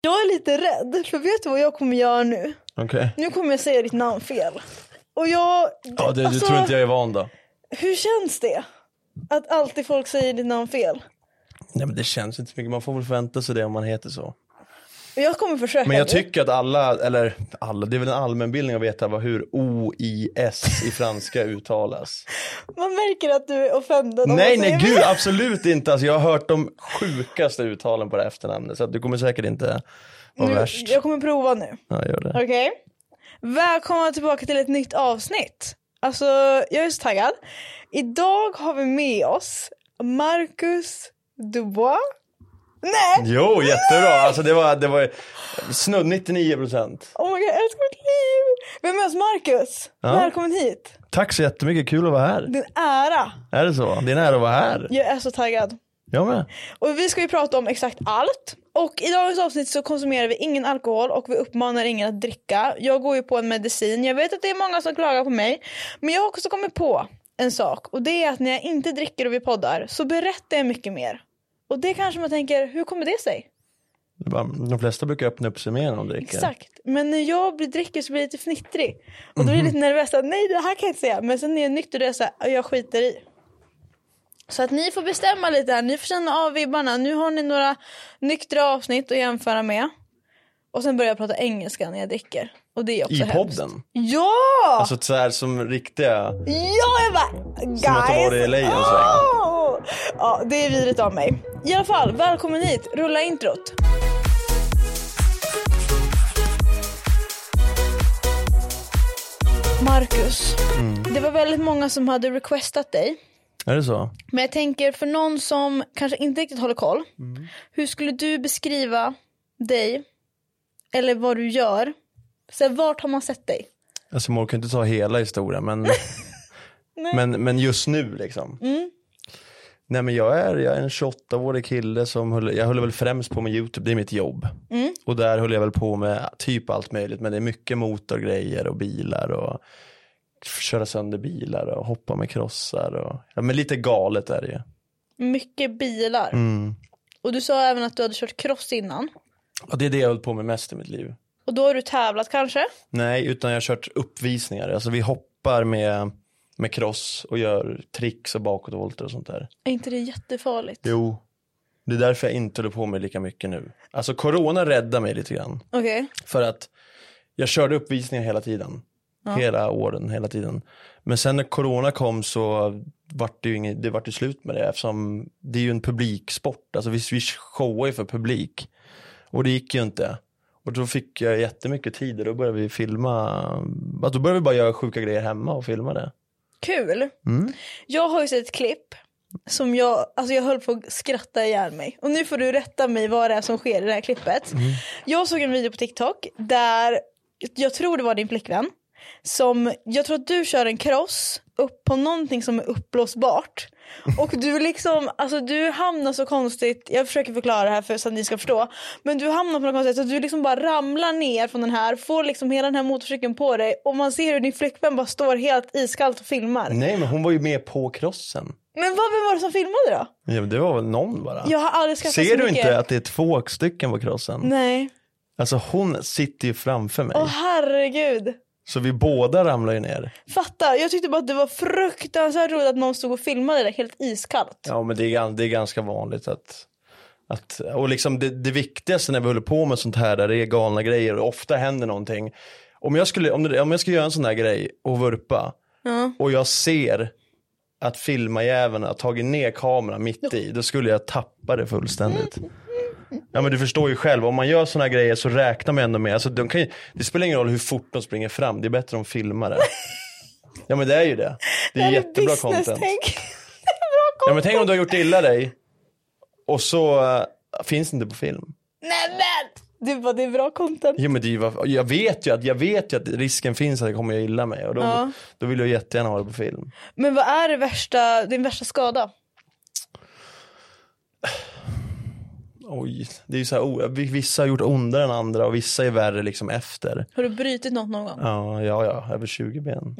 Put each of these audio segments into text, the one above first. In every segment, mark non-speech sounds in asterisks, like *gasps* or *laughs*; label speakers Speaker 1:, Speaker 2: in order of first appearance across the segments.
Speaker 1: Jag är lite rädd, för vet du vad jag kommer göra nu?
Speaker 2: Okej.
Speaker 1: Nu kommer jag säga ditt namn fel. Och jag...
Speaker 2: Ja, det, du
Speaker 1: alltså,
Speaker 2: tror inte jag är van då?
Speaker 1: Hur känns det? Att alltid folk säger ditt namn fel.
Speaker 2: Nej men det känns inte så mycket, man får väl förvänta sig det om man heter så.
Speaker 1: Och jag kommer försöka.
Speaker 2: Men jag
Speaker 1: nu.
Speaker 2: tycker att alla, eller alla, det är väl en allmänbildning att veta vad, hur O-I-S i franska uttalas.
Speaker 1: Man märker att du är offended. *laughs* om
Speaker 2: nej
Speaker 1: jag
Speaker 2: nej
Speaker 1: säger
Speaker 2: gud
Speaker 1: fel.
Speaker 2: absolut inte, alltså, jag har hört de sjukaste uttalen på det här efternamnet så att du kommer säkert inte vara värst.
Speaker 1: nu, Jag kommer prova nu.
Speaker 2: Ja, gör det.
Speaker 1: Okej. Välkomna tillbaka till ett nytt avsnitt. Alltså, jag är så taggad. Idag har vi med oss Marcus Dubois. Nej!
Speaker 2: Jo jättebra, alltså det var, det var snudd 99 procent.
Speaker 1: Oh my god, jag älskar mitt liv! Vem är oss Marcus?
Speaker 2: Ja.
Speaker 1: Välkommen hit.
Speaker 2: Tack så jättemycket, kul att vara här.
Speaker 1: Det är en ära.
Speaker 2: Är det så? Det är en ära att vara här.
Speaker 1: Jag är så taggad.
Speaker 2: Jag med.
Speaker 1: Och vi ska ju prata om exakt allt. Och i dagens avsnitt så konsumerar vi ingen alkohol och vi uppmanar ingen att dricka. Jag går ju på en medicin. Jag vet att det är många som klagar på mig. Men jag har också kommit på en sak. Och det är att när jag inte dricker och vi poddar så berättar jag mycket mer. Och det kanske man tänker, hur kommer det sig?
Speaker 2: Det är bara- De flesta brukar öppna upp sig mer när de dricker.
Speaker 1: Exakt. Men när jag blir dricker så blir jag lite fnittrig. Och då blir jag
Speaker 2: Mhm.
Speaker 1: lite nervös. att, Nej, det här kan jag inte säga. Men sen när jag är nykter då är jag så här, "Ja, jag skiter i. Så att ni får bestämma lite här. Ni får känna av vibbarna. Nu har ni några nyktra avsnitt att jämföra med. Och sen börjar jag prata engelska när jag dricker. Och det är också
Speaker 2: I
Speaker 1: hemskt.
Speaker 2: podden?
Speaker 1: Ja!
Speaker 2: Alltså så här som riktiga,
Speaker 1: Ja, jag bara guys!
Speaker 2: Som att de var i alltså. LA en sväng.
Speaker 1: Åh! Ja, det är vidrigt av mig. I alla fall, välkommen hit. Rulla introt. Marcus,
Speaker 2: Mm.
Speaker 1: det var väldigt många som hade requestat dig.
Speaker 2: är det så?
Speaker 1: Men jag tänker för någon som kanske inte riktigt håller koll.
Speaker 2: Mm.
Speaker 1: Hur skulle du beskriva dig? Eller vad du gör? Så här, vart har man sett dig?
Speaker 2: Alltså man kan inte ta hela
Speaker 1: *laughs*
Speaker 2: historien men, men, men just nu liksom.
Speaker 1: Mm.
Speaker 2: Nej men jag är, jag är en 28-årig kille som höll, jag höll väl främst på med YouTube, det är mitt jobb.
Speaker 1: Mm.
Speaker 2: Och där höll jag väl på med typ allt möjligt men det är mycket motorgrejer och bilar och köra sönder bilar och hoppa med krossar och, ja men lite galet är det ju.
Speaker 1: Mycket bilar.
Speaker 2: Mm.
Speaker 1: Och du sa även att du hade kört cross innan.
Speaker 2: Och det är det jag höll på med mest i mitt liv.
Speaker 1: Och då har du tävlat kanske?
Speaker 2: Nej, utan jag har kört uppvisningar. Alltså vi hoppar med, med cross och gör tricks och bakåtvolter och sånt där.
Speaker 1: Är inte det jättefarligt?
Speaker 2: Jo. Det är därför jag inte håller på med lika mycket nu. Alltså corona räddade mig lite grann.
Speaker 1: Okej.
Speaker 2: För att jag körde uppvisningar hela tiden. Hela åren, hela tiden. Men sen när corona kom så vart det ju, inget, det vart ju slut med det eftersom det är ju en publiksport. Alltså vi, vi showar ju för publik. Och det gick ju inte. Och då fick jag jättemycket tid och då började vi filma. Att då började vi bara göra sjuka grejer hemma och filma det.
Speaker 1: Kul. Jag har ju sett ett klipp som jag, alltså jag höll på att skratta ihjäl mig. Och nu får du rätta mig vad det är som sker i det här klippet. Jag såg en video på TikTok där, jag tror det var din flickvän, som, jag tror att du kör en cross upp på någonting som är uppblåsbart. Och du liksom, alltså du hamnar så konstigt, jag försöker förklara det här för, så att ni ska förstå. Men du hamnar på något konstigt sätt så du liksom bara ramlar ner från den här, får liksom hela den här motorcykeln på dig och man ser hur din flickvän bara står helt iskallt och filmar.
Speaker 2: Nej men hon var ju med på crossen.
Speaker 1: Men vad, vem var det som filmade då?
Speaker 2: Ja, men det var väl någon bara.
Speaker 1: Jag har aldrig skrattat så
Speaker 2: Ser du
Speaker 1: mycket.
Speaker 2: inte att det är två stycken på crossen?
Speaker 1: Nej.
Speaker 2: Alltså hon sitter ju framför mig.
Speaker 1: Åh herregud.
Speaker 2: Så vi båda ramlar ju ner.
Speaker 1: Fatta, jag tyckte bara att det var fruktansvärt roligt att någon stod och filmade det där helt iskallt.
Speaker 2: Ja men det är, gan- det är ganska vanligt att, att och liksom det, det viktigaste när vi håller på med sånt här där det är galna grejer och ofta händer någonting. Om jag skulle, om det, om jag skulle göra en sån här grej och vurpa och jag ser att filmajäveln har tagit ner kameran mitt i, då skulle jag tappa det fullständigt. Ja men du förstår ju själv, om man gör såna här grejer så räknar man ändå med, alltså, de kan ju, det spelar ingen roll hur fort de springer fram, det är bättre om de filmar det. Ja men det är ju det. Det är
Speaker 1: här
Speaker 2: jättebra
Speaker 1: business,
Speaker 2: content.
Speaker 1: Tänk. Det är bra
Speaker 2: Ja, men tänk om du har gjort illa dig och så eh, Finns inte på film.
Speaker 1: *laughs* Nej men! Du bara, det är bra content.
Speaker 2: Jo, men det är ju, vad- jag, vet ju att, jag vet ju att risken finns att jag kommer att illa mig och då,
Speaker 1: Ja.
Speaker 2: då vill jag jättegärna ha det på film.
Speaker 1: Men vad är det värsta, din värsta skada?
Speaker 2: Oj, det är ju så här, o- vissa har gjort ondare än andra och vissa är värre liksom efter.
Speaker 1: Har du brutit något någon gång?
Speaker 2: Ja, ja, ja, över 20 ben.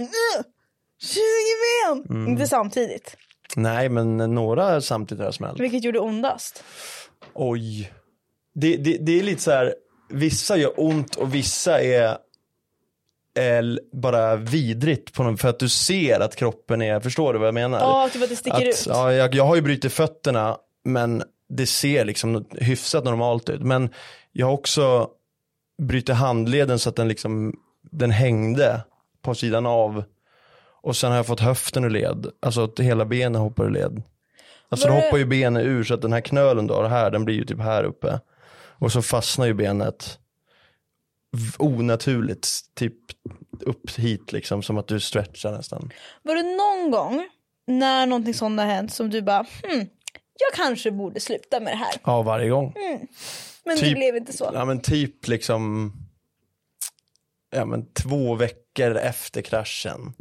Speaker 1: 20 ben!
Speaker 2: Mm.
Speaker 1: Mm. Inte samtidigt.
Speaker 2: Nej, men några samtidigt har jag smält.
Speaker 1: Vilket gjorde ondast?
Speaker 2: Oj. Det, det, det är lite så här, vissa gör ont och vissa är är bara vidrigt på något, för att du ser att kroppen är, förstår du vad jag menar?
Speaker 1: Ja, typ att det sticker
Speaker 2: att,
Speaker 1: ut.
Speaker 2: Ja, jag, jag har ju brutit fötterna men det ser liksom hyfsat normalt ut. Men jag har också brutit handleden så att den liksom den hängde på sidan av och sen har jag fått höften ur led. Alltså att hela benet hoppar ur led. Alltså då
Speaker 1: Var det-
Speaker 2: hoppar ju benet ur så att den här knölen du har här den blir ju typ här uppe. Och så fastnar ju benet v- onaturligt typ upp hit liksom som att du stretchar nästan.
Speaker 1: Var det någon gång när någonting sånt har hänt som du bara hmm, jag kanske borde sluta med det här.
Speaker 2: Ja varje gång.
Speaker 1: Men det
Speaker 2: Typ-
Speaker 1: blev inte så.
Speaker 2: Ja men typ liksom ja, men två veckor efter kraschen.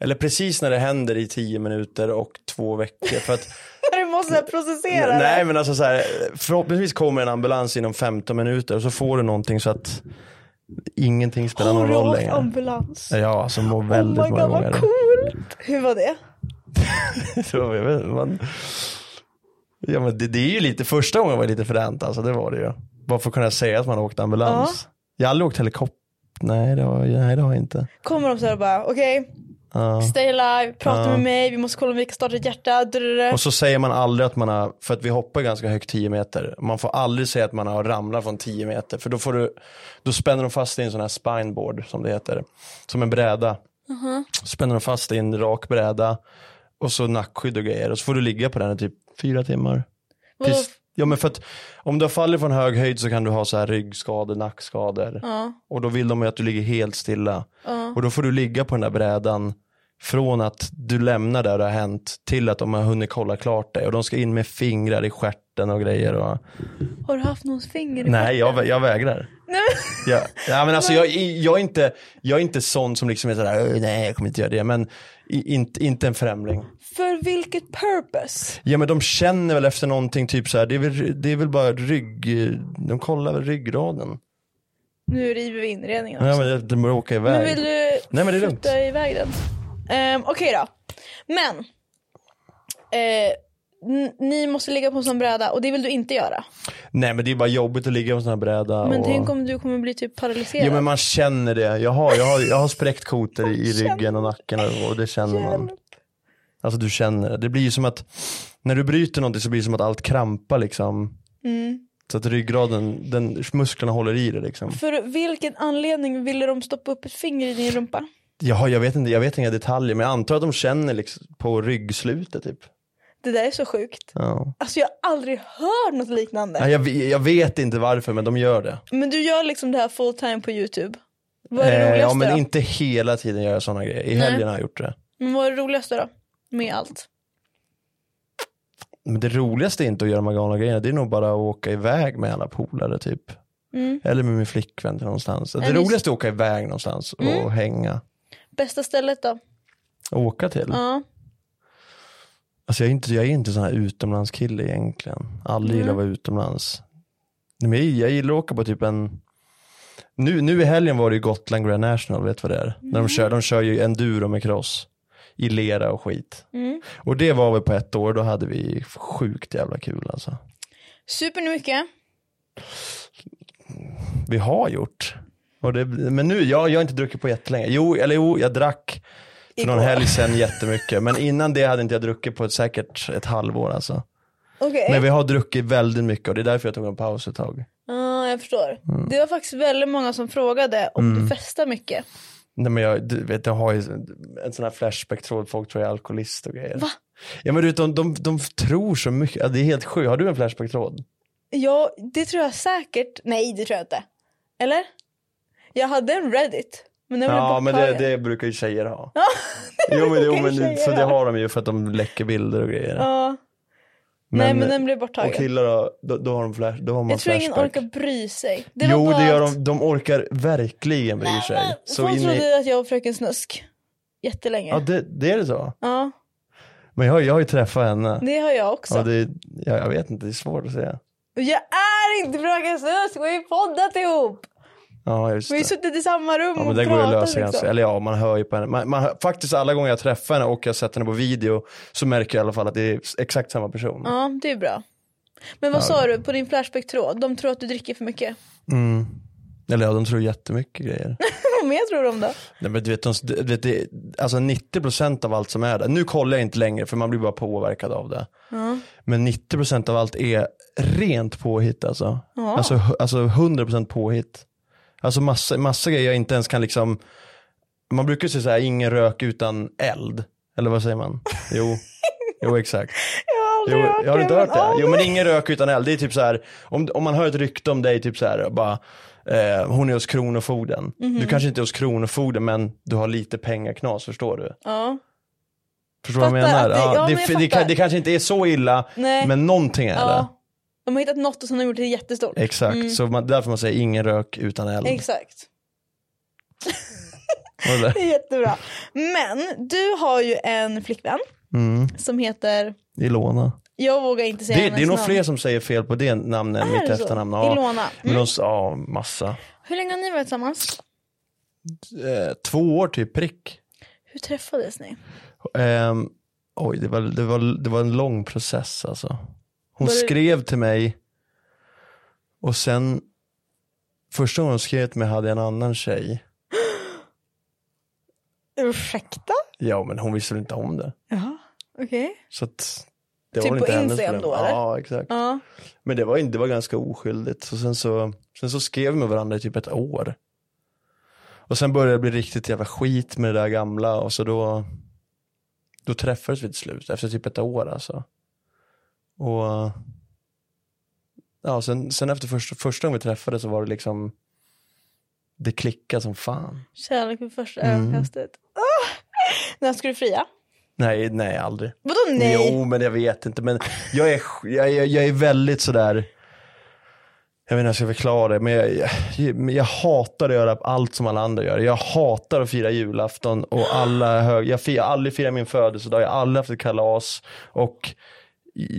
Speaker 2: Eller precis när det händer i tio minuter och två veckor.
Speaker 1: *laughs*
Speaker 2: För att,
Speaker 1: Du måste processera
Speaker 2: nej
Speaker 1: det.
Speaker 2: men alltså så här, förhoppningsvis kommer en ambulans inom 15 minuter och så får du någonting så att ingenting spelar
Speaker 1: Har
Speaker 2: någon
Speaker 1: du
Speaker 2: roll
Speaker 1: åkt
Speaker 2: längre.
Speaker 1: ambulans?
Speaker 2: Ja, alltså mår väldigt
Speaker 1: oh my
Speaker 2: många
Speaker 1: god
Speaker 2: gånger.
Speaker 1: vad coolt. Hur var det?
Speaker 2: *laughs* Så jag vet, man... ja, men det, det är ju lite, första gången var det lite fränt alltså, det var det ju. Bara för att kunna säga att man har åkt ambulans. Jag har aldrig åkt helikopter, nej det har, jag- nej, det har jag inte.
Speaker 1: Kommer de så här och bara okej,
Speaker 2: Ja.
Speaker 1: stay alive, prata med mig, vi måste kolla om vi kan starta ett hjärta. drrrr.
Speaker 2: Och så säger man aldrig att man har, för att vi hoppar ganska högt 10 meter, man får aldrig säga att man har ramlat från 10 meter för då får du, då spänner de fast i en sån här spineboard som det heter, som en bräda. Spänner de fast i en rak bräda och så nackskydd och grejer och så får du ligga på den i typ fyra timmar.
Speaker 1: Vadå?
Speaker 2: Tills- Ja men för att om du har fallit från hög höjd så kan du ha så här ryggskador, nackskador. Och då vill de ju att du ligger helt stilla. Och då får du ligga på den där brädan från att du lämnar där det har hänt till att de har hunnit kolla klart dig. Och de ska in med fingrar i stjärten och grejer. Och...
Speaker 1: Har du haft någons finger i
Speaker 2: Nej, jag, vä- jag vägrar.
Speaker 1: Nej, men-
Speaker 2: *laughs* Ja, ja, men alltså, jag, jag, är inte, jag är inte sån som liksom är sådär, "Åh, nej jag kommer inte göra det. Men i, inte, inte en främling.
Speaker 1: För vilket purpose?
Speaker 2: Ja men de känner väl efter någonting, typ så här, det, är väl, det är väl bara rygg, de kollar väl ryggraden.
Speaker 1: Nu river vi inredningen
Speaker 2: Ja
Speaker 1: också.
Speaker 2: men jag- de råkar iväg.
Speaker 1: Men vill du
Speaker 2: Nej, men det är lugnt.
Speaker 1: flytta iväg den? Um, Okej då. Men. eh, n- ni måste ligga på en sån bräda och det vill du inte göra.
Speaker 2: Nej men det är bara jobbigt att ligga på en sån här bräda.
Speaker 1: Men
Speaker 2: och...
Speaker 1: tänk om du kommer bli typ paralyserad.
Speaker 2: Jo men man känner det. Jag har, jag har, jag har spräckt kotor i, i ryggen och nacken och, och det känner man. Alltså du känner det. Det blir ju som att när du bryter någonting så blir det som att allt krampar liksom.
Speaker 1: Mm.
Speaker 2: Så att ryggraden, den, musklerna håller i det liksom.
Speaker 1: För vilken anledning ville de stoppa upp ett finger i din rumpa?
Speaker 2: Ja, jag vet inte, jag vet inga detaljer men jag antar att de känner liksom på ryggslutet typ.
Speaker 1: Det där är så sjukt.
Speaker 2: Ja.
Speaker 1: Alltså jag har aldrig hört något liknande.
Speaker 2: Nej, jag, ve- jag vet inte varför men de gör det.
Speaker 1: Men du gör liksom det här full time på Youtube. Vad är det
Speaker 2: Eh,
Speaker 1: roligaste
Speaker 2: ja, men
Speaker 1: då?
Speaker 2: inte hela tiden gör jag sådana grejer. I helgen har jag gjort det.
Speaker 1: Men Vad är det roligaste då? Med allt.
Speaker 2: Men det roligaste är inte att göra de här galna grejerna. Det är nog bara att åka iväg med alla polare typ.
Speaker 1: Mm.
Speaker 2: Eller med min flickvän till någonstans. Det
Speaker 1: Ja, visst.
Speaker 2: roligaste är att åka iväg någonstans och
Speaker 1: Mm.
Speaker 2: hänga.
Speaker 1: Bästa stället
Speaker 2: Mm.
Speaker 1: då?
Speaker 2: Och åka till.
Speaker 1: Ja.
Speaker 2: Alltså jag är inte, jag är inte sån här utomlandskille egentligen. Aldrig gillar att vara utomlands. Nej, Men jag, jag gillar att åka på typ en nu, nu i helgen var det ju Gotland Grand National, vet du vad det är? När de, kör, de kör ju enduro med cross i lera och skit. Och det var vi på ett år, då hade vi sjukt jävla kul alltså.
Speaker 1: Super nu mycket.
Speaker 2: vi har gjort. Och det, men nu, jag, jag har inte druckit på jättelänge. Jo, eller jo, jag drack för någon
Speaker 1: Igår.
Speaker 2: helg sedan jättemycket. Men innan det hade inte jag druckit på ett, säkert ett halvår alltså.
Speaker 1: Okej.
Speaker 2: Men vi har druckit väldigt mycket och det är därför jag tog en paus ett tag.
Speaker 1: Ja, jag förstår.
Speaker 2: Mm.
Speaker 1: Det var faktiskt väldigt många som frågade om du festar mycket.
Speaker 2: Nej men jag, du vet, jag har ju en sån här flashback-tråd, folk tror jag är alkoholist och grejer. Va? Ja men du vet, de, de, de tror så mycket, ja, det är helt sjukt. Har du en flashback-tråd?
Speaker 1: Ja, det tror jag säkert. Nej, det tror jag inte. Eller? Jag hade en Reddit, men den blev
Speaker 2: Ja men det,
Speaker 1: borttagen.
Speaker 2: det brukar ju tjejer ha.
Speaker 1: Ja,
Speaker 2: *laughs* Jo men, jo,
Speaker 1: brukar
Speaker 2: men
Speaker 1: tjejer
Speaker 2: så det
Speaker 1: ha.
Speaker 2: har de ju för att de läcker bilder och grejer.
Speaker 1: Ja. Nej men den blev borttagen.
Speaker 2: eh, Och killar då, då, då har de flash, då har man
Speaker 1: jag tror ingen
Speaker 2: flashback.
Speaker 1: orkar bry sig.
Speaker 2: jo
Speaker 1: bara
Speaker 2: det gör
Speaker 1: att- Ah,
Speaker 2: de, de orkar verkligen bry sig. Så
Speaker 1: Folk
Speaker 2: in i,
Speaker 1: trodde att jag var Fröken Snusk. Jättelänge.
Speaker 2: ja
Speaker 1: Ja,
Speaker 2: det, det är det så. Men jag, har- jag har ju träffat henne.
Speaker 1: det har jag också.
Speaker 2: Ja, det, ja, jag vet inte, det är svårt att säga.
Speaker 1: Jag är inte Fröken Snusk, vi har ju poddat ihop.
Speaker 2: Ja just
Speaker 1: Vi har ju
Speaker 2: det.
Speaker 1: suttit i samma rum
Speaker 2: Ja
Speaker 1: och
Speaker 2: men det går ju att
Speaker 1: pratat. liksom.
Speaker 2: lösa ganska, eller ja man hör ju på henne. Man, man, hör- faktiskt alla gånger jag träffar henne och jag har sett henne på video så märker jag i alla fall att det är exakt samma person.
Speaker 1: Ja det är bra. Men vad sa du på din Flashback-tråd? De tror att du dricker för mycket. *laughs*
Speaker 2: Mm. Eller ja de tror jättemycket grejer.
Speaker 1: Vad mer tror de då?
Speaker 2: Nej, men du vet, de, du vet, det, alltså 90% av allt som är där, nu kollar jag inte längre för man blir bara påverkad av det. Men 90% av allt är rent påhitt alltså. Alltså, hu- alltså 100% påhitt. Alltså massa, massa grejer jag inte ens kan liksom, man brukar ju säga så här, ingen rök utan eld. Eller vad säger man? Jo, jo exakt.
Speaker 1: Jag har aldrig
Speaker 2: Jo,
Speaker 1: hört
Speaker 2: jag har
Speaker 1: det.
Speaker 2: inte hört det.
Speaker 1: åh,
Speaker 2: Jo men ingen rök utan eld. Det är typ så här, om, om man hör ett rykte om dig, typ så här, bara, eh, hon är hos Kronofogden.
Speaker 1: Mhm.
Speaker 2: Du kanske inte är hos Kronofogden men du har lite pengaknas, förstår du?
Speaker 1: Ja.
Speaker 2: Förstår du vad jag
Speaker 1: Fattar
Speaker 2: menar?
Speaker 1: att det- ja, men jag
Speaker 2: det, det,
Speaker 1: fattar.
Speaker 2: kan- det kanske inte är så illa,
Speaker 1: Nej.
Speaker 2: men någonting är
Speaker 1: ja. Mm. De har hittat något och sen har de gjort det jättestort.
Speaker 2: det. Exakt, så man, därför man säger ingen rök utan eld.
Speaker 1: Exakt.
Speaker 2: Vad är det?
Speaker 1: Det är *laughs* jättebra. Men du har ju en flickvän
Speaker 2: Mm,
Speaker 1: som heter, *laughs*
Speaker 2: Ilona.
Speaker 1: jag vågar inte säga
Speaker 2: Det,
Speaker 1: hennes
Speaker 2: det är nog
Speaker 1: namn.
Speaker 2: fler som säger fel på det namnet än
Speaker 1: Är
Speaker 2: mitt
Speaker 1: det så?
Speaker 2: efternamn. Ja.
Speaker 1: Ilona. Mm.
Speaker 2: Men de, ja, massa.
Speaker 1: Hur länge har ni varit tillsammans?
Speaker 2: Eh, två år typ prick.
Speaker 1: Hur träffades ni?
Speaker 2: Ehm, oj, det var, det, var, det var en lång process alltså. Hon
Speaker 1: Var det-
Speaker 2: skrev till mig och sen första gången hon skrev till mig hade jag en annan tjej.
Speaker 1: Ursäkta?
Speaker 2: Ja, men hon visste väl inte om det.
Speaker 1: Ja, okej.
Speaker 2: Så att det
Speaker 1: Typ
Speaker 2: var väl
Speaker 1: på
Speaker 2: inte hennes
Speaker 1: Instagram
Speaker 2: problem.
Speaker 1: då, eller?
Speaker 2: Ja, exakt.
Speaker 1: Ja.
Speaker 2: Men det var, inte- det var ganska oskyldigt. Så sen, så, sen så skrev vi med varandra i typ ett år. Och sen började det bli riktigt jävla skit med det där gamla och så då, då träffades vi till slut efter typ ett år alltså. Och ja, sen, sen efter första, första gången vi träffades så var det liksom, det klickade som fan.
Speaker 1: Kärlek vid första
Speaker 2: Mm.
Speaker 1: ögonkastet. Ah! När ska du fria?
Speaker 2: Nej, nej aldrig.
Speaker 1: Vadå nej?
Speaker 2: Jo, men jag vet inte. Men jag är, jag, jag, jag är väldigt sådär, jag vet inte hur jag ska förklara det, men jag, jag, men jag hatar att göra allt som alla andra gör. Jag hatar att fira julafton och alla hög, jag, fir, jag har aldrig firat min födelsedag, jag har aldrig haft ett kalas och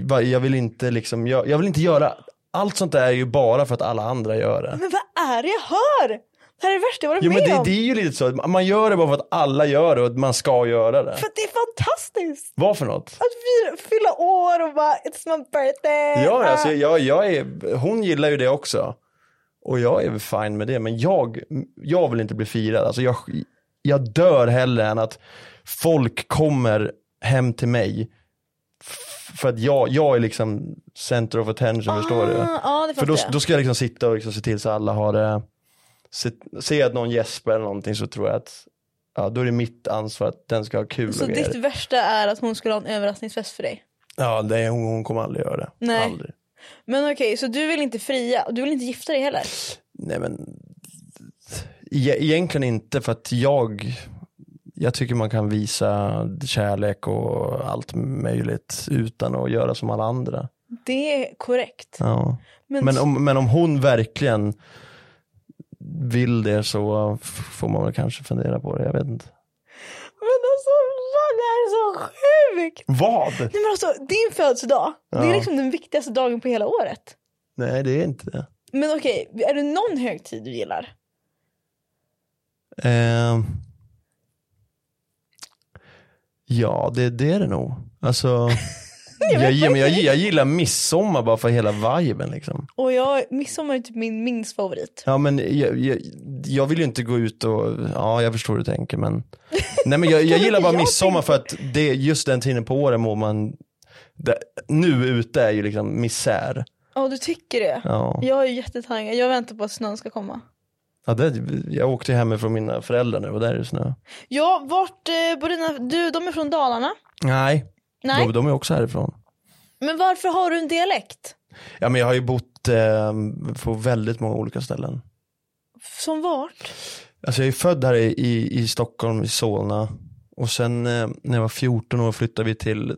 Speaker 2: jag- jag vill inte liksom, jag, jag vill inte göra, allt sånt där är ju bara för att alla andra gör det.
Speaker 1: Men vad är det jag hör? Det här är det värsta jag varit
Speaker 2: Jo men
Speaker 1: med
Speaker 2: det,
Speaker 1: om.
Speaker 2: det är ju lite så, man gör det bara för att alla gör det och att man ska göra det.
Speaker 1: För att det är fantastastiskt
Speaker 2: Vad för något?
Speaker 1: att fira, fylla år och bara it's my birthday.
Speaker 2: Ja, alltså,
Speaker 1: Ah.
Speaker 2: jag, jag är, hon gillar ju det också. Och jag är väl fine med det, men jag, jag vill inte bli firad. Alltså, jag, jag dör hellre än att folk kommer hem till mig. f- För att jag, jag är liksom center of attention, förstår du?
Speaker 1: Ah, Ja, det
Speaker 2: För då,
Speaker 1: fattar jag.
Speaker 2: då ska jag liksom sitta och liksom se till så alla har det. Se, se att någon gäspar eller någonting så tror jag att ja, då är det mitt ansvar att den ska ha kul
Speaker 1: Så
Speaker 2: och grejer.
Speaker 1: ditt värsta är att hon skulle ha en överraskningsfest för dig?
Speaker 2: Ja, det, hon, hon kommer aldrig göra det.
Speaker 1: Nej.
Speaker 2: Aldrig.
Speaker 1: Men okej, så du vill inte fria och du vill inte gifta dig heller?
Speaker 2: Nej men e- egentligen inte för att jag jag tycker man kan visa kärlek och allt möjligt utan att göra som alla andra.
Speaker 1: Det är korrekt.
Speaker 2: Ja.
Speaker 1: Men,
Speaker 2: Men, om, men om hon verkligen vill det så f- får man väl kanske fundera på det, jag vet inte.
Speaker 1: men alltså vad det här är så sjukt!
Speaker 2: Vad?
Speaker 1: Nej men alltså din födelsedag, det är
Speaker 2: Ja.
Speaker 1: liksom den viktigaste dagen på hela året.
Speaker 2: Nej det är inte det.
Speaker 1: Men okej, är det någon högtid du gillar?
Speaker 2: Ehm. ja det, det är det nog. Alltså, jag, jag, men jag, jag gillar midsommar bara för hela viben liksom.
Speaker 1: Och jag, midsommar är typ min minst favorit.
Speaker 2: Ja men jag, jag, jag vill ju inte gå ut och, ja jag förstår hur du
Speaker 1: *laughs*
Speaker 2: tänker men. Nej men jag, jag gillar bara
Speaker 1: Jag
Speaker 2: midsommar för att det, är just den tiden på året mår man, det, nu ute är ju liksom misär.
Speaker 1: Ja du tycker det?
Speaker 2: Ja.
Speaker 1: Jag är jättetaggad, jag väntar på att snön ska komma.
Speaker 2: Ja, det, jag åkte ju hemifrån mina föräldrar nu och där är det snö.
Speaker 1: Ja, vart eh, bor dina, du, de är från Dalarna?
Speaker 2: Nej,
Speaker 1: Nej,
Speaker 2: De, de är också härifrån.
Speaker 1: men varför har du en dialekt?
Speaker 2: Ja men jag har ju bott eh, på väldigt många olika ställen.
Speaker 1: Som vart?
Speaker 2: Alltså jag är född här i, i, i Stockholm, i Solna. Och sen eh, när jag var 14 år flyttade vi till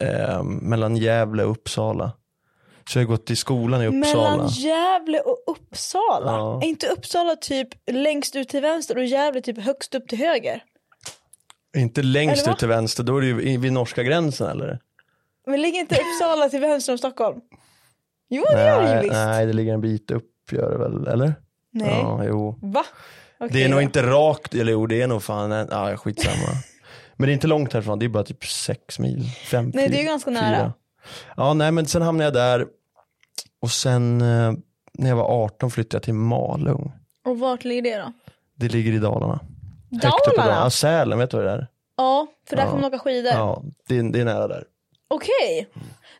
Speaker 2: eh, mellan Gävle och Uppsala. Så jag har gått i skolan i Uppsala.
Speaker 1: Mellan Gävle och Uppsala?
Speaker 2: Ja.
Speaker 1: Är inte Uppsala typ längst ut till vänster och Gävle typ högst upp till höger?
Speaker 2: Inte längst
Speaker 1: Eller va?
Speaker 2: ut till vänster, då är det ju i- vid norska gränsen eller?
Speaker 1: Men ligger inte Uppsala till vänster om Stockholm? Jo det gör det ju
Speaker 2: nej,
Speaker 1: visst.
Speaker 2: nej, det ligger en bit upp gör det väl, eller?
Speaker 1: Nej.
Speaker 2: Ja, jo.
Speaker 1: Va? Okej
Speaker 2: Det är nog
Speaker 1: då.
Speaker 2: inte rakt, eller jo det är nog fan, en- ja skitsamma. Men det är inte långt härifrån, det är bara typ sex mil. Fem,
Speaker 1: Nej,
Speaker 2: fy-
Speaker 1: det är ju ganska
Speaker 2: fyra.
Speaker 1: nära.
Speaker 2: Ja, nej men sen hamnade jag där och sen eh, när jag var 18 flyttade jag till Malung.
Speaker 1: Och vart ligger det då?
Speaker 2: Det ligger i Dalarna. Högt upp i Dalarna?
Speaker 1: Dalarna?
Speaker 2: Ja, Sälen, vet du vad det är?
Speaker 1: Ja, för där kan man åka skidor.
Speaker 2: Ja, det är, det är nära där.
Speaker 1: Okej,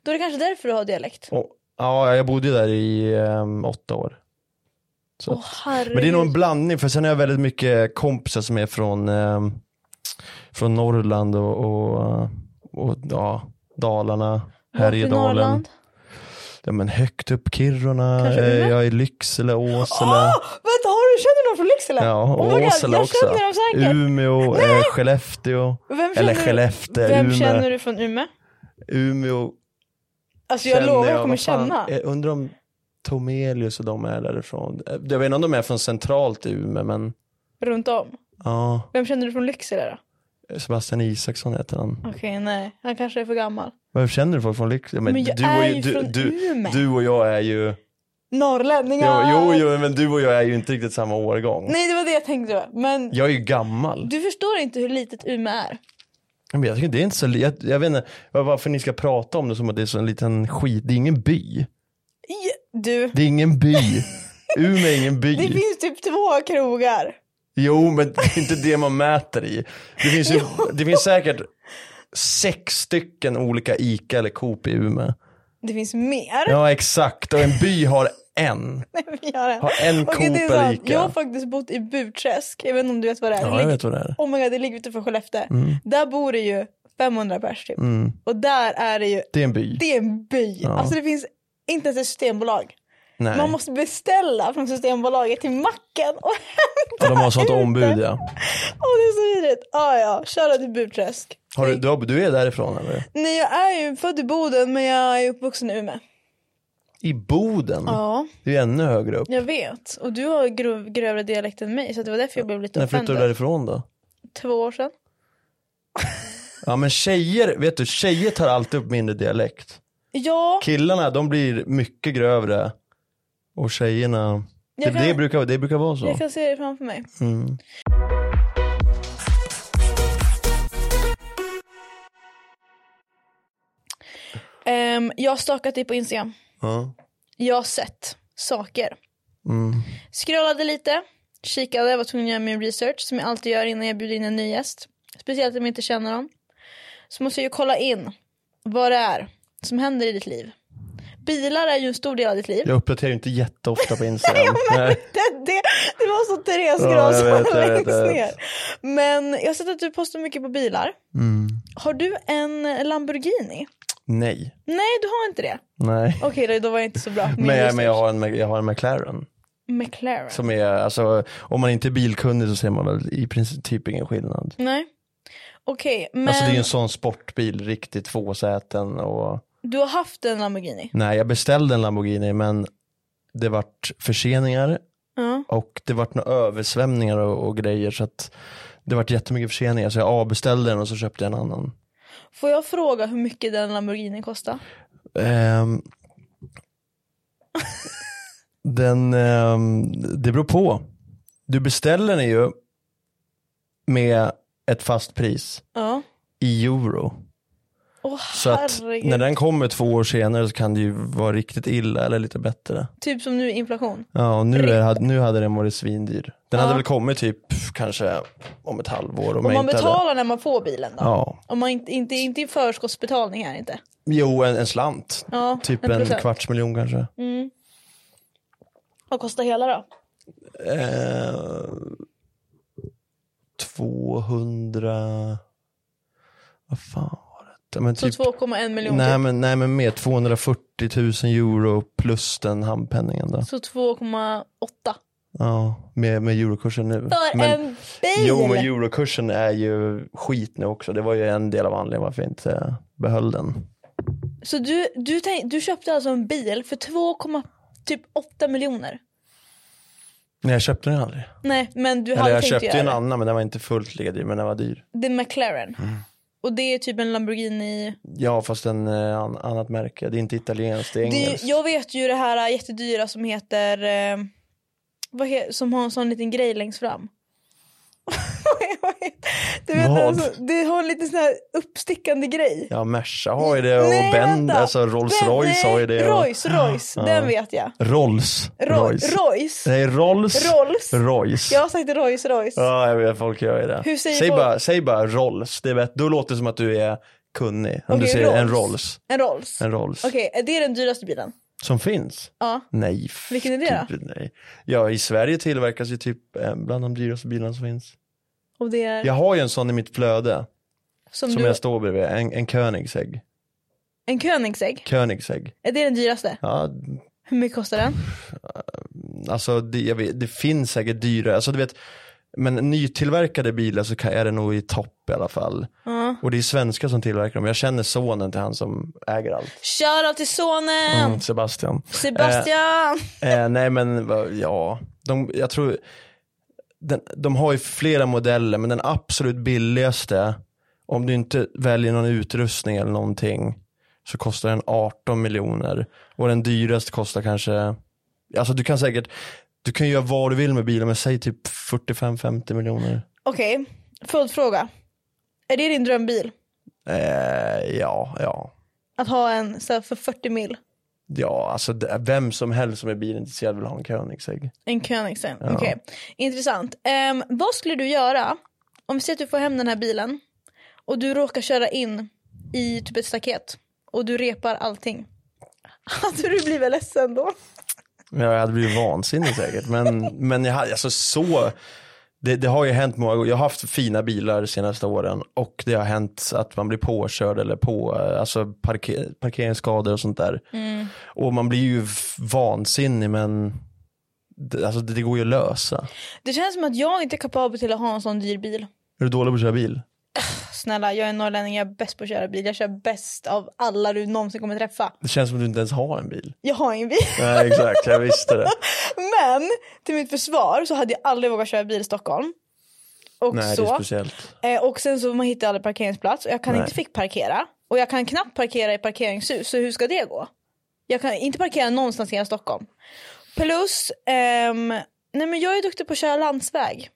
Speaker 1: då är det kanske därför du har dialekt.
Speaker 2: Och, ja, jag bodde ju där i ehm, åtta år. Så
Speaker 1: Åh
Speaker 2: att-
Speaker 1: herregud.
Speaker 2: Men det är nog en blandning för sen har jag väldigt mycket kompisar som är från, ehm, från Norrland och, och, och ja, Dalarna,
Speaker 1: Vart i
Speaker 2: Härjedalen.
Speaker 1: Norrland?
Speaker 2: Ja, men högt upp Kiruna,
Speaker 1: Kanske
Speaker 2: eh,
Speaker 1: Umeå?
Speaker 2: jag är i Lycksele, Åsele.
Speaker 1: Åh! Ah! vänta, har du, känner du någon från Lycksele?
Speaker 2: Ja,
Speaker 1: Oh my
Speaker 2: och
Speaker 1: God,
Speaker 2: Åsele
Speaker 1: jag
Speaker 2: också.
Speaker 1: känner dem säkert.
Speaker 2: Umeå, eh, Skellefteå.
Speaker 1: Vem
Speaker 2: Eller
Speaker 1: känner du-
Speaker 2: Skellefteå,
Speaker 1: Vem
Speaker 2: Umeå.
Speaker 1: känner du från Umeå?
Speaker 2: Umeå
Speaker 1: Alltså jag
Speaker 2: känner
Speaker 1: lovar jag kommer
Speaker 2: vad fan, Eh.
Speaker 1: känna.
Speaker 2: Jag undrar om Tomelius och de är därifrån. Eh, Jag vet inte om de är från centralt Umeå, men
Speaker 1: Runt om.
Speaker 2: ja.
Speaker 1: Vem känner du från Lycksele då?
Speaker 2: Sebastian Isaksson heter han.
Speaker 1: Okej, nej. Han kanske är för gammal.
Speaker 2: Varför känner du folk från Lycksele?
Speaker 1: Men jag
Speaker 2: du och
Speaker 1: är
Speaker 2: ju-
Speaker 1: ju
Speaker 2: du,
Speaker 1: från
Speaker 2: du,
Speaker 1: Umeå.
Speaker 2: du och jag är ju... Jo,
Speaker 1: Norrlänningar!
Speaker 2: jo, jo, men du och jag är ju inte riktigt samma årgång.
Speaker 1: Nej, det var det jag tänkte. va? Men
Speaker 2: Jag är ju gammal.
Speaker 1: du förstår inte hur litet Umeå är.
Speaker 2: Men jag tycker det är inte så... li- Jag, jag vet inte var- varför ni ska prata om det som att det är så en liten skit. Det är ingen by.
Speaker 1: I- Du,
Speaker 2: Det är
Speaker 1: *laughs*
Speaker 2: ingen by. Umeå är ingen by.
Speaker 1: det finns typ två krogar.
Speaker 2: Jo, men det är inte det man mäter i. Det finns, ju, det finns säkert sex stycken olika ICA eller Coop i Umeå.
Speaker 1: Det finns mer. *laughs*
Speaker 2: Ja, exakt. Och en by har en.
Speaker 1: Vi har en.
Speaker 2: Har en
Speaker 1: Okej, det är
Speaker 2: Coop eller
Speaker 1: sant.
Speaker 2: Ica.
Speaker 1: Jag har faktiskt bott i Burträsk. Jag vet inte om du vet vad det är.
Speaker 2: Ja, jag vet vad det är. Mm.
Speaker 1: Oh my god, det ligger utanför Skellefteå. Där bor det ju 500 pers typ. Och där är det ju,
Speaker 2: Det är en by.
Speaker 1: det är en by. Alltså det finns inte ens ett systembolag.
Speaker 2: Nej.
Speaker 1: Man måste beställa från Systembolaget till macken och hämta
Speaker 2: Ja, de har sånt
Speaker 1: ut
Speaker 2: ombud
Speaker 1: det.
Speaker 2: ja.
Speaker 1: Åh det är så vidrigt. Ah, ja, köra till Burträsk.
Speaker 2: Har du, du, har- du är därifrån eller?
Speaker 1: Nej jag är ju född i Boden men jag är uppvuxen i Umeå.
Speaker 2: I Boden?
Speaker 1: Ja,
Speaker 2: Det är ju ännu högre upp.
Speaker 1: jag vet. Och du har grov, grövre dialekt än mig så det var därför jag blev lite
Speaker 2: När flyttade
Speaker 1: offended.
Speaker 2: du därifrån då?
Speaker 1: Två år sedan.
Speaker 2: Ja men tjejer, vet du, tjejer tar alltid upp mindre dialekt.
Speaker 1: Ja,
Speaker 2: Killarna de blir mycket grövre och tjejerna, det,
Speaker 1: Jag kan-
Speaker 2: det, brukar, det brukar vara så.
Speaker 1: jag kan se det framför mig.
Speaker 2: Mm.
Speaker 1: Ehm, jag har stalkat dig på Instagram.
Speaker 2: Ja.
Speaker 1: Jag har sett saker.
Speaker 2: Mm.
Speaker 1: Scrollade lite, kikade, var tvungen att göra min research som jag alltid gör innan jag bjuder in en ny gäst. Speciellt om jag inte känner dem. Så måste jag ju kolla in vad det är som händer i ditt liv. Bilar är ju en stor del av ditt liv.
Speaker 2: Jag uppdaterar ju inte jätteofta på Instagram. Nej.
Speaker 1: *laughs* Det, det, det var så Therese
Speaker 2: Ja,
Speaker 1: Gran
Speaker 2: jag vet, jag vet,
Speaker 1: längst
Speaker 2: jag vet.
Speaker 1: ner. Men jag har sett att du postar mycket på bilar.
Speaker 2: Mm.
Speaker 1: Har du en Lamborghini?
Speaker 2: Nej.
Speaker 1: Nej, du har inte det.
Speaker 2: Nej.
Speaker 1: Okej, då- då var jag inte så bra. på min
Speaker 2: Men, jag,
Speaker 1: research.
Speaker 2: men jag, har en, Mac- jag har en McLaren.
Speaker 1: McLaren.
Speaker 2: Som är, alltså, om man inte är bilkunnig så ser man väl i princip typ ingen skillnad.
Speaker 1: Nej. Okej, men
Speaker 2: Alltså det är ju en sån sportbil, riktigt tvåsäten och
Speaker 1: du har haft en Lamborghini?
Speaker 2: nej jag beställde en Lamborghini men det vart förseningar
Speaker 1: Ja.
Speaker 2: och det vart några översvämningar och, och grejer så att det vart jättemycket förseningar så jag avbeställde den och så köpte jag en annan.
Speaker 1: Får jag fråga hur mycket den Lamborghini kostar?
Speaker 2: Ehm, *laughs* den, ehm, det beror på. Du beställer den ju med ett fast pris
Speaker 1: Ja.
Speaker 2: i euro.
Speaker 1: Åh
Speaker 2: Så att
Speaker 1: herregud.
Speaker 2: när den kommer två år senare så kan det ju vara riktigt illa eller lite bättre.
Speaker 1: Typ som nu inflation.
Speaker 2: Ja, och nu, är, nu hade den varit svindyr. Den
Speaker 1: Ja.
Speaker 2: hade väl kommit typ kanske om ett halvår. Om
Speaker 1: Om man
Speaker 2: jag inte Hade...
Speaker 1: betalar när man får bilen då?
Speaker 2: Ja,
Speaker 1: Om man inte, inte, inte i förskottsbetalning här inte.
Speaker 2: jo en, en slant.
Speaker 1: Ja,
Speaker 2: typ
Speaker 1: en
Speaker 2: en,
Speaker 1: procent. Mm.
Speaker 2: kvarts miljon kanske.
Speaker 1: Vad kostar hela då?
Speaker 2: Eh, 200... Vad fan var det? Ja, Men
Speaker 1: Så
Speaker 2: typ...
Speaker 1: 2,1 miljoner.
Speaker 2: Nej
Speaker 1: typ.
Speaker 2: men, nej men mer, 240 000 euro plus den handpenningen då.
Speaker 1: Så 2,8.
Speaker 2: Ja, med, med eurokursen nu.
Speaker 1: För en bil!
Speaker 2: jo, men eurokursen är ju skit nu också. Det var ju en del av anledningen varför jag inte eh, behöll den.
Speaker 1: Så du, du, tänk, du köpte alltså en bil för 2,8 typ 8 miljoner?
Speaker 2: Nej, jag köpte den aldrig.
Speaker 1: Nej, men du
Speaker 2: Eller
Speaker 1: hade
Speaker 2: jag
Speaker 1: tänkt
Speaker 2: köpte ju
Speaker 1: göra
Speaker 2: en
Speaker 1: det.
Speaker 2: annan, men den var inte fullt lika dyr, men den var dyr.
Speaker 1: Det är McLaren. Och det är typ en Lamborghini.
Speaker 2: Ja, fast en eh, an, annat märke. Det är inte italienskt, det är
Speaker 1: Det,
Speaker 2: engelskt.
Speaker 1: jag vet ju det här jättedyra som heter... Eh, vad he, som har en sån liten grej längst fram. *laughs* Vad heter- du vet,
Speaker 2: Vad?
Speaker 1: alltså, det har en liten sån här uppstickande grej.
Speaker 2: Ja, Merca har ju det och Ben,
Speaker 1: vänta.
Speaker 2: alltså Rolls
Speaker 1: Ben-
Speaker 2: Royce har ju
Speaker 1: nej,
Speaker 2: det. Och...
Speaker 1: Royce, Royce, den vet jag.
Speaker 2: Rolls
Speaker 1: Ro-
Speaker 2: Royce.
Speaker 1: Royce.
Speaker 2: Nej, Rolls.
Speaker 1: Rolls.
Speaker 2: Royce.
Speaker 1: Jag har sagt Royce, Royce.
Speaker 2: Ja, jag vet, folk gör ju det.
Speaker 1: Hur säger
Speaker 2: säg,
Speaker 1: folk?
Speaker 2: bara, säg bara Rolls, det är bättre. Då låter det som att du är kunnig. Om
Speaker 1: Okej,
Speaker 2: du säger en
Speaker 1: Rolls.
Speaker 2: Rolls.
Speaker 1: En Rolls.
Speaker 2: En Rolls.
Speaker 1: Okej, är det den dyraste bilen?
Speaker 2: Som finns?
Speaker 1: Ja.
Speaker 2: Nej.
Speaker 1: Vilken är det
Speaker 2: då? Nej. Ja, i Sverige tillverkas ju typ eh, bland de dyraste bilarna som finns.
Speaker 1: Och det är
Speaker 2: Jag har ju en sån i mitt flöde
Speaker 1: som,
Speaker 2: som
Speaker 1: du...
Speaker 2: jag står bredvid. En, en Koenigsegg.
Speaker 1: En Koenigsegg?
Speaker 2: Koenigsegg.
Speaker 1: Är det den dyraste?
Speaker 2: Ja,
Speaker 1: Hur mycket kostar den?
Speaker 2: alltså det, jag vet, det finns säkert dyrare. Alltså du vet, men nytillverkade bilar så kan- är det nog i topp i alla fall.
Speaker 1: Ja.
Speaker 2: Och det är svenskar som tillverkar dem. Jag känner sonen till han som äger allt.
Speaker 1: Shoutout till sonen!
Speaker 2: Mm, Sebastian.
Speaker 1: Sebastian!
Speaker 2: Eh, nej men va- ja, de, jag tror, den, de har ju flera modeller men den absolut billigaste, om du inte väljer någon utrustning eller någonting, så kostar den 18 miljoner. Och den dyraste kostar kanske, alltså du kan säkert, du kan ju göra vad du vill med bilen men säg typ 45-50 miljoner.
Speaker 1: Okej, följdfråga. Är det din drömbil?
Speaker 2: Eh, ja, ja.
Speaker 1: Att ha en så här, för 40 mil?
Speaker 2: Ja, alltså det- vem som helst som är bilintresserad vill ha en Koenigsegg.
Speaker 1: En Koenigsegg? Okej, intressant. Ehm, vad skulle du göra om vi säger att du får hem den här bilen och du råkar köra in i typ ett staket och du repar allting? *laughs* Hade du blivit ledsen då?
Speaker 2: Men Jag hade blivit vansinnig säkert. Men, men jag hade, alltså så, det, det har ju hänt många gånger. Jag har haft fina bilar de senaste åren och det har hänt att man blir påkörd eller på, eh, alltså parke, parkeringsskador och sånt där.
Speaker 1: Mm.
Speaker 2: Och man blir ju f- vansinnig men det, alltså det, det går ju att lösa.
Speaker 1: Det känns som att jag inte är kapabel till att ha en sån dyr bil.
Speaker 2: Är du dålig på att köra bil?
Speaker 1: Snälla, jag är norrlänning, jag är bäst på att köra bil. Jag kör bäst av alla du någonsin kommer träffa.
Speaker 2: Det känns som att du inte ens har
Speaker 1: *laughs*
Speaker 2: en bil.
Speaker 1: Jag har ingen bil.
Speaker 2: Nej exakt, jag visste det.
Speaker 1: Men till mitt försvar så hade jag aldrig vågat köra bil i Stockholm. Och,
Speaker 2: Nej det är
Speaker 1: så.
Speaker 2: speciellt.
Speaker 1: Eh, och sen så man hittar aldrig parkeringsplats och jag kan
Speaker 2: Nej.
Speaker 1: inte fick parkera. Och jag kan knappt parkera i parkeringshus, så hur ska det gå? Jag kan inte parkera någonstans i hela Stockholm. Plus, ehm, nej men jag är duktig på att köra landsväg.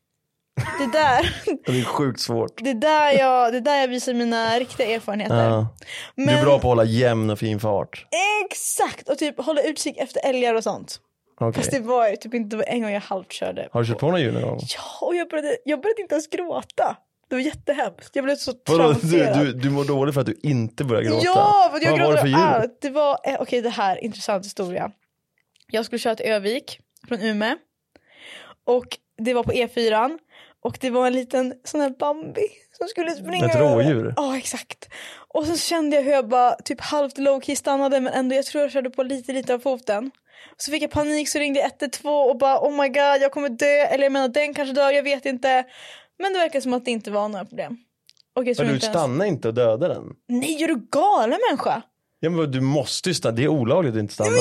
Speaker 1: Det är där, *laughs*
Speaker 2: Det är sjukt svårt.
Speaker 1: det är där, jag, det är där jag visar mina riktiga erfarenheter.
Speaker 2: Ja. Du
Speaker 1: Men-
Speaker 2: är bra på att hålla jämn och fin fart.
Speaker 1: Exakt! Och typ hålla utkik efter älgar och sånt.
Speaker 2: Okej.
Speaker 1: Fast det var ju typ inte det var en gång jag halvkörde.
Speaker 2: Har du kört på några djur någon gång?
Speaker 1: Ja, och jag började, jag började inte ens gråta. Det var jättehemskt. Jag blev så
Speaker 2: Vadå, du,
Speaker 1: traumatiserad.
Speaker 2: du, du mår dåligt för att du inte börjar gråta?
Speaker 1: Ja, för att jag
Speaker 2: Vad var det för
Speaker 1: gråter
Speaker 2: djur?
Speaker 1: allt. Det var, eh, okej det här, är en intressant historia. Jag skulle köra till Övik från Ume. Och det var på E4. Och det var en liten sån här Bambi som skulle springa
Speaker 2: Ett
Speaker 1: över.
Speaker 2: rådjur?
Speaker 1: Ja, exakt. Och sen så kände jag hur jag bara typ halvt low-key stannade men ändå jag tror jag körde på lite lite av foten. Så fick jag panik så ringde jag 112 och bara oh my god jag kommer dö eller jag menar den kanske dör jag vet inte. Men det verkar som att det inte var några problem. Och jag
Speaker 2: Men
Speaker 1: tror
Speaker 2: du
Speaker 1: inte ens...
Speaker 2: stannar inte och dödar den?
Speaker 1: Nej är du galen människa?
Speaker 2: Ja, men du måste ju stanna, det är olagligt att inte stanna.
Speaker 1: Men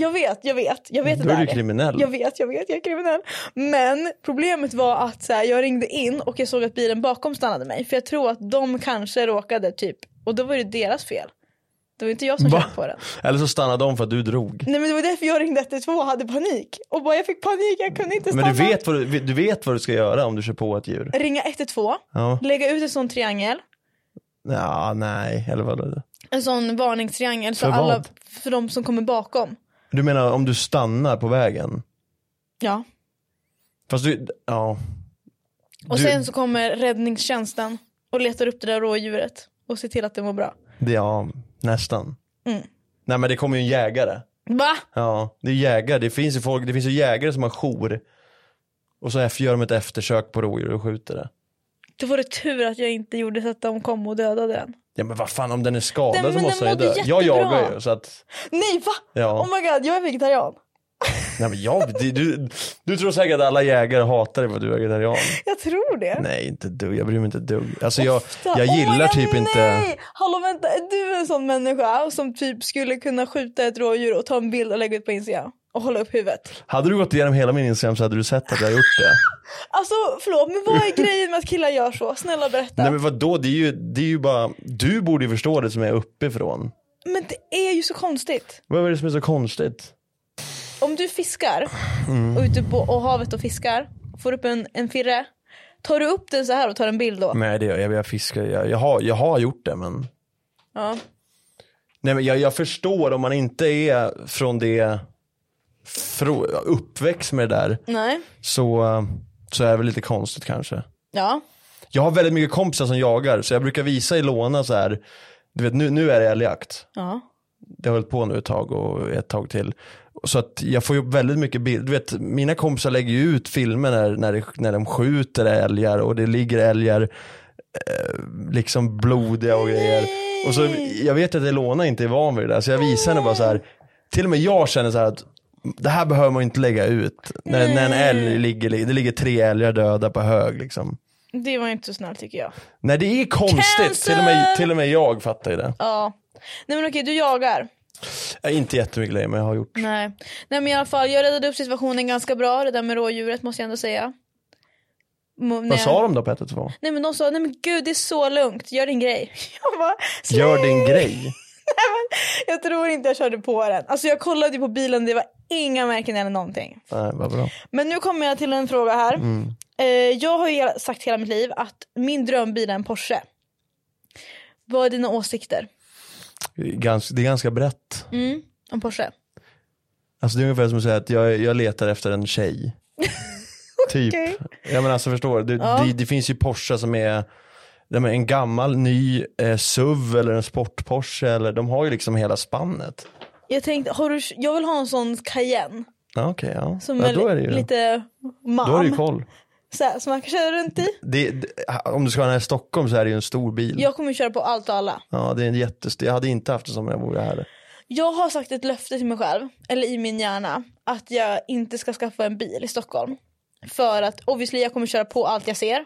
Speaker 1: jag vet, jag vet, jag vet. Jag vet
Speaker 2: Då är
Speaker 1: det
Speaker 2: du
Speaker 1: där.
Speaker 2: kriminell.
Speaker 1: Jag vet, jag vet, jag är kriminell. Men problemet var att så här, jag ringde in och jag såg att bilen bakom stannade mig. För jag tror att de kanske råkade typ, och då var det deras fel. Det var inte jag som
Speaker 2: Va?
Speaker 1: körde på den.
Speaker 2: Eller så stannar de för att du drog.
Speaker 1: Nej men det var därför jag ringde 112 och hade panik. Och bara jag fick panik, jag kunde inte stanna.
Speaker 2: Men du vet, vad du, du vet vad du ska göra om du kör på ett djur?
Speaker 1: Ringa 112,
Speaker 2: Ja,
Speaker 1: lägga ut en sån triangel.
Speaker 2: ja nej, eller vadå?
Speaker 1: En sån varningstriangel. Så
Speaker 2: För
Speaker 1: alla,
Speaker 2: vad?
Speaker 1: För de som kommer bakom.
Speaker 2: Du menar om du stannar på vägen?
Speaker 1: Ja.
Speaker 2: Fast du, ja.
Speaker 1: Och
Speaker 2: Du-
Speaker 1: sen så kommer räddningstjänsten och letar upp det där rådjuret. Och ser till att det mår bra.
Speaker 2: Det, ja, nästan.
Speaker 1: Mm.
Speaker 2: Nej men det kommer ju en jägare.
Speaker 1: Va?
Speaker 2: Ja, det är jägare. Det finns ju folk, det finns ju jägare som har jour. Och så gör de ett eftersök på rådjur och skjuter det.
Speaker 1: Då var det tur att jag inte gjorde så att de kom och dödade den.
Speaker 2: Ja men vad fan om den är skadad
Speaker 1: Den-
Speaker 2: så
Speaker 1: men
Speaker 2: måste
Speaker 1: den
Speaker 2: den ju dö.
Speaker 1: mådde
Speaker 2: Jag
Speaker 1: jättebra.
Speaker 2: jagar ju så att,
Speaker 1: Nej va?
Speaker 2: ja.
Speaker 1: Oh my god, jag är vegetarian.
Speaker 2: Nej, men jag, det- du, du tror säkert att alla jägare hatar dig för att du är vegetarian.
Speaker 1: Jag tror det.
Speaker 2: Nej, inte dugg. Jag bryr mig inte ett dugg. Alltså jag,
Speaker 1: Oh
Speaker 2: jag
Speaker 1: my
Speaker 2: gillar
Speaker 1: God,
Speaker 2: typ inte...
Speaker 1: Nej! Hallå vänta, är du en sån människa som typ skulle kunna skjuta ett rådjur och ta en bild och lägga ut på Instagram? Och hålla upp huvudet.
Speaker 2: Hade du gått igenom hela min Instagram så hade du sett att jag har gjort det.
Speaker 1: Alltså förlåt men
Speaker 2: *laughs*
Speaker 1: vad är grejen med att killar gör så? Snälla berätta.
Speaker 2: Nej
Speaker 1: men...
Speaker 2: men vadå, det är ju, det är ju bara... Du borde ju förstå det som är uppifrån.
Speaker 1: det är ju så konstigt.
Speaker 2: Vad är det som är så konstigt?
Speaker 1: Om du fiskar
Speaker 2: Mm.
Speaker 1: och ute på och havet och fiskar, får upp en, en firre. Tar du upp den så här och tar en bild då?
Speaker 2: Nej det gör jag, jag fiskar, jag, jag, har, jag har gjort det men.
Speaker 1: Ja.
Speaker 2: Nej men jag, jag förstår om man inte är från det, frå, uppväxt med det där.
Speaker 1: Nej.
Speaker 2: Så, eh, så är det väl lite konstigt kanske.
Speaker 1: Ja.
Speaker 2: Jag har väldigt mycket kompisar som jagar så jag brukar visa Ilona så här. Du vet nu, nu är det älgjakt.
Speaker 1: Ja.
Speaker 2: det har hållit på nu ett tag och ett tag till. Så att jag får ju upp väldigt mycket bild. Du vet, mina kompisar lägger ju ut filmer när, när, det, när de skjuter älgar och det ligger älgar eh, liksom blodiga och grejer. Och så, jag vet att Elona inte är van vid det där så jag visar henne bara så här. Till och med jag känner så här att det här behöver man inte lägga ut. När, när en älg ligger, det ligger tre älgar döda på hög liksom.
Speaker 1: Det var ju inte så snällt tycker jag.
Speaker 2: Nej det är konstigt, till och, med, till och med jag fattar ju det.
Speaker 1: Ja. Nej men okej, du jagar.
Speaker 2: Jag inte jättemycket grejer men jag har gjort.
Speaker 1: Nej. Nej men i alla fall, jag räddade upp situationen ganska bra, det där med rådjuret måste jag ändå säga.
Speaker 2: Vad sa de då på 112?
Speaker 1: Nej men de sa, nej men gud det är så lugnt, gör din grej. *laughs* Jag bara, "Snälla."
Speaker 2: Gör din grej.
Speaker 1: jag tror inte jag körde på den. Alltså jag kollade ju på bilen, det var inga märken eller någonting.
Speaker 2: Nej, vad bra.
Speaker 1: Men nu kommer jag till en fråga här.
Speaker 2: Mm.
Speaker 1: Eh, jag har ju hela- sagt hela mitt liv att min drömbil är en Porsche. Vad är dina åsikter
Speaker 2: Gans, det är ganska brett.
Speaker 1: om Porsche?
Speaker 2: Alltså det är ungefär som att säga att jag, jag letar efter en tjej.
Speaker 1: *laughs*
Speaker 2: typ.
Speaker 1: Okej.
Speaker 2: Ja men alltså förstår du, det, det, det finns ju Porsche som är nej, men en gammal ny eh, SUV eller en sportporsche eller de har ju liksom hela spannet.
Speaker 1: Jag tänkte, har du, jag vill ha en sån Cayenne
Speaker 2: Ja okej ja.
Speaker 1: som
Speaker 2: ja
Speaker 1: är,
Speaker 2: då är det ju lite...
Speaker 1: lite
Speaker 2: Då har du ju
Speaker 1: mam.
Speaker 2: koll.
Speaker 1: Så här, som man kan köra runt i.
Speaker 2: Det, det, om du ska ha den här i Stockholm så är det ju en stor bil.
Speaker 1: Jag kommer köra på allt och alla.
Speaker 2: Ja det är en jättestor, jag hade inte haft det som om jag vore här.
Speaker 1: Jag har sagt ett löfte till mig själv, eller i min hjärna, att jag inte ska skaffa en bil i Stockholm. För att obviously jag kommer köra på allt jag ser.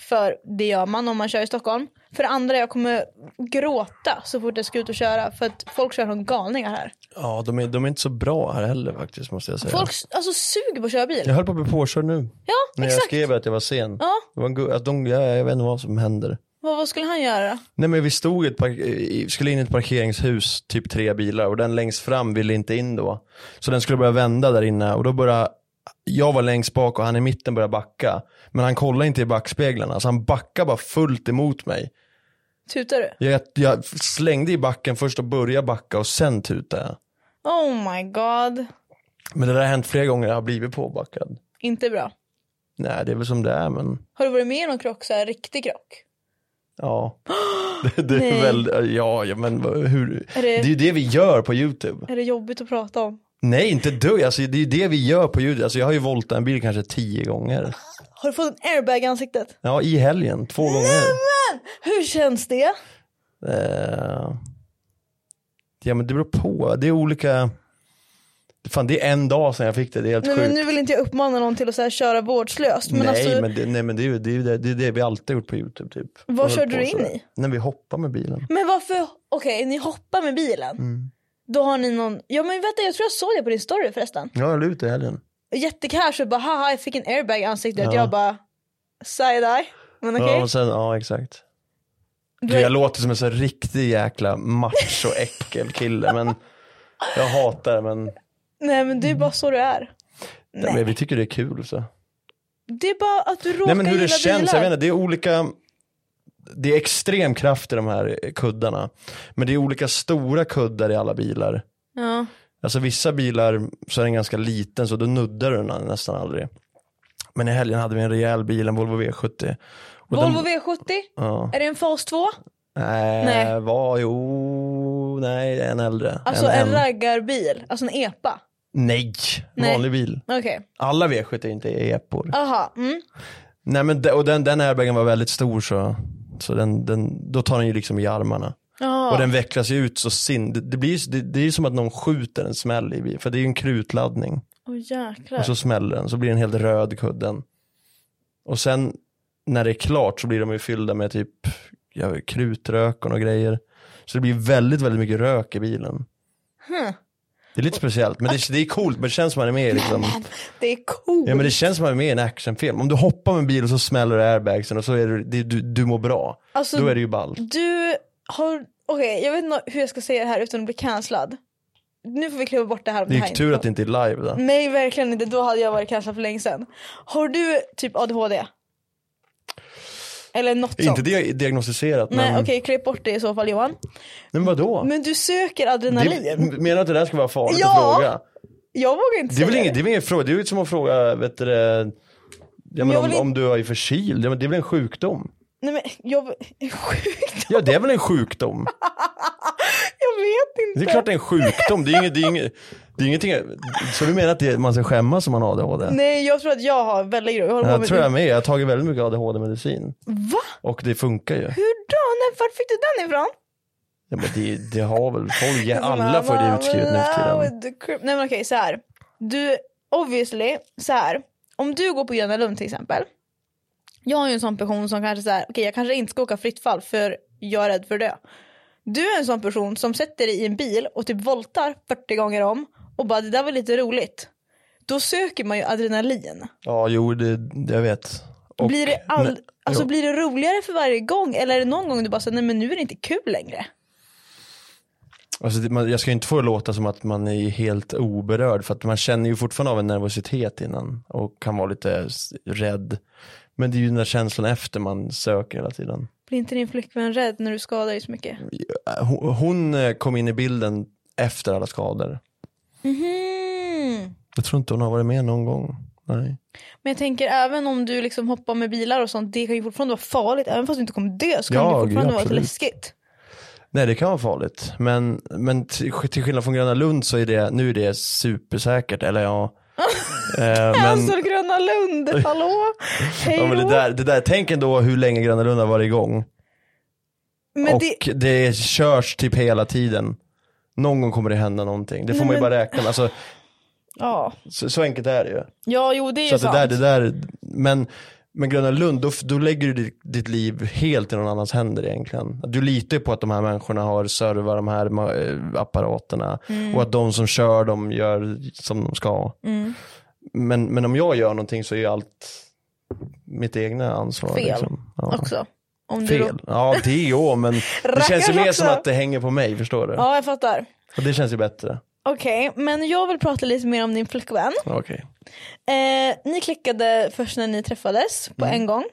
Speaker 1: För det gör man om man kör i Stockholm. För det andra, jag kommer gråta så fort jag ska ut och köra för att folk kör som galningar här.
Speaker 2: Ja de är, de är inte så bra här heller faktiskt måste jag säga.
Speaker 1: Folk s- alltså, suger på att köra bil.
Speaker 2: Jag höll på att bli påkörd nu.
Speaker 1: Ja,
Speaker 2: När jag
Speaker 1: exakt.
Speaker 2: skrev att jag var sen.
Speaker 1: Ja.
Speaker 2: Det var en gu- att de, jag, jag vet inte vad som händer.
Speaker 1: Vad, vad skulle han göra?
Speaker 2: Nej men vi stod i ett park- i- skulle in i ett parkeringshus, typ tre bilar och den längst fram ville inte in då. Så den skulle börja vända där inne och då började, jag var längst bak och han i mitten började backa. Men han kollade inte i backspeglarna så han backade bara fullt emot mig.
Speaker 1: Tutar du?
Speaker 2: Jag, jag slängde i backen först och började backa och sen tutade jag.
Speaker 1: Oh my god.
Speaker 2: Men det där har hänt flera gånger, jag har blivit påbackad.
Speaker 1: Inte bra.
Speaker 2: Nej det är väl som det är men
Speaker 1: Har du varit med i någon krock, så här, riktig krock? *gasps*
Speaker 2: Ja. Det, det är väl, ja, ja men vad- hur,
Speaker 1: Är det-
Speaker 2: det är ju det vi gör på YouTube.
Speaker 1: Är det jobbigt att prata om?
Speaker 2: Nej inte du, alltså, det är ju det vi gör på YouTube. Alltså, jag har ju voltat en bil kanske tio gånger.
Speaker 1: Har du fått en airbag i ansiktet?
Speaker 2: Ja i helgen, två gånger.
Speaker 1: Hur känns det?
Speaker 2: Eh, ja men det beror på, det är olika. Fan det är en dag sedan jag fick det, det är helt
Speaker 1: Nej, men
Speaker 2: sjukt.
Speaker 1: nu vill inte jag uppmana någon till att så här köra vårdslöst. Men
Speaker 2: nej,
Speaker 1: alltså,
Speaker 2: men det, nej men det är ju det, är ju det, det, är det vi alltid har gjort på YouTube typ.
Speaker 1: Vad
Speaker 2: Vi har
Speaker 1: körde
Speaker 2: hållit
Speaker 1: du
Speaker 2: på
Speaker 1: in
Speaker 2: sådär.
Speaker 1: i?
Speaker 2: När vi hoppar med bilen.
Speaker 1: men varför? Okej, ni hoppar med bilen.
Speaker 2: Mm.
Speaker 1: Då har ni någon... Ja men vänta, jag tror jag såg det på din story förresten.
Speaker 2: Ja jag la ut det i helgen.
Speaker 1: Jättecasual bara haha jag fick en airbag i ansiktet. Jag bara side-eye. Men okej.
Speaker 2: Ja, och sen, ja exakt. Du,
Speaker 1: Du-
Speaker 2: jag låter som en så riktig jäkla macho äckelkille men jag hatar det men,
Speaker 1: Nej men det är bara så du är.
Speaker 2: Nej. men vi tycker det är kul. Så.
Speaker 1: Det är bara att du råkar
Speaker 2: Nej men hur
Speaker 1: gilla
Speaker 2: det känns,
Speaker 1: bilar.
Speaker 2: jag vet inte, det är olika, det är extrem kraft i de här kuddarna. Men det är olika stora kuddar i alla bilar.
Speaker 1: Ja.
Speaker 2: Alltså vissa bilar så är den ganska liten så då nuddar du den nästan aldrig. Men i helgen hade vi en rejäl bil, en Volvo V70. Och
Speaker 1: Volvo
Speaker 2: den,
Speaker 1: V70?
Speaker 2: Ja.
Speaker 1: Är det en fas 2?
Speaker 2: Nej,
Speaker 1: Nej.
Speaker 2: var, jo, nej en äldre.
Speaker 1: Alltså en,
Speaker 2: en,
Speaker 1: raggarbil? Alltså en EPA?
Speaker 2: Nej,
Speaker 1: Nej.
Speaker 2: vanlig bil.
Speaker 1: Okej.
Speaker 2: Alla V70 är inte epor.
Speaker 1: Aha. Mm.
Speaker 2: Nej men de, och den, den airbagen var väldigt stor så, så den, den, då tar den ju liksom i armarna.
Speaker 1: Aha.
Speaker 2: Och den vecklas ju ut så sin, det, det, blir, ju- det, det är ju som att någon skjuter en smäll i bil, för det är ju en krutladdning.
Speaker 1: Åh jäklar.
Speaker 2: Och så smäller den, så blir den helt röd kudden. Och sen när det är klart så blir de ju fyllda med typ jag vet, krutrök och några grejer. Så det blir väldigt, väldigt mycket rök i bilen.
Speaker 1: Hmm.
Speaker 2: Det är lite speciellt, men det, det är coolt, men det känns som man är med i liksom.
Speaker 1: Det är coolt.
Speaker 2: Ja men det känns som man är med i en actionfilm. Om du hoppar med en bil och så smäller det airbagsen och så är du, det, du, du mår bra.
Speaker 1: alltså,
Speaker 2: Då är det ju ballt.
Speaker 1: Du har, okej jag vet inte hur jag ska säga det här utan att bli cancellad. Nu får vi kliva bort det här om
Speaker 2: Det
Speaker 1: det
Speaker 2: är
Speaker 1: här
Speaker 2: ju tur att det inte är live då.
Speaker 1: Nej verkligen inte, då hade jag varit cancellad för länge sedan. Har du typ ADHD? Eller något sånt?
Speaker 2: Inte dia- diagnostiserat
Speaker 1: Nej
Speaker 2: men,
Speaker 1: okej, klipp bort det i så fall Johan.
Speaker 2: men vadå?
Speaker 1: Men du söker adrenalin.
Speaker 2: Det, menar du att det där ska vara farligt
Speaker 1: Ja!
Speaker 2: att fråga?
Speaker 1: Jag vågar inte
Speaker 2: Det är väl
Speaker 1: säga
Speaker 2: ingen, det är väl ingen fråga, det är ju som att fråga vet du, det, ja, men
Speaker 1: jag
Speaker 2: om,
Speaker 1: vill in-
Speaker 2: om du är förkyld, ja, men det är väl en sjukdom?
Speaker 1: Nej men jag, *laughs* sjukt,
Speaker 2: Ja det är väl en sjukdom?
Speaker 1: jag vet inte.
Speaker 2: Det är klart det är en sjukdom, det är, inget, det är, inget, det är ingenting, så du menar att det, man ska skämmas om man har ADHD?
Speaker 1: Nej jag tror att jag har väldigt grov, jag håller på
Speaker 2: Jag
Speaker 1: med
Speaker 2: tror jag med, jag har tagit väldigt mycket ADHD-medicin
Speaker 1: Va?
Speaker 2: och det funkar ju.
Speaker 1: Hur då? Nej, Var fick du den ifrån?
Speaker 2: Ja, men det, det har väl folk,
Speaker 1: *laughs*
Speaker 2: alla får det utskrivet nu för tiden.
Speaker 1: Nej men okej så här. Du, obviously, så här. Om du går på Gröna Lund till exempel. Jag har ju en sån person som kanske så här, okej jag kanske inte ska åka fritt fall för jag är rädd för det. Du är en sån person som sätter dig i en bil och typ voltar 40 gånger om och bara det där var lite roligt. Då söker man ju adrenalin.
Speaker 2: Ja jo det, det jag vet. Och-
Speaker 1: blir, det all...
Speaker 2: nej,
Speaker 1: alltså,
Speaker 2: jo.
Speaker 1: blir det roligare för varje gång eller är det någon gång du bara säger nej men nu är det inte kul längre?
Speaker 2: Alltså, det- man, jag ska ju inte få det låta som att man är helt oberörd för att man känner ju fortfarande av en nervositet innan och kan vara lite s- rädd. Men det är ju den där känslan efter man söker hela tiden.
Speaker 1: Blir inte din flickvän rädd när du skadar dig så mycket?
Speaker 2: Eh, Hon, hon eh, kom in i bilden efter alla skador.
Speaker 1: Mhm.
Speaker 2: Jag tror inte hon har varit med någon gång. Nej.
Speaker 1: Men jag tänker även om du liksom hoppar med bilar och sånt, det kan ju fortfarande vara farligt. Även fast du inte kommer dö så kan
Speaker 2: Ja,
Speaker 1: det
Speaker 2: gud,
Speaker 1: fortfarande vara
Speaker 2: absolut.
Speaker 1: läskigt.
Speaker 2: Nej det kan vara farligt. Men, men till, till skillnad från Gröna Lund så är det, nu är det supersäkert. Eller
Speaker 1: *laughs*
Speaker 2: ja. Eh,
Speaker 1: Men...
Speaker 2: men,
Speaker 1: Alltså Gröna
Speaker 2: *laughs*
Speaker 1: Lund, hallå? Hej
Speaker 2: ja, men det där, det där, tänk ändå hur länge Gröna Lund har varit igång.
Speaker 1: Men
Speaker 2: och
Speaker 1: det...
Speaker 2: det... körs typ hela tiden. Någon gång kommer det hända någonting. Det får
Speaker 1: Nej,
Speaker 2: man ju
Speaker 1: men-
Speaker 2: bara räkna med. Alltså,
Speaker 1: Ja.
Speaker 2: så, så enkelt är det ju.
Speaker 1: ja, jo det är
Speaker 2: Så
Speaker 1: ju
Speaker 2: att det
Speaker 1: sant.
Speaker 2: där, det där, men, men Gröna Lund, då, f- då lägger du ditt, ditt liv helt i någon annans händer egentligen. Du litar ju på att de här människorna har servar de här ma- eh, apparaterna och att de som kör dem gör som de ska.
Speaker 1: Mm.
Speaker 2: Men, men om jag gör någonting så är ju allt mitt egna ansvar.
Speaker 1: Fel.
Speaker 2: Liksom. Ja.
Speaker 1: Också. Om du
Speaker 2: Fel.
Speaker 1: då-
Speaker 2: Ja, det är
Speaker 1: *laughs*
Speaker 2: ju, men det känns ju
Speaker 1: Rackars
Speaker 2: mer
Speaker 1: också.
Speaker 2: som att det hänger på mig, förstår du?
Speaker 1: Ja, jag fattar.
Speaker 2: Och det känns ju bättre.
Speaker 1: Okej, men jag vill prata lite mer om din flickvän.
Speaker 2: Okej.
Speaker 1: Eh, ni klickade först när ni träffades på
Speaker 2: Mm.
Speaker 1: en gång.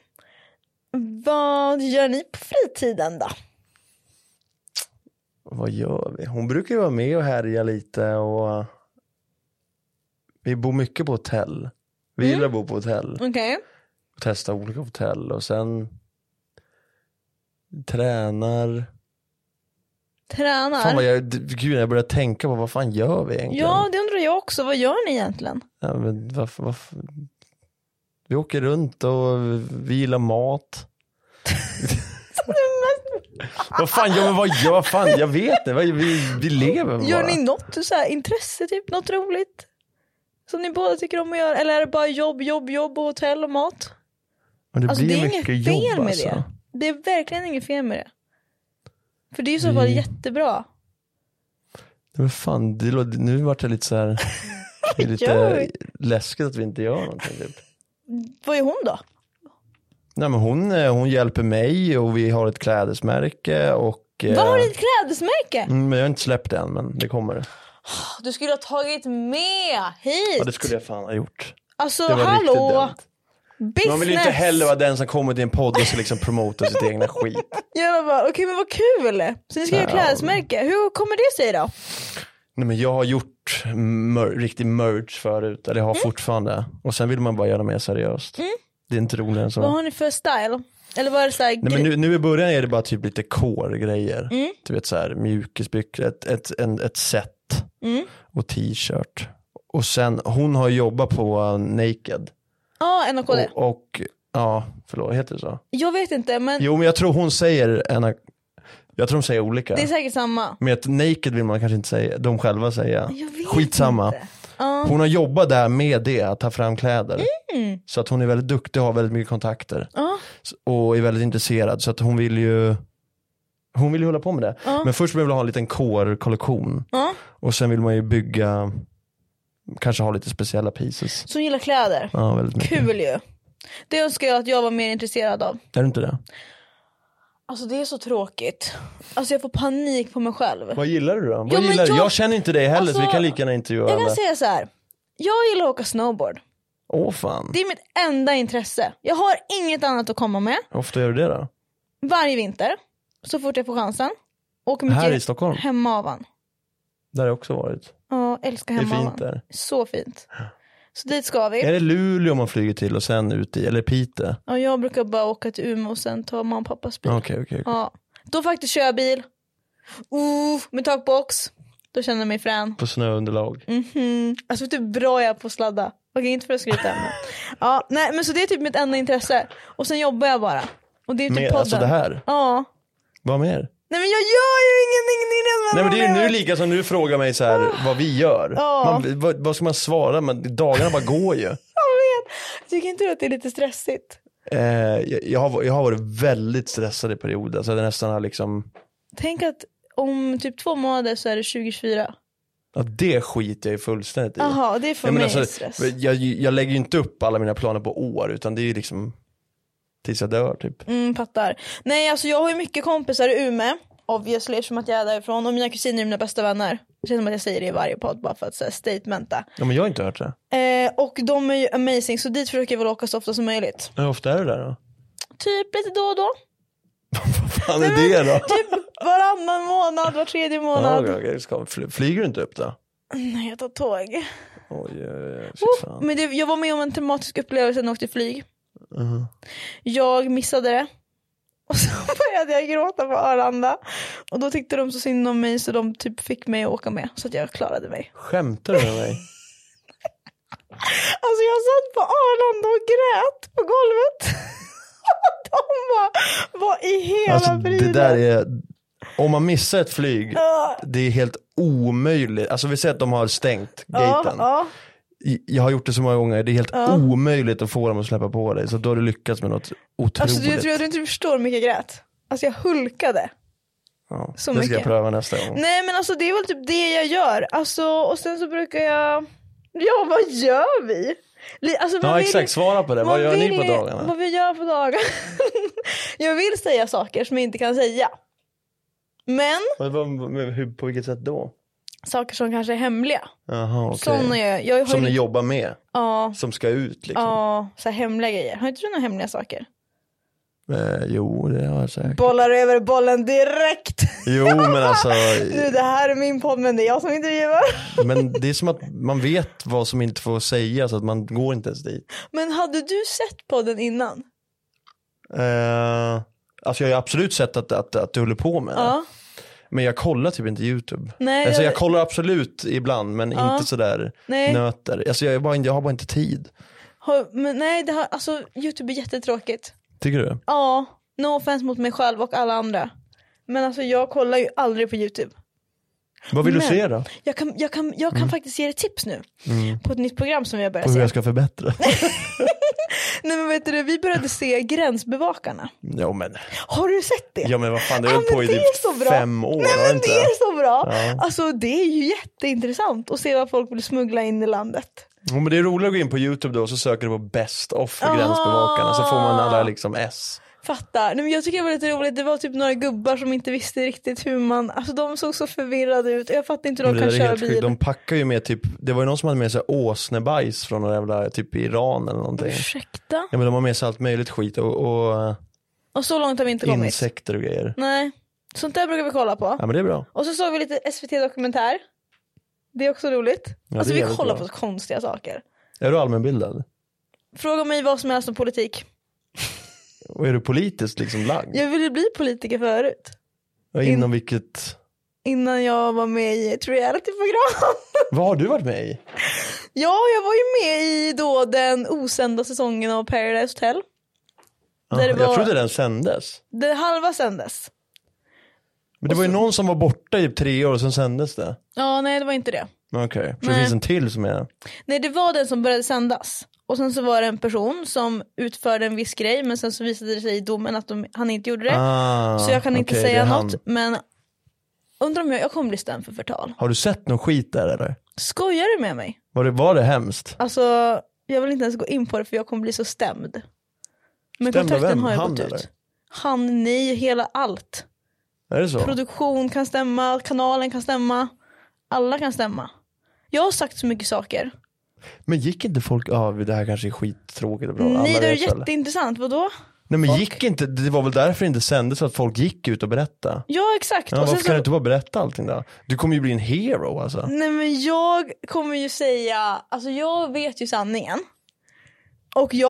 Speaker 1: Vad gör ni på fritiden då?
Speaker 2: Vad gör vi? Hon brukar ju vara med och härja lite och vi bor mycket på hotell. Vi
Speaker 1: Mm.
Speaker 2: gillar att bo på hotell
Speaker 1: Okej.
Speaker 2: och testa olika hotell och sen tränar.
Speaker 1: Tränar.
Speaker 2: Fan vad jag, d- gud jag börjar tänka på vad fan gör vi egentligen?
Speaker 1: Ja, det undrar jag också. Vad gör ni
Speaker 2: *laughs*
Speaker 1: egentligen?
Speaker 2: Ja, men varför, varför? Vi åker runt och vi gillar mat. vad fan, ja, men vad gör fan, jag vet det. Vad- Vi, vi lever bara.
Speaker 1: Gör ni något så här, intresse, typ något roligt? Som ni båda tycker om att göra? Eller är det bara jobb, jobb, jobb och hotell och mat?
Speaker 2: Men det
Speaker 1: Alltså
Speaker 2: blir
Speaker 1: det är inget
Speaker 2: mycket
Speaker 1: fel
Speaker 2: jobb
Speaker 1: med
Speaker 2: alltså.
Speaker 1: det. Det är verkligen inget fel med det. För det är ju så
Speaker 2: Vi-
Speaker 1: fall jättebra.
Speaker 2: Men fan, det lå- nu vart jag lite
Speaker 1: *laughs*
Speaker 2: så här. Det är
Speaker 1: gör
Speaker 2: lite
Speaker 1: vi?
Speaker 2: läskigt att vi inte gör någonting. Typ.
Speaker 1: Vad är hon då?
Speaker 2: Nej, men hon, eh, hon hjälper mig och vi har ett klädesmärke och eh,
Speaker 1: Vad har du i ett klädesmärke?
Speaker 2: mm, men jag har inte släppt det än men det kommer.
Speaker 1: Du skulle ha tagit med hit.
Speaker 2: Ja, det skulle jag fan ha gjort.
Speaker 1: Alltså
Speaker 2: Det var riktigt
Speaker 1: hallå,
Speaker 2: dumt.
Speaker 1: business.
Speaker 2: Man vill ju inte heller vara den som kommer till en podd och ska liksom promota sitt egna skit.
Speaker 1: Jag bara, okej men vad kul. Så ni ska göra
Speaker 2: Ja.
Speaker 1: klädesmärke. Hur kommer det sig då?
Speaker 2: Nej, men jag har gjort mer- riktig merge förut, eller jag
Speaker 1: Mm.
Speaker 2: har fortfarande. Och sen vill man bara göra det mer seriöst. Det är inte roligare än så.
Speaker 1: Vad har ni för style? Eller vad är det så här,
Speaker 2: Nej, men nu, nu i början är det bara typ lite core-grejer.
Speaker 1: Mm.
Speaker 2: Du vet så här mjukisbyxor, ett, ett, en, ett set
Speaker 1: Mm.
Speaker 2: och t-shirt. Och sen, hon har jobbat på uh, Naked.
Speaker 1: Ja, NKD.
Speaker 2: Och, och, ja, förlåt, heter det så?
Speaker 1: Jag vet inte men
Speaker 2: Jo, men jag tror hon säger, en, jag tror de säger olika.
Speaker 1: det är säkert samma.
Speaker 2: Men ett naked vill man kanske inte säga, de själva säga.
Speaker 1: Jag vet
Speaker 2: Skitsamma.
Speaker 1: inte. Ja.
Speaker 2: Hon har jobbat där med det, att ta fram kläder.
Speaker 1: Mm.
Speaker 2: Så att hon är väldigt duktig och har väldigt mycket kontakter. S- Och är väldigt intresserad. Så att hon vill ju hon vill ju hålla på med det. Men först vill hon ha en liten kår-kollektion. Och sen vill man ju bygga, kanske ha lite speciella pieces.
Speaker 1: Som gillar kläder.
Speaker 2: Ja, väldigt mycket.
Speaker 1: Kul ju. Det önskar jag att jag var mer intresserad av.
Speaker 2: Är du inte det?
Speaker 1: Alltså det är så tråkigt. Alltså jag får panik på mig själv.
Speaker 2: Vad gillar du då? Vad
Speaker 1: Ja, men
Speaker 2: gillar du?
Speaker 1: jag-
Speaker 2: Jag känner inte dig heller så vi
Speaker 1: Alltså,
Speaker 2: kan lika gärna intervjua
Speaker 1: Jag
Speaker 2: varandra.
Speaker 1: kan säga så här. Jag gillar att åka snowboard.
Speaker 2: Åh fan,
Speaker 1: Det är mitt enda intresse. Jag har inget annat att komma med.
Speaker 2: hur ofta gör du det då?
Speaker 1: Varje vinter, så fort jag får chansen. Åker mycket
Speaker 2: Här i Stockholm?
Speaker 1: Hemavan.
Speaker 2: Där har jag också varit.
Speaker 1: Ja, älskar
Speaker 2: Det är
Speaker 1: Hemavan.
Speaker 2: fint där.
Speaker 1: Så fint. Så dit ska
Speaker 2: Är
Speaker 1: vi.
Speaker 2: det Luleå man flyger till och sen ut i, eller Piteå?
Speaker 1: Ja, jag brukar bara åka till Umeå och sen ta mamma och pappas bil.
Speaker 2: Okej, okej. okej.
Speaker 1: Ja. Då faktiskt kör jag bil. Uh, med takbox. Då känner jag mig frän.
Speaker 2: På snöunderlag.
Speaker 1: Mhm. Alltså vet du hur bra jag är på att sladda? Okej inte för att skryta
Speaker 2: *laughs*
Speaker 1: men. Ja, nej men så det är typ mitt enda intresse. Och sen jobbar jag bara. Och det är typ
Speaker 2: Mer,
Speaker 1: podden.
Speaker 2: alltså det här,
Speaker 1: Ja.
Speaker 2: vad mer?
Speaker 1: Nej men jag gör ju ingenting i den
Speaker 2: Nej men det är ju nu
Speaker 1: rollen.
Speaker 2: lika som du frågar mig så här, vad vi gör.
Speaker 1: Ja.
Speaker 2: Man, vad, vad ska man svara? Man, dagarna bara
Speaker 1: *laughs*
Speaker 2: går ju.
Speaker 1: Jag vet. Tycker inte du att det är lite stressigt?
Speaker 2: Eh, jag, jag, har, jag har varit väldigt stressad i perioder. Alltså det nästan har liksom,
Speaker 1: Tänk att om typ två månader så är det 2024.
Speaker 2: ja, det skiter jag ju fullständigt i.
Speaker 1: Jaha, det är för
Speaker 2: Ja, men
Speaker 1: mig
Speaker 2: alltså,
Speaker 1: stress.
Speaker 2: jag, jag lägger ju inte upp alla mina planer på år utan det är ju liksom tills jag dör typ.
Speaker 1: Mm, fattar. Nej alltså jag har ju mycket kompisar i Umeå. Obviously eftersom att jag är därifrån. Och mina kusiner är mina bästa vänner. Det känns som att jag säger det i varje podd bara för att så här, statementa.
Speaker 2: Ja men jag har inte hört det.
Speaker 1: Eh, och de är ju amazing så dit försöker jag väl åka så ofta som möjligt.
Speaker 2: Hur ofta är du där
Speaker 1: *laughs*
Speaker 2: då?
Speaker 1: Typ lite då och då.
Speaker 2: Vad fan är det då?
Speaker 1: Typ varannan månad, var tredje
Speaker 2: Ja,
Speaker 1: månad.
Speaker 2: okej, okej, ska- fly- Flyger du inte upp då?
Speaker 1: Nej jag tar tåg.
Speaker 2: Oj, oj, oj, fy
Speaker 1: Oh,
Speaker 2: fan.
Speaker 1: men det, jag var med om en traumatisk upplevelse när jag åkte flyg.
Speaker 2: Uh-huh.
Speaker 1: Jag missade det. Och så *laughs* började jag gråta på Arlanda. Och då tyckte de så synd om mig så de typ fick mig att åka med. Så att jag klarade mig.
Speaker 2: Skämtar du med mig?
Speaker 1: Alltså jag satt på Arlanda och grät på golvet. *laughs* Och de bara, vad i hela
Speaker 2: Alltså det
Speaker 1: friden?
Speaker 2: där är, om man missar ett flyg, det är helt omöjligt. Alltså vi säger att de har stängt
Speaker 1: ja,
Speaker 2: gaten.
Speaker 1: ja.
Speaker 2: I- Jag har gjort det så många gånger, det är helt omöjligt att få dem att släppa på dig. Så då har du lyckats med något otroligt.
Speaker 1: Alltså du, jag tror att du inte förstår hur mycket jag grät. Alltså jag hulkade.
Speaker 2: ja, det
Speaker 1: så
Speaker 2: ska jag
Speaker 1: mycket.
Speaker 2: pröva nästa gång.
Speaker 1: Nej men alltså det är väl typ det jag gör. Alltså och sen så brukar jag, ja vad gör vi? Li- Alltså, man
Speaker 2: Ja
Speaker 1: vill-
Speaker 2: exakt, svara på det.
Speaker 1: man
Speaker 2: Vad gör ni
Speaker 1: vill-
Speaker 2: på dagarna?
Speaker 1: Vad vi gör på dagarna? *laughs* jag vill säga saker som jag inte kan säga. Men
Speaker 2: Vad- vad- vad- hur- På vilket sätt då?
Speaker 1: saker som kanske är hemliga.
Speaker 2: Jaha, okej.
Speaker 1: Sådana gör jag. jag har
Speaker 2: Som
Speaker 1: ju-
Speaker 2: ni jobbar med,
Speaker 1: Ja,
Speaker 2: som ska ut liksom.
Speaker 1: ja, så här hemliga grejer. Har inte du några hemliga saker?
Speaker 2: Eh, jo, det har jag säkert.
Speaker 1: Bollar över bollen direkt.
Speaker 2: Jo
Speaker 1: *laughs*
Speaker 2: men alltså,
Speaker 1: Du det här är min podd men det är jag som intervjuar.
Speaker 2: men det är som att man vet vad som inte får sägas, att man går inte ens dit.
Speaker 1: Men hade du sett podden innan?
Speaker 2: Eh, alltså jag har ju absolut sett att, att, att du håller på med det.
Speaker 1: Ja.
Speaker 2: Men jag kollar typ inte YouTube.
Speaker 1: Nej,
Speaker 2: alltså
Speaker 1: jag-
Speaker 2: jag kollar absolut ibland men inte sådär
Speaker 1: Nej.
Speaker 2: nöter. Alltså jag, är bara, jag har bara inte tid.
Speaker 1: Har, men nej, det har, alltså Youtube är jättetråkigt.
Speaker 2: Tycker du?
Speaker 1: Ja, no offense mot mig själv och alla andra. Men alltså jag kollar ju aldrig på Youtube.
Speaker 2: Vad vill
Speaker 1: Men-
Speaker 2: du se då? Mm.
Speaker 1: Jag kan, jag kan, jag kan faktiskt ge dig tips nu. På ett nytt program som vi har börjat
Speaker 2: Och hur
Speaker 1: se.
Speaker 2: jag ska förbättra?
Speaker 1: Nej men vet du, vi började se Gränsbevakarna.
Speaker 2: ja men,
Speaker 1: Har du sett det?
Speaker 2: ja, men vad fan det
Speaker 1: Ja,
Speaker 2: har hållit
Speaker 1: men
Speaker 2: på i
Speaker 1: det
Speaker 2: typ
Speaker 1: är så bra.
Speaker 2: fem år.
Speaker 1: Nej
Speaker 2: har det
Speaker 1: men
Speaker 2: inte?
Speaker 1: det är så bra!
Speaker 2: Ja.
Speaker 1: Alltså det är ju jätteintressant att se vad folk vill smuggla in i landet.
Speaker 2: Ja, men det är roligt att gå in på YouTube då och så söker du på best of för
Speaker 1: Ah.
Speaker 2: gränsbevakarna så får man alla liksom S.
Speaker 1: Fattar. Nej, men jag tycker det var lite roligt, det var typ några gubbar som inte visste riktigt hur man, alltså de såg så förvirrade ut jag fattar inte hur
Speaker 2: Men
Speaker 1: de
Speaker 2: det
Speaker 1: kan
Speaker 2: där
Speaker 1: köra
Speaker 2: är helt sjukt.
Speaker 1: bil.
Speaker 2: De packar ju med typ, det var ju någon som hade med sig åsnebajs från någon jävla, typ Iran eller någonting.
Speaker 1: Ursäkta?
Speaker 2: Ja men de har med sig allt möjligt skit och, och eh,
Speaker 1: Och så långt har vi inte kommit.
Speaker 2: insekter och grejer.
Speaker 1: Nej. Sånt där brukar vi kolla på.
Speaker 2: Ja men det är bra.
Speaker 1: Och så såg vi lite SVT Dokumentär. Det är också roligt.
Speaker 2: det
Speaker 1: alltså
Speaker 2: är
Speaker 1: vi
Speaker 2: jävligt
Speaker 1: kollar
Speaker 2: bra.
Speaker 1: på konstiga saker.
Speaker 2: Är du allmänbildad?
Speaker 1: Fråga mig vad som helst om politik.
Speaker 2: Och är du politiskt liksom lagd?
Speaker 1: Jag ville bli politiker förut.
Speaker 2: Och inom vilket,
Speaker 1: Innan jag var med i ett realityprogram. *laughs*
Speaker 2: vad har du varit med i?
Speaker 1: ja, jag var ju med i då den osända säsongen av Paradise Hotel.
Speaker 2: Ah,
Speaker 1: Där det
Speaker 2: Jag
Speaker 1: var-
Speaker 2: trodde den sändes.
Speaker 1: Den halva sändes.
Speaker 2: Men det var ju någon som var borta i typ tre år och sen sändes det.
Speaker 1: Ja, nej det var inte det.
Speaker 2: Okej, så det
Speaker 1: Nej.
Speaker 2: finns en till som är...
Speaker 1: Nej det var den som började sändas. Och sen så var det en person som utförde en viss grej men sen så visade det sig i domen att de, han inte gjorde det.
Speaker 2: Ah,
Speaker 1: så jag kan inte
Speaker 2: okej, det
Speaker 1: säga
Speaker 2: är han.
Speaker 1: något men undrar om jag, jag kommer bli stämd för förtal.
Speaker 2: Har du sett någon skit där eller?
Speaker 1: Skojar du med mig?
Speaker 2: Var det, var det hemskt?
Speaker 1: Alltså jag vill inte ens gå in på det för jag kommer bli så stämd. Men
Speaker 2: Stämd av
Speaker 1: kontrakten
Speaker 2: vem?
Speaker 1: har ju
Speaker 2: Han,
Speaker 1: gått
Speaker 2: eller?
Speaker 1: ut. Han, ni, hela allt.
Speaker 2: Är det så?
Speaker 1: Produktion kan stämma, kanalen kan stämma. Alla kan stämma. Jag har sagt så mycket saker.
Speaker 2: Men gick inte folk, ja det här kanske är skittråkigt och bra, alla
Speaker 1: Nej det är
Speaker 2: vet väl.
Speaker 1: jätteintressant, vadå?
Speaker 2: Nej men gick inte, det var väl därför det inte sändes, för att folk gick ut och berättade.
Speaker 1: Ja exakt.
Speaker 2: Ja,
Speaker 1: Och sen
Speaker 2: varför kan
Speaker 1: så- Mm.
Speaker 2: du inte bara berätta allting då? Du kommer ju bli en hero alltså.
Speaker 1: Nej men jag kommer ju säga, alltså jag vet ju sanningen. Och jag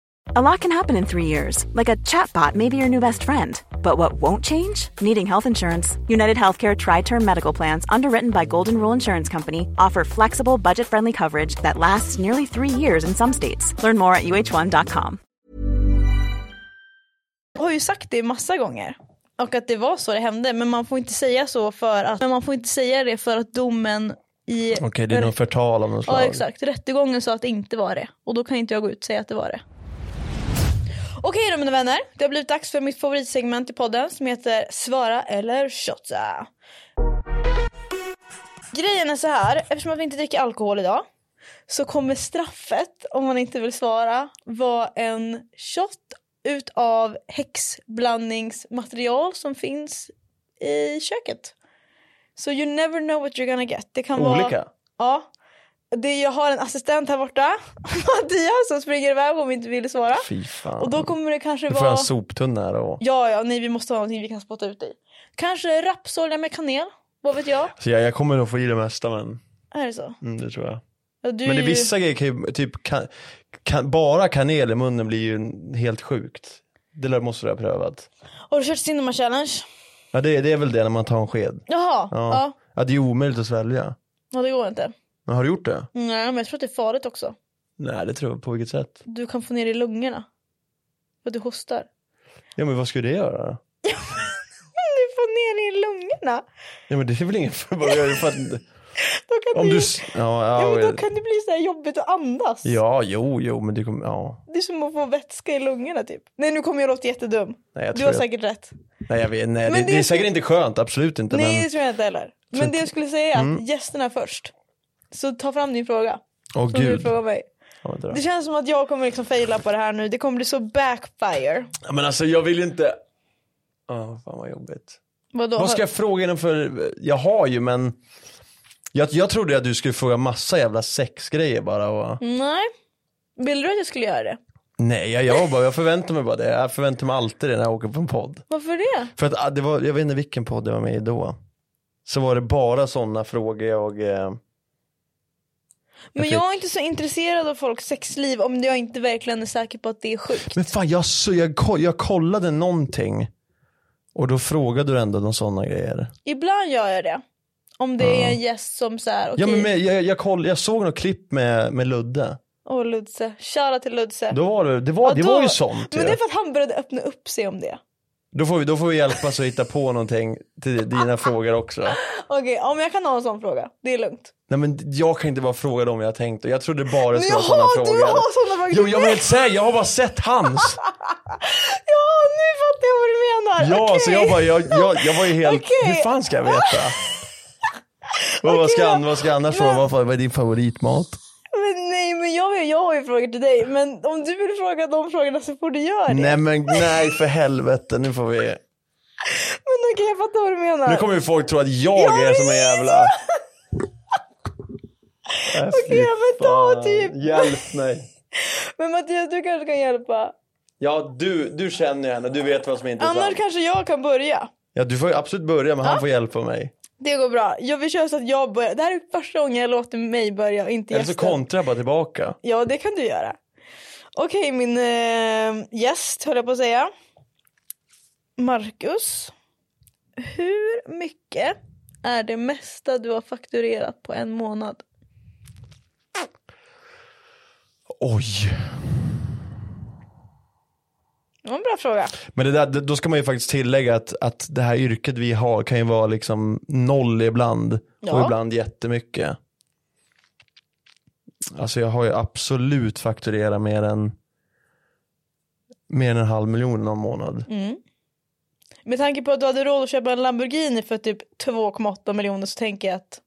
Speaker 3: A lot can happen in three years, like a chatbot may be your new best friend. But what won't change? Needing health insurance. United Healthcare Tri Term Medical Plans, underwritten by Golden Rule Insurance Company, offer flexible, budget friendly coverage that lasts nearly three years in some states. Learn more at uh1.com.
Speaker 1: har ju sagt det massa gånger. Och att det var så det hände, men man får inte säga så för att, men man får inte säga det för att domen i
Speaker 2: Okej, det är någon förtal av något slag.
Speaker 1: Ja exakt, rättegången sa att det inte var det. Och då kan inte jag gå ut och säga att det var det. Okej då mina vänner, det har blivit dags för mitt favoritsegment i podden som heter Svara eller shotta. Grejen är så här, eftersom att vi inte dricker alkohol idag så kommer straffet om man inte vill svara vara en shot utav häxblandningsmaterial som finns i köket. So you never know what you're gonna get. Det kan vara...
Speaker 2: Olika?
Speaker 1: Ja. Det, jag har en assistent här borta, *laughs* Mattias, som springer iväg om vi inte vill svara.
Speaker 2: Fy fan.
Speaker 1: Och då kommer det kanske
Speaker 2: Du får
Speaker 1: vara...
Speaker 2: en soptunna här och...
Speaker 1: Ja, ja, nej vi måste ha någonting vi kan spotta ut i. Kanske rapsolja med kanel, vad vet jag?
Speaker 2: Så Alltså, jag, jag kommer nog få i det mesta men,
Speaker 1: Är det så?
Speaker 2: mm, det tror jag.
Speaker 1: Ja, du
Speaker 2: Men det,
Speaker 1: är ju-
Speaker 2: vissa grejer kan ju, typ, kan, kan, bara kanel i munnen blir ju en- helt sjukt. Det lär- måste du ha prövat.
Speaker 1: Har du kört Cinema Challenge?
Speaker 2: Ja det, det är väl det när man tar en sked.
Speaker 1: Jaha,
Speaker 2: Ja.
Speaker 1: ja.
Speaker 2: Ja det är omöjligt att svälja.
Speaker 1: ja det går inte.
Speaker 2: Men har du gjort det?
Speaker 1: Nej men jag tror att det är farligt också.
Speaker 2: Nej det tror jag, på vilket sätt?
Speaker 1: Du kan få ner det i lungorna. För att du hostar.
Speaker 2: Ja men vad skulle det göra?
Speaker 1: Du får ner det i lungorna?
Speaker 2: Ja men det är väl ingen *laughs* för, vad gör du för att,
Speaker 1: Då kan,
Speaker 2: om
Speaker 1: du...
Speaker 2: du, s- ja,
Speaker 1: ja,
Speaker 2: ja,
Speaker 1: men då
Speaker 2: ja,
Speaker 1: kan det bli så här jobbigt att andas.
Speaker 2: ja jo jo men det kommer, ja.
Speaker 1: Det är som att få vätska i lungorna typ. Nej nu kommer jag låta jättedum.
Speaker 2: Nej, jag
Speaker 1: du
Speaker 2: tror
Speaker 1: har
Speaker 2: jag-
Speaker 1: säkert rätt.
Speaker 2: Nej jag vet, nej
Speaker 1: Men
Speaker 2: det,
Speaker 1: det
Speaker 2: det
Speaker 1: är-
Speaker 2: är säkert inte skönt, absolut inte
Speaker 1: Nej
Speaker 2: men,
Speaker 1: det tror jag inte heller. Men det jag skulle säga är att
Speaker 2: Mm.
Speaker 1: gästerna först. Så ta fram din fråga.
Speaker 2: åh
Speaker 1: Som du
Speaker 2: gud.
Speaker 1: frågar mig.
Speaker 2: Ja, vänta då.
Speaker 1: Det känns som att jag kommer liksom faila på det här nu. Det kommer bli så backfire.
Speaker 2: Ja, men alltså jag vill ju inte, oh, fan vad jobbigt.
Speaker 1: Vadå?
Speaker 2: Vad ska jag fråga innan för, jag har ju men jag, jag trodde att du skulle fråga massa jävla sexgrejer bara och
Speaker 1: Nej. Vill du att jag skulle göra det?
Speaker 2: Nej jag, jag, bara, jag förväntar mig bara det, jag förväntar mig alltid det när jag åker på en podd.
Speaker 1: Varför det?
Speaker 2: För att ah, det var, jag vet inte vilken podd jag var med i då. Så var det bara sådana frågor jag, eh,
Speaker 1: Men
Speaker 2: fick-
Speaker 1: jag är inte så intresserad av folks sexliv om jag inte verkligen är säker på att det är sjukt.
Speaker 2: men fan jag, så, jag, ko- jag kollade någonting och då frågade du ändå de sådana grejer.
Speaker 1: Ibland gör jag det. Om det är en gäst som så här, okej,
Speaker 2: Ja
Speaker 1: åh
Speaker 2: men med, jag, jag, koll, jag såg något klipp med, med Ludde.
Speaker 1: Ludse, shoutout till Ludse.
Speaker 2: Då var det, det var,
Speaker 1: Ja,
Speaker 2: det
Speaker 1: då-
Speaker 2: var ju sånt
Speaker 1: Men
Speaker 2: ju.
Speaker 1: det är för att han började öppna upp sig om det.
Speaker 2: Då får vi, då får vi hjälpas att hitta på någonting till dina frågor också.
Speaker 1: Okej, ja, men jag kan ha en sån fråga. Det är lugnt.
Speaker 2: Nej men jag kan inte bara fråga dem jag har tänkt och jag trodde bara det
Speaker 1: Men
Speaker 2: skulle vara
Speaker 1: jaha,
Speaker 2: sådana
Speaker 1: du
Speaker 2: frågor.
Speaker 1: har såna frågor
Speaker 2: Jo jag
Speaker 1: till
Speaker 2: var
Speaker 1: mig.
Speaker 2: helt säker, jag har bara sett hans.
Speaker 1: Ja, nu fattar jag vad du menar.
Speaker 2: Ja
Speaker 1: Okej.
Speaker 2: så jag bara, jag, jag, jag var ju helt,
Speaker 1: Okej.
Speaker 2: hur fan ska
Speaker 1: *laughs*
Speaker 2: jag veta? Vad- vad, ska,
Speaker 1: Okej,
Speaker 2: an- vad ska jag annars fråga? Vad fan- vad är din favoritmat?
Speaker 1: Men nej, men jag, vet- jag har ju frågor till dig. Men om du vill fråga de frågorna så får du göra det.
Speaker 2: Nej men nej för helvete, nu får vi.
Speaker 1: Men okej, jag fattar vad du menar.
Speaker 2: Nu kommer ju folk tro att jag är som en jävla... Äh, fy
Speaker 1: ja, men ta
Speaker 2: fan.
Speaker 1: typ.
Speaker 2: Hjälp mig.
Speaker 1: Men Mattias, du kanske kan hjälpa.
Speaker 2: Ja, du, du känner ju henne, du vet vad som är intressant.
Speaker 1: Annars kanske jag kan börja.
Speaker 2: Ja, du får ju absolut börja, men han får hjälpa mig.
Speaker 1: Det går bra. Jag vill köra så att jag börjar. Det här är första gången jag låter mig börja och inte
Speaker 2: Eller så
Speaker 1: gästen.
Speaker 2: kontrar jag bara tillbaka.
Speaker 1: Ja, det kan du göra. Okej, min eh, gäst höll jag på att säga. Marcus, hur mycket är det mesta du har fakturerat på en månad?
Speaker 2: Oj.
Speaker 1: Det var en bra fråga.
Speaker 2: Men det där, det- då ska man ju faktiskt tillägga att, att det här yrket vi har kan ju vara liksom noll ibland och
Speaker 1: Ja.
Speaker 2: ibland jättemycket. Alltså jag har ju absolut fakturerat mer än mer än en halv miljon någon månad.
Speaker 1: Mm. Med tanke på att du hade råd att köpa en Lamborghini för typ 2,8 miljoner så tänker jag att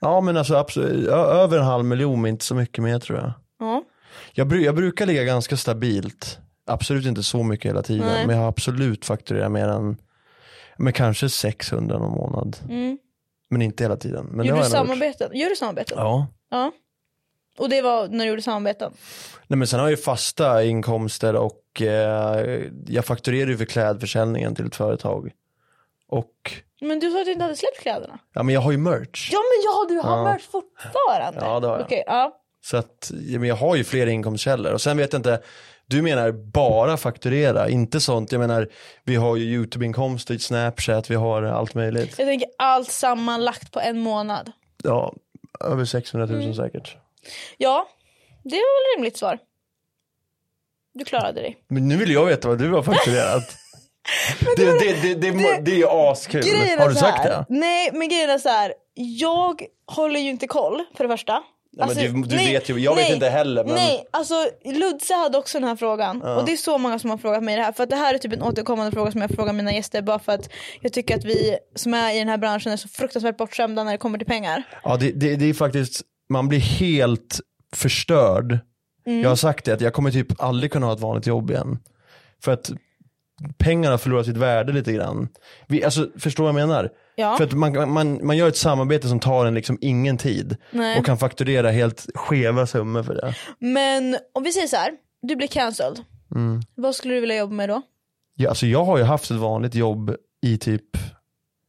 Speaker 2: Ja men alltså absolut, ö- över en halv miljon men inte så mycket mer tror jag.
Speaker 1: ja.
Speaker 2: Jag, bru- jag brukar ligga ganska stabilt. Absolut inte så mycket hela tiden.
Speaker 1: Nej.
Speaker 2: Men jag har absolut fakturerat mer än men kanske 600 någon månad. Men inte hela tiden. Men det
Speaker 1: Mm. Gjorde
Speaker 2: har
Speaker 1: du
Speaker 2: jag nog gjort.
Speaker 1: samarbeten? Gjorde du samarbeten?
Speaker 2: Ja.
Speaker 1: Ja. Och det var när du gjorde samarbeten?
Speaker 2: Nej, men sen har jag ju fasta inkomster och eh, jag fakturerar ju för klädförsäljningen till ett företag. Och
Speaker 1: Men du sa att du inte hade släppt kläderna?
Speaker 2: ja, men jag har ju merch.
Speaker 1: Ja men ja, du har
Speaker 2: Ja.
Speaker 1: merch fortfarande?
Speaker 2: Ja, det har jag.
Speaker 1: Okej, ja.
Speaker 2: Så att ja, men jag har ju flera inkomstkällor. Och sen vet jag inte, du menar bara fakturera, inte sånt. Jag menar, vi har ju YouTube-inkomster, Snapchat, vi har allt möjligt.
Speaker 1: Jag tänker allt sammanlagt på en månad.
Speaker 2: Ja, över 600 000
Speaker 1: Mm.
Speaker 2: säkert.
Speaker 1: Ja, det var väl rimligt svar. Du klarade dig.
Speaker 2: Men nu vill jag veta vad du
Speaker 1: *laughs*
Speaker 2: har fakturerat. det, det, det, det, det, det, är ju askul.
Speaker 1: Grejen är
Speaker 2: Har du
Speaker 1: så
Speaker 2: sagt
Speaker 1: här.
Speaker 2: det?
Speaker 1: Nej, men grejen är så här. Jag håller ju inte koll för det första. Alltså,
Speaker 2: men du- du vet ju- jag vet inte heller, men-
Speaker 1: Nej, alltså Ludse hade också den här frågan. Och det är så många som har frågat mig det här. För att det här är typ en återkommande fråga som jag frågar mina gäster. Bara för att jag tycker att vi som är i den här branschen är så fruktansvärt bortskämda när det kommer till pengar.
Speaker 2: Ja, det, det, det är faktiskt, man blir helt förstörd.
Speaker 1: Mm.
Speaker 2: Jag har sagt det, att jag kommer typ aldrig kunna ha ett vanligt jobb igen. För att pengarna förlorar sitt värde lite grann. Vi, alltså, förstår vad jag menar?
Speaker 1: Ja.
Speaker 2: För att man, man, man gör ett samarbete som tar en liksom ingen tid
Speaker 1: Nej.
Speaker 2: och kan fakturera helt skeva summor för det.
Speaker 1: Men om vi säger så här. Du blir cancelled.
Speaker 2: Mm.
Speaker 1: Vad skulle du vilja jobba med då?
Speaker 2: Ja, alltså, jag har ju haft ett vanligt jobb i typ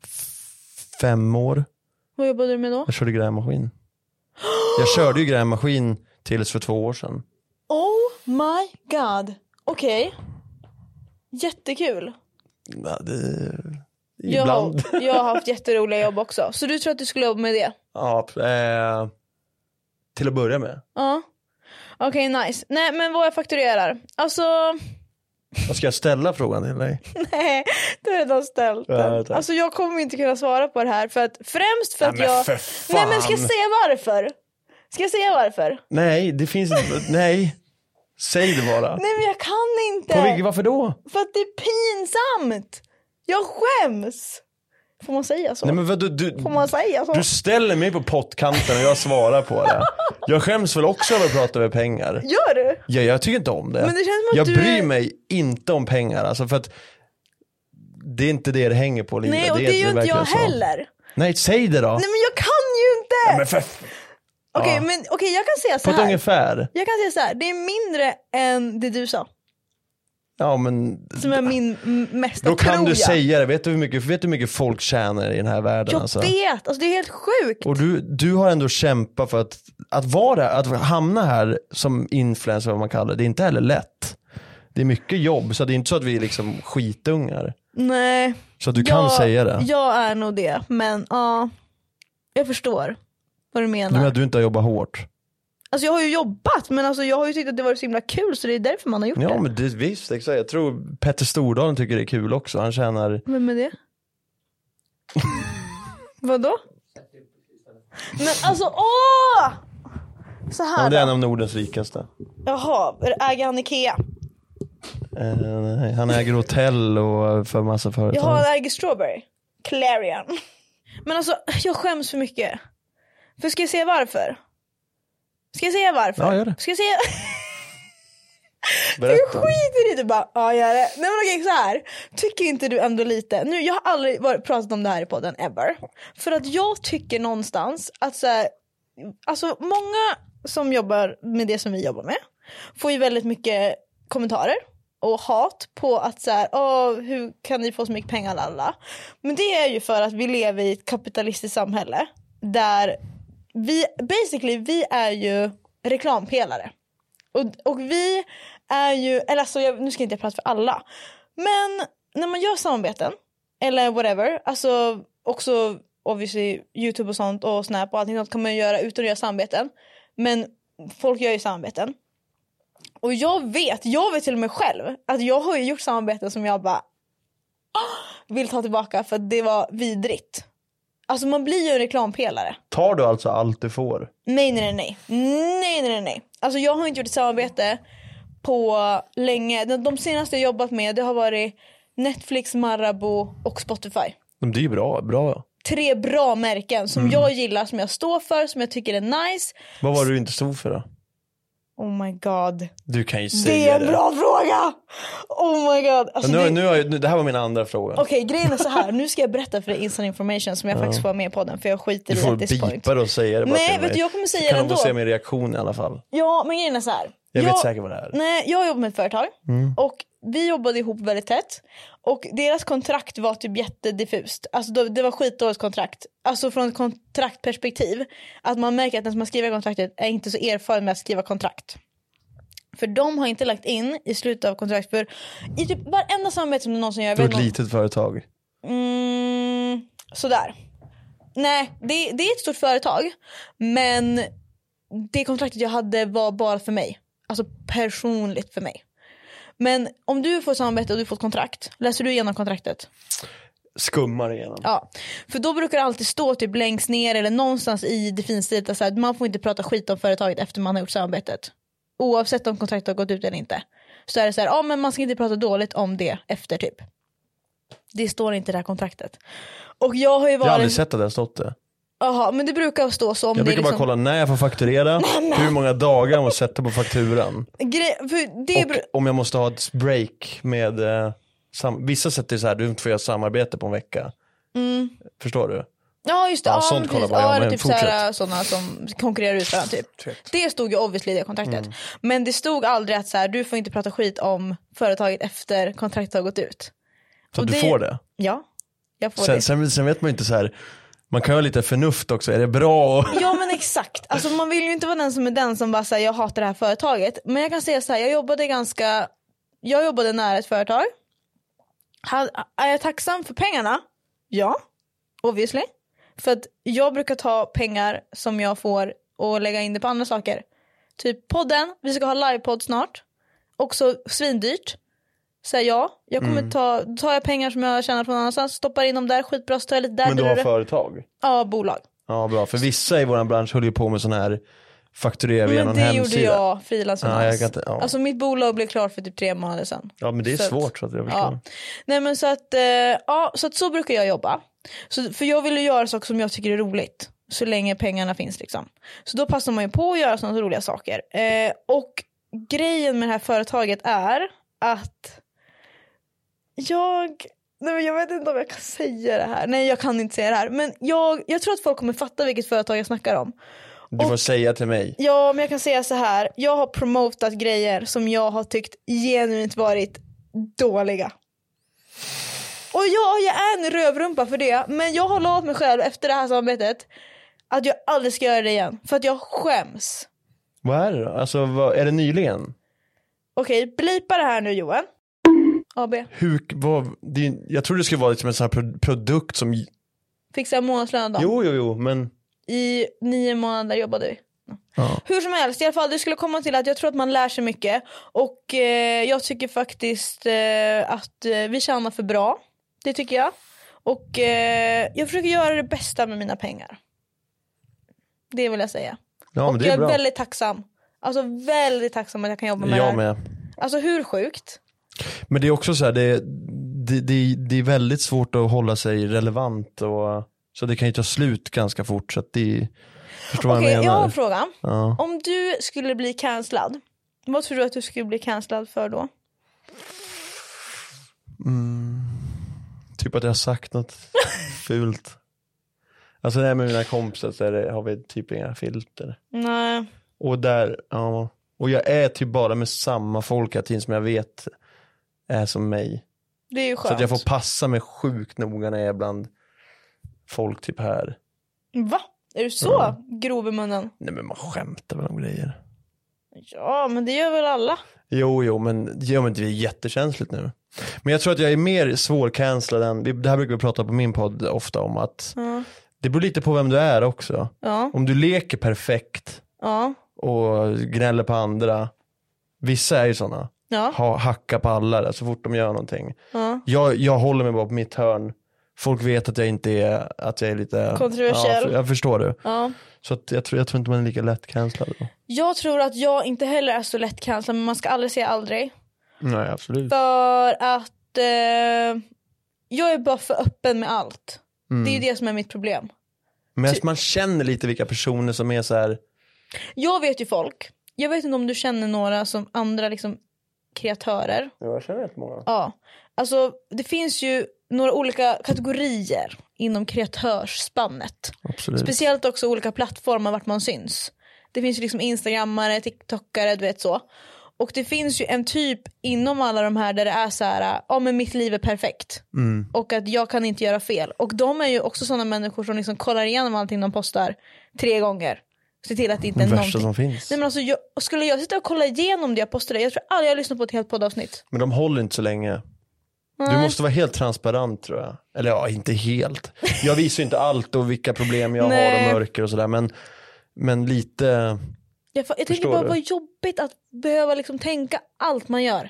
Speaker 2: f- fem år.
Speaker 1: Vad jobbade du med då?
Speaker 2: Jag körde grävmaskin. Jag körde ju grävmaskin tills för två år sedan.
Speaker 1: Oh my god. Okej. Jättekul.
Speaker 2: Ja, det...
Speaker 1: Jag
Speaker 2: Ibland.
Speaker 1: har, *laughs* jag har haft jätteroliga jobb också. Så du tror att du skulle jobba med det?
Speaker 2: Ja, eh, till att börja med.
Speaker 1: Ja. Okej, nice. Nej, men vad jag fakturerar. Alltså, *laughs*
Speaker 2: Vad ska jag ställa frågan till dig?
Speaker 1: nej, du har redan ställt
Speaker 2: Ja,
Speaker 1: den.
Speaker 2: tack.
Speaker 1: Alltså jag kommer inte kunna svara på det här för att främst för
Speaker 2: Nej,
Speaker 1: att
Speaker 2: men
Speaker 1: jag...
Speaker 2: för fan.
Speaker 1: Nej men ska jag säga varför? Ska jag säga varför?
Speaker 2: Nej, det finns inte. Nej, säg det bara.
Speaker 1: Nej men jag kan inte.
Speaker 2: På vilket, varför då?
Speaker 1: För att det är pinsamt. Jag skäms. Får man säga så?
Speaker 2: Nej, men vad, du, du,
Speaker 1: Får man säga så?
Speaker 2: du ställer mig på pottkanten och jag svarar på det. Jag skäms väl också över att prata över pengar.
Speaker 1: Gör du?
Speaker 2: Ja, jag tycker inte om det.
Speaker 1: Men det känns som att
Speaker 2: jag
Speaker 1: du
Speaker 2: bryr
Speaker 1: är-
Speaker 2: mig inte om pengar. Alltså, för att det är inte det det hänger på i livet.
Speaker 1: Nej och det är ju inte jag
Speaker 2: verkligen så.
Speaker 1: heller.
Speaker 2: Nej, säg det då.
Speaker 1: Nej men jag kan ju inte.
Speaker 2: Ja, men för...
Speaker 1: Okej,
Speaker 2: Ja.
Speaker 1: men okej, jag kan säga
Speaker 2: På
Speaker 1: så
Speaker 2: ett
Speaker 1: här.
Speaker 2: ungefär.
Speaker 1: Jag kan säga så här, det är mindre än det du sa.
Speaker 2: Ja, men
Speaker 1: Som är min m- mesta
Speaker 2: Då kan
Speaker 1: tror
Speaker 2: du
Speaker 1: jag.
Speaker 2: säga det. Vet du, hur mycket, vet du hur mycket folk tjänar i den här världen?
Speaker 1: Jag
Speaker 2: alltså?
Speaker 1: vet, alltså det är helt sjukt.
Speaker 2: Och du, du har ändå kämpat för att, att vara att hamna här som influencer, vad man kallar det. Det är inte heller lätt. Det är mycket jobb, så det är inte så att vi är liksom skitungar.
Speaker 1: Nej.
Speaker 2: Så att du kan
Speaker 1: jag,
Speaker 2: säga det.
Speaker 1: Jag är nog det, men ja. jag förstår vad du
Speaker 2: Du
Speaker 1: menar.
Speaker 2: menar att du inte har jobbat hårt?
Speaker 1: Alltså jag har ju jobbat, men alltså jag har ju tyckt att det var så himla kul så det är därför man har gjort
Speaker 2: Ja,
Speaker 1: det.
Speaker 2: men det, visst. Exakt. Jag tror Petter Stordalen tycker det är kul också. Han tjänar...
Speaker 1: Vem är det? Vadå? Men alltså åh! Så
Speaker 2: Ja,
Speaker 1: här
Speaker 2: men det är en
Speaker 1: då.
Speaker 2: av Nordens rikaste.
Speaker 1: Jaha, äger han Ikea?
Speaker 2: Eh, nej, han äger hotell och för massa
Speaker 1: Jag
Speaker 2: företag.
Speaker 1: har en Äger Strawberry. Clarion. Men alltså, jag skäms för mycket. För ska jag säga varför? Ska jag säga varför?
Speaker 2: Ja, gör det.
Speaker 1: Ska jag säga... Du
Speaker 2: Berätta.
Speaker 1: skiter i det bara, ja gör det. Nej men okej så här. tycker inte du ändå lite, nu jag har aldrig varit, pratat om det här i podden ever. För att jag tycker någonstans att så här, alltså många som jobbar med det som vi jobbar med får ju väldigt mycket kommentarer och hat på att så här, "Åh, hur kan ni få så mycket pengar alla? Men det är ju för att vi lever i ett kapitalistiskt samhälle där vi basically vi är ju reklampelare. Och, och vi är ju, eller alltså jag, nu ska inte jag prata för alla. Men när man gör samarbeten eller whatever, alltså också obviously Youtube och sånt och Snap och allting sånt kan man ju göra utan att göra samarbeten. Men folk gör ju samarbeten. Och jag vet, jag vet till och med själv att jag har ju gjort samarbeten som jag bara "Ah!" vill ta tillbaka för att det var vidrigt. Alltså man blir ju en reklampelare.
Speaker 2: Tar du alltså allt du får?
Speaker 1: Nej, nej, nej, nej. Nej, nej, nej, nej. Alltså jag har inte gjort ett samarbete på länge. De- De senaste jag jobbat med det har varit Netflix, Marabou och Spotify.
Speaker 2: Men det är ju bra, bra.
Speaker 1: Tre bra märken som
Speaker 2: Mm.
Speaker 1: jag gillar, som jag står för, som jag tycker är nice.
Speaker 2: Vad var det du inte stod för då?
Speaker 1: Oh my god.
Speaker 2: Du kan ju säga
Speaker 1: Det är en
Speaker 2: det.
Speaker 1: bra fråga! Oh my god. Alltså,
Speaker 2: Nu,
Speaker 1: det-
Speaker 2: nu har jag, nu, det här var min andra fråga.
Speaker 1: Okej grejen är så här. nu ska jag berätta för dig inside information som jag faktiskt får ha med i podden för jag skiter
Speaker 2: Du
Speaker 1: i
Speaker 2: får
Speaker 1: at this point.
Speaker 2: bipa det och säga det bara
Speaker 1: Nej,
Speaker 2: till
Speaker 1: vet
Speaker 2: mig.
Speaker 1: du, jag kommer säga
Speaker 2: kan
Speaker 1: det
Speaker 2: de få
Speaker 1: ändå.
Speaker 2: se min reaktion i alla fall.
Speaker 1: Ja men grejen är så här.
Speaker 2: Jag vet säkert vad det är. Mm.
Speaker 1: Nej, jag jobbade med ett företag och vi jobbade ihop väldigt tätt. Och deras kontrakt var typ jättediffust. Alltså då- det var skitdåligt kontrakt. Alltså från ett kontraktperspektiv. Att man märker att den som har skrivit kontraktet är inte så erfaren med att skriva kontrakt. För de har inte lagt in i slutet av kontraktet. För i typ varenda samarbete som du någonsin gör. jag
Speaker 2: Det var
Speaker 1: vet
Speaker 2: ett
Speaker 1: någon-
Speaker 2: litet företag.
Speaker 1: Mm, sådär. Nej, det, det är ett stort företag. Men det kontraktet jag hade var bara för mig. Alltså personligt för mig. Men om du får samarbete och du får ett kontrakt, läser du igenom kontraktet?
Speaker 2: Skummar igenom.
Speaker 1: Ja. För då brukar det alltid stå typ längst ner eller någonstans i det finstilta så här, man får inte prata skit om företaget efter man har gjort samarbetet. Oavsett om kontraktet har gått ut eller inte. Så är det så här, ja men man ska inte prata dåligt om det efter typ. Det står inte i det här kontraktet. Och jag har ju
Speaker 2: jag har aldrig
Speaker 1: varit,
Speaker 2: sett att det har stått det.
Speaker 1: jaha men det brukar stå så om det
Speaker 2: Jag brukar
Speaker 1: är liksom,
Speaker 2: bara kolla när jag får fakturera, hur många dagar jag måste sätta på fakturan.
Speaker 1: Gre- för det bru-
Speaker 2: Och om jag måste ha ett break med, eh, sam- vissa sätter ju så här, du får göra samarbete på en vecka.
Speaker 1: Mm.
Speaker 2: Förstår du?
Speaker 1: Ja just det,
Speaker 2: Ja,
Speaker 1: ja,
Speaker 2: sånt
Speaker 1: men
Speaker 2: kollar
Speaker 1: precis.
Speaker 2: man, ja,
Speaker 1: Ja, eller
Speaker 2: men
Speaker 1: typ
Speaker 2: fortsätt.
Speaker 1: såhär, sådana som konkurrerar ut varandra typ. Det stod ju obviously i det kontraktet.
Speaker 2: Mm.
Speaker 1: Men det stod aldrig att så här, du får inte prata skit om företaget efter kontraktet har gått ut.
Speaker 2: Så
Speaker 1: Och
Speaker 2: att du
Speaker 1: det-
Speaker 2: får det.
Speaker 1: Ja, jag får
Speaker 2: Sen,
Speaker 1: det.
Speaker 2: sen, sen vet man ju inte så här, man kan ju ha lite förnuft också, är det bra? Och...
Speaker 1: Ja men exakt, alltså, man vill ju inte vara den som är den som bara säger jag hatar det här företaget. Men jag kan säga så här, jag jobbade ganska, jag jobbade nära ett företag. Han- Är jag tacksam för pengarna? Ja, obviously. För att jag brukar ta pengar som jag får och lägga in det på andra saker. Typ podden, vi ska ha livepodd snart. Också svindyrt. Säger jag. Jag kommer ta, då tar jag pengar som jag har tjänat från någon annanstans, stoppar in dem där, skitbra, så tar jag lite där.
Speaker 2: *laughs* Men du har
Speaker 1: där, där.
Speaker 2: företag?
Speaker 1: Ja, bolag.
Speaker 2: Ja bra, för vissa i vår bransch håller ju på med sån här fakturera via
Speaker 1: Men
Speaker 2: någon
Speaker 1: det
Speaker 2: hemsida.
Speaker 1: gjorde jag frilans
Speaker 2: Ja,
Speaker 1: ah,
Speaker 2: jag kan inte- ja.
Speaker 1: Alltså mitt bolag blev klart för typ tre månader sedan.
Speaker 2: Ja men det är
Speaker 1: Så att-
Speaker 2: svårt så att jag förstår.
Speaker 1: Ja. Nej men så att, eh, ja, så att så brukar jag jobba. Så, för jag vill ju göra saker som jag tycker är roligt. Så länge pengarna finns liksom. Så då passar man ju på att göra sådana roliga saker. Eh, och grejen med det här företaget är att jag, nej men jag vet inte om jag kan säga det här. Nej jag kan inte säga det här. Men jag, jag tror att folk kommer fatta vilket företag jag snackar om.
Speaker 2: Du får säga till mig.
Speaker 1: Ja men jag kan säga så här. jag har promotat grejer som jag har tyckt genuint varit dåliga. Och ja, jag är en rövrumpa för det. Men jag har lovat mig själv efter det här samarbetet att jag aldrig ska göra det igen. För att jag skäms.
Speaker 2: Vad är det då? Alltså vad, är det nyligen?
Speaker 1: Okej, blipa det här nu Johan. AB,
Speaker 2: Hur, vad, det, är- jag tror det skulle vara liksom en sån här pro, produkt som,
Speaker 1: fixa en månadslön om dagen.
Speaker 2: jo jo jo men
Speaker 1: I nio månader jobbade vi.
Speaker 2: Ja.
Speaker 1: Hur som helst, i alla fall det skulle komma till att jag tror att man lär sig mycket. Och eh, jag tycker faktiskt eh, att eh, vi tjänar för bra. Det tycker jag. Och eh, jag försöker göra det bästa med mina pengar. Det vill jag säga.
Speaker 2: Ja men
Speaker 1: och
Speaker 2: det
Speaker 1: jag
Speaker 2: är
Speaker 1: är
Speaker 2: bra.
Speaker 1: väldigt tacksam. Alltså väldigt tacksam att jag kan jobba med det här.
Speaker 2: Jag med.
Speaker 1: Alltså hur sjukt?
Speaker 2: Men det är också så här, det, det, det, det är väldigt svårt att hålla sig relevant och så det kan ju ta slut ganska fort så att det, förstår vad
Speaker 1: Okej,
Speaker 2: jag
Speaker 1: jag har en
Speaker 2: menar?
Speaker 1: fråga.
Speaker 2: Ja.
Speaker 1: Om du skulle bli cancellad, vad tror du att du skulle bli cancellad för då?
Speaker 2: Mm. Typ att jag har
Speaker 1: *laughs*
Speaker 2: sagt något fult. Alltså det här med mina kompisar så är det, har vi typ inga filter.
Speaker 1: Nej.
Speaker 2: Och där, ja. Och jag är typ bara med samma folk hela tiden som jag vet är som mig.
Speaker 1: Det är ju
Speaker 2: Så
Speaker 1: skönt.
Speaker 2: att jag får passa mig sjukt noga när jag är bland folk typ här.
Speaker 1: Va? Är du så grov i munnen?
Speaker 2: Nej men man skämtar väl om grejer.
Speaker 1: Ja, men det gör väl alla.
Speaker 2: Jo, jo, men det gör mig inte det är jättekänsligt nu. Men jag tror att jag är mer svårcancellad än, vi- det här brukar vi prata på min podd ofta om att det beror lite på vem du är också.
Speaker 1: Ja,
Speaker 2: Om du leker perfekt
Speaker 1: ja,
Speaker 2: och gnäller på andra, vissa är ju sådana,
Speaker 1: ja.
Speaker 2: ha, hacka på alla där så fort de gör någonting. Jag, jag håller mig bara på mitt hörn, folk vet att jag inte är, att jag är lite
Speaker 1: Kontroversiell.
Speaker 2: Ja, jag förstår du.
Speaker 1: ja.
Speaker 2: Så att jag, tror, jag tror inte man är lika lättcancellad. då.
Speaker 1: Jag tror att jag inte heller är så lättcancellad men man ska aldrig säga aldrig.
Speaker 2: Nej, absolut.
Speaker 1: För att eh, jag är bara för öppen med allt. Det är
Speaker 2: Mm.
Speaker 1: ju det som är mitt problem.
Speaker 2: Men man känner lite vilka personer som är så här
Speaker 1: Jag vet ju folk. Jag vet inte om du känner några som andra liksom kreatörer.
Speaker 2: Ja, jag känner rätt många.
Speaker 1: Ja. Alltså det finns ju några olika kategorier inom kreatörsspannet.
Speaker 2: Absolut.
Speaker 1: Speciellt också olika plattformar vart man syns. Det finns ju liksom instagrammare, tiktokare, du vet så. Och det finns ju en typ inom alla de här där det är så här, ja men mitt liv är perfekt.
Speaker 2: Mm.
Speaker 1: Och att jag kan inte göra fel. Och de är ju också sådana människor som liksom kollar igenom allting de postar tre gånger. Se till att det inte är
Speaker 2: Den värsta
Speaker 1: någonting.
Speaker 2: som finns.
Speaker 1: Nej men alltså jag, skulle jag sitta och kolla igenom det jag postade, jag tror aldrig jag har lyssnat på ett helt poddavsnitt.
Speaker 2: Men de håller inte så länge. Du måste vara helt transparent tror jag. Eller ja, inte helt. Jag visar ju inte allt och vilka problem jag har
Speaker 1: Nej.
Speaker 2: och mörker och sådär. Men, men lite,
Speaker 1: Jag, fa- jag tycker
Speaker 2: Förstår
Speaker 1: bara
Speaker 2: du?
Speaker 1: vad jobbigt att behöva liksom tänka allt man gör.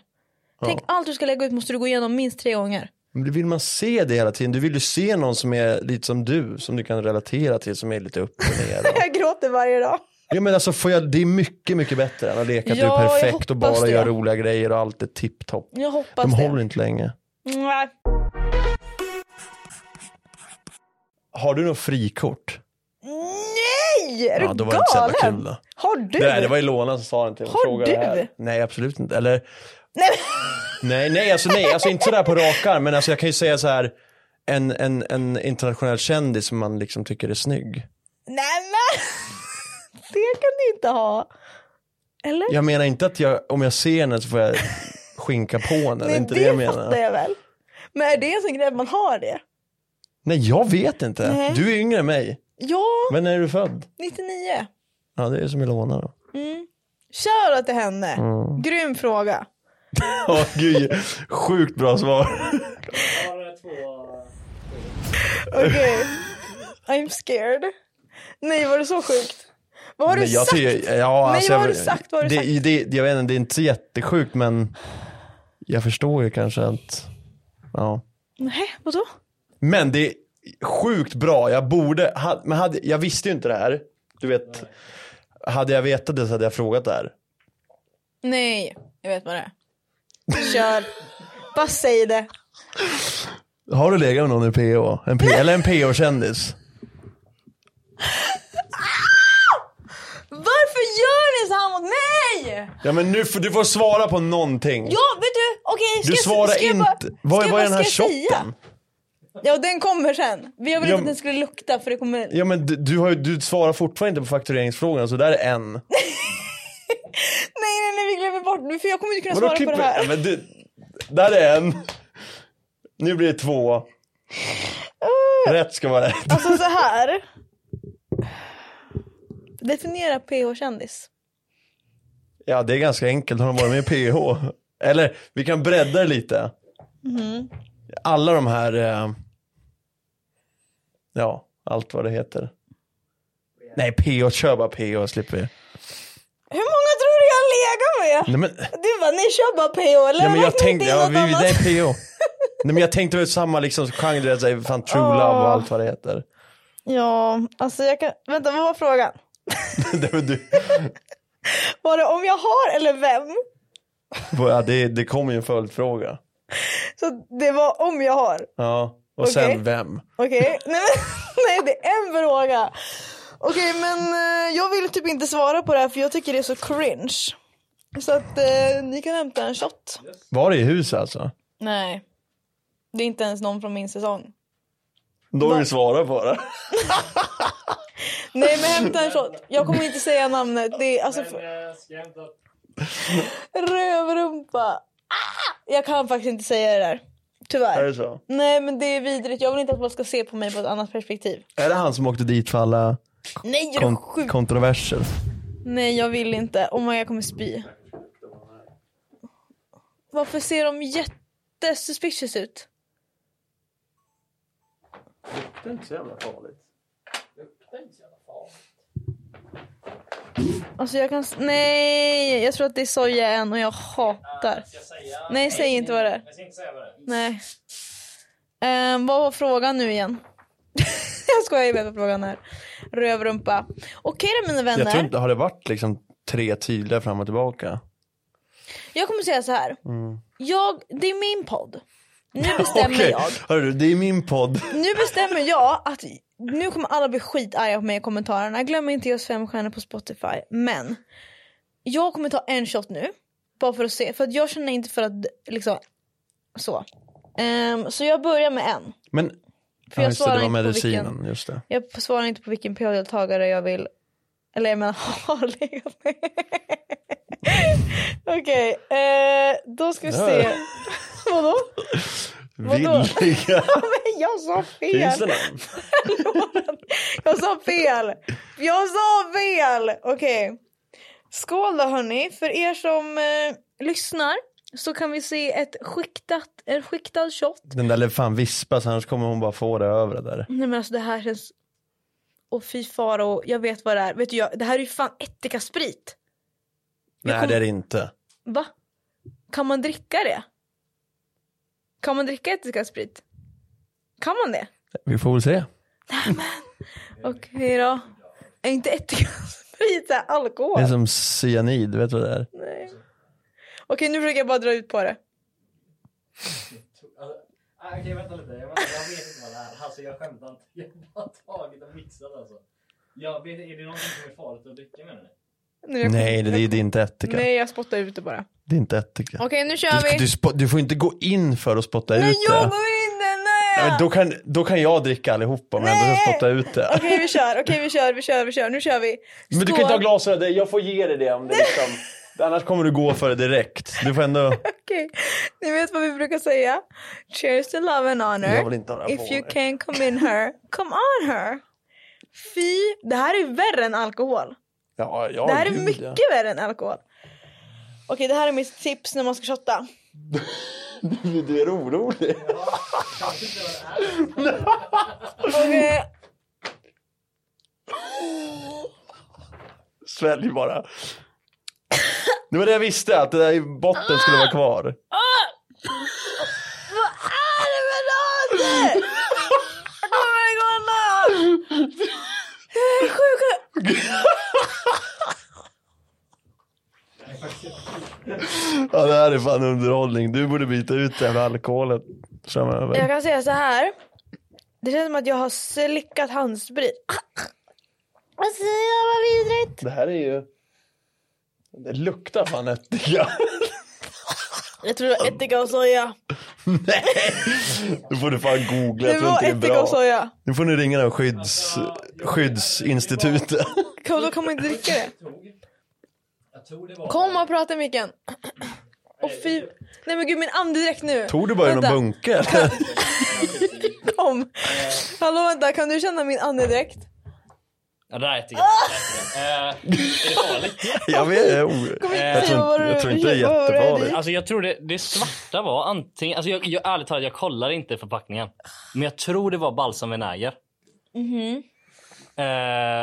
Speaker 1: Tänk allt du ska lägga ut måste du gå igenom minst tre gånger.
Speaker 2: men vill man se det hela tiden? Du vill ju se någon som är lite som du, som du kan relatera till, som är lite upp och ner.
Speaker 1: *laughs* Jag gråter varje dag.
Speaker 2: Ja, men alltså, får jag, det är mycket, mycket bättre än att leka att
Speaker 1: Ja,
Speaker 2: du är
Speaker 1: jag
Speaker 2: perfekt och bara
Speaker 1: hoppas det.
Speaker 2: gör roliga grejer och allt är tipptopp.
Speaker 1: Jag hoppas
Speaker 2: De
Speaker 1: det.
Speaker 2: håller inte länge.
Speaker 1: Mwah.
Speaker 2: Har du något frikort?
Speaker 1: Nej! Är
Speaker 2: Ja,
Speaker 1: du
Speaker 2: då var det inte så jävla
Speaker 1: galen?
Speaker 2: kul då.
Speaker 1: Har du?
Speaker 2: Nej, det var Ilona som sa den till mig.
Speaker 1: Har
Speaker 2: Fråga det här.
Speaker 1: du?
Speaker 2: Nej, absolut inte. Eller? Nej, nej, alltså nej, alltså inte sådär på rak arm, men alltså jag kan ju säga så här en, en, en internationell kändis som man liksom tycker är snygg.
Speaker 1: Nej men! *laughs* Det kan du inte ha. Eller?
Speaker 2: Jag menar inte att jag, om jag ser henne så får jag skinka på henne, det är
Speaker 1: Nej,
Speaker 2: inte det jag menar.
Speaker 1: fattar jag väl. Men är det en sån grej att man har det?
Speaker 2: Nej, jag vet inte.
Speaker 1: Nej.
Speaker 2: Du är yngre än mig.
Speaker 1: Ja,
Speaker 2: När är du född?
Speaker 1: 99.
Speaker 2: Ja, det är som
Speaker 1: *laughs*
Speaker 2: Ilona då.
Speaker 1: Shoutout till henne.
Speaker 2: Mm.
Speaker 1: Grym fråga.
Speaker 2: Ja, gud, sjukt bra svar.
Speaker 1: Okej. *laughs* I'm scared. Nej var det så sjukt? Vad har
Speaker 2: Men
Speaker 1: du
Speaker 2: jag
Speaker 1: sagt?
Speaker 2: tycker- ja,
Speaker 1: Nej,
Speaker 2: alltså,
Speaker 1: vad har
Speaker 2: jag-
Speaker 1: du sagt? Vad har du
Speaker 2: det,
Speaker 1: sagt?
Speaker 2: Det, jag vet inte, det är inte så jättesjukt men jag förstår ju kanske att, ja.
Speaker 1: Nej, vadå?
Speaker 2: Men det är sjukt bra, jag borde, ha, men hade, jag visste ju inte det här. Du vet, hade jag vetat det så hade jag frågat det här.
Speaker 1: Nej, jag vet vad det är. Kör. Bara säg det.
Speaker 2: Har du legat med någon i PH? En P- eller en PH-kändis?
Speaker 1: Varför gör ni så här mot mig?
Speaker 2: Ja men nu får du får svara på någonting.
Speaker 1: Ja, vet du, okej. ska
Speaker 2: du
Speaker 1: jag-
Speaker 2: svarar
Speaker 1: ska jag
Speaker 2: inte.
Speaker 1: bara- ska
Speaker 2: vad
Speaker 1: jag
Speaker 2: vad är den
Speaker 1: bara-
Speaker 2: här
Speaker 1: ska jag säga?
Speaker 2: shoppen?
Speaker 1: Ja, den kommer sen. Vi har väl
Speaker 2: Ja,
Speaker 1: inte att den skulle lukta för det kommer...
Speaker 2: Ja men du, du, har, ju- du svarar fortfarande inte på faktureringsfrågan så där är en.
Speaker 1: Nej, nej, nej, vi glömmer bort det, för jag kommer inte kunna
Speaker 2: Vadå
Speaker 1: svara
Speaker 2: klipper-
Speaker 1: på det här.
Speaker 2: Ja, men du, där är en. Nu blir det två. Rätt ska vara rätt.
Speaker 1: Alltså så här. Definiera PH-kändis.
Speaker 2: Ja, det är ganska enkelt. Har de varit med i PH? Eller, vi kan bredda det lite.
Speaker 1: Mm-hmm.
Speaker 2: Alla de här, eh, ja, allt vad det heter. Nej, PH, kör bara PH, slipper vi.
Speaker 1: Hur många tror du jag legat med?
Speaker 2: Nej men,
Speaker 1: Du bara, ni kör bara PH eller?
Speaker 2: nej, men jag
Speaker 1: Räkna
Speaker 2: tänkte,
Speaker 1: in
Speaker 2: ja,
Speaker 1: något
Speaker 2: vi, vi-
Speaker 1: annat.
Speaker 2: nej PH. Nej men jag tänkte väl samma liksom genre, du vet, så här, fan true love och allt vad det heter. *laughs*
Speaker 1: Ja, alltså jag kan... Vänta, vad var frågan?
Speaker 2: Nej, men du,
Speaker 1: Var det om jag har eller vem?
Speaker 2: ja, det, det kommer ju en följdfråga.
Speaker 1: Så det var om jag har.
Speaker 2: Ja, och
Speaker 1: Okej.
Speaker 2: sen vem?
Speaker 1: Okej, *laughs* nej, men, nej det är en fråga. Okej men eh, jag vill typ inte svara på det här för jag tycker det är så cringe. Så att eh, ni kan hämta en shot.
Speaker 2: Var det i hus alltså?
Speaker 1: Nej. Det är inte ens någon från min säsong.
Speaker 2: Då har du svarat på det.
Speaker 1: Nej men hämta en shot. Jag kommer inte säga *laughs* namnet. Det är alltså... För... Rövrumpa. Ah! Jag kan faktiskt inte säga det där. Tyvärr.
Speaker 2: Är det så?
Speaker 1: Nej men det är vidrigt. Jag vill inte att man ska se på mig på ett annat perspektiv.
Speaker 2: Är det han som åkte dit för alla
Speaker 1: Nej är du
Speaker 2: kon-
Speaker 1: sjuk?
Speaker 2: kontroverser?
Speaker 1: Nej jag vill inte. Oh my god jag kommer spy. Varför ser de jättesuspicious ut?
Speaker 2: Det är inte så jävla farligt.
Speaker 1: Alltså jag kan... s- Nej, jag tror att det är soja än och jag hatar. Nej, säg inte vad det är. Nej. Ehm, vad var frågan nu igen? *laughs* jag skojar, jag vet vad frågan är. Rövrumpa. Okej då mina vänner.
Speaker 2: Jag
Speaker 1: Jag,
Speaker 2: tror inte, har det varit liksom tre tydliga fram och tillbaka?
Speaker 1: kommer säga så här. Jag, det är min podd.
Speaker 2: *laughs*
Speaker 1: Nu bestämmer
Speaker 2: Mm. Okej,
Speaker 1: jag.
Speaker 2: hörru det är min podd.
Speaker 1: Nu bestämmer jag att nu kommer alla bli skitarga på mig i kommentarerna. Glöm inte att ge oss fem stjärnor på Spotify. Men jag kommer ta en shot nu. Bara för att se. För att jag känner inte för att liksom så. Ehm, så jag börjar med en.
Speaker 2: Men,
Speaker 1: För
Speaker 2: ja,
Speaker 1: jag
Speaker 2: just det,
Speaker 1: svarar
Speaker 2: det var
Speaker 1: inte på
Speaker 2: medicinen,
Speaker 1: vilken.
Speaker 2: just det.
Speaker 1: Jag svarar inte på vilken PH-deltagare jag vill. Eller jag menar *laughs* har legat med. Okej, eh, då ska vi se. *laughs*
Speaker 2: Ja.
Speaker 1: Vadå? *laughs* Vadå?
Speaker 2: Villiga.
Speaker 1: Men jag sa fel.
Speaker 2: Finns det någon?
Speaker 1: Jag sa fel! Jag sa fel! Okej. Skål då hörni. För er som eh, lyssnar så kan vi se ett skiktat, en skiktad shot.
Speaker 2: Den där lär fan vispas annars kommer hon bara få det över det där.
Speaker 1: Nej men alltså det här känns... Och fy faro, jag vet vad det är. Vet du, jag, det här är ju fan ättikasprit.
Speaker 2: Nej det är det inte.
Speaker 1: Va? Kan man dricka det? Kan man dricka ättikasprit? Kan man det?
Speaker 2: Vi får väl se.
Speaker 1: Okej då. Är inte *laughs* ättikasprit det är alkohol?
Speaker 2: Det är som cyanid, vet du vad det är?
Speaker 1: Nej. Okej nu försöker jag bara dra ut på det.
Speaker 4: Ah, Okej vänta lite, jag, vänta, jag vet inte vad det är. Alltså jag skämtar inte. Jag har bara tagit och mixat alltså. Jag vet, är det någonting som är farligt att dricka menar ni?
Speaker 1: Nu jag-
Speaker 2: Nej det, det, det är inte ättika.
Speaker 1: Nej jag spottar ut det bara.
Speaker 2: Det är inte ättika.
Speaker 1: Okej nu
Speaker 2: Du,
Speaker 1: kör
Speaker 2: ska-
Speaker 1: vi.
Speaker 2: du, spo- du får inte gå in för att spotta
Speaker 1: Men
Speaker 2: ut
Speaker 1: jag
Speaker 2: det.
Speaker 1: går in den
Speaker 2: Nej, men
Speaker 1: nej!
Speaker 2: då, kan, då kan jag dricka allihopa men ändå ska jag spotta ut det.
Speaker 1: Okej vi kör, okej vi kör, vi kör, vi kör, nu kör vi.
Speaker 2: Men du kan inte ha
Speaker 1: Skål.
Speaker 2: glasögon, det- jag får ge dig det om det liksom. Annars kommer du gå för det direkt. Du får ändå...
Speaker 1: Okej, ni vet vad vi brukar säga. Cheers to love and honor.
Speaker 2: Jag vill inte ha det här
Speaker 1: If
Speaker 2: på
Speaker 1: you
Speaker 2: mig.
Speaker 1: can come in her, come on her. Fy, det här är värre än alkohol.
Speaker 2: Ja, ja,
Speaker 1: Det här är
Speaker 2: gud,
Speaker 1: mycket
Speaker 2: ja.
Speaker 1: värre än alkohol. Okej det här är mitt tips när man ska shotta.
Speaker 2: Du är orolig.
Speaker 1: Okej,
Speaker 2: Svälj bara. Det var det jag visste, att det där i botten skulle vara kvar.
Speaker 1: vad är det med
Speaker 2: *laughs*
Speaker 1: rasen? Jag kommer gå ner! Jag är sjuk!
Speaker 2: Ja, det här är fan underhållning. Du borde byta ut den här alkoholen
Speaker 1: Jag
Speaker 2: framöver.
Speaker 1: kan säga så här. Det känns som att jag har slickat handsprit. Alltså vad vidrigt.
Speaker 2: Det här är ju... Det luktar fan ättika.
Speaker 1: Jag tror det var ättika och soja.
Speaker 2: *laughs* Nej! Nu får du fan googla, jag
Speaker 1: Det
Speaker 2: tror
Speaker 1: var
Speaker 2: inte det är
Speaker 1: ättika
Speaker 2: bra.
Speaker 1: och soja.
Speaker 2: Nu får ni ringa den här skydds, skyddsinstitutet.
Speaker 1: Kom, då kan man inte dricka det.
Speaker 4: Jag tror det var...
Speaker 1: Kom och prata i micken. Och fy. Nej men gud min andedräkt nu.
Speaker 2: Tog du bara i någon
Speaker 1: Vänta.
Speaker 2: bunke?
Speaker 1: Kom. Hallå vänta kan du känna min andedräkt?
Speaker 4: Ja det där är ättika. Det där är ättika. Eh, är det farligt?
Speaker 2: *laughs* Jag vet jo. tror inte-
Speaker 4: Jag
Speaker 2: jag tror inte det är jättefarligt.
Speaker 4: Alltså jag tror det, det svarta var antingen... Alltså jag, jag, ärligt talat jag kollar inte förpackningen. Men jag tror det var balsam vinäger.
Speaker 1: Mm-hmm.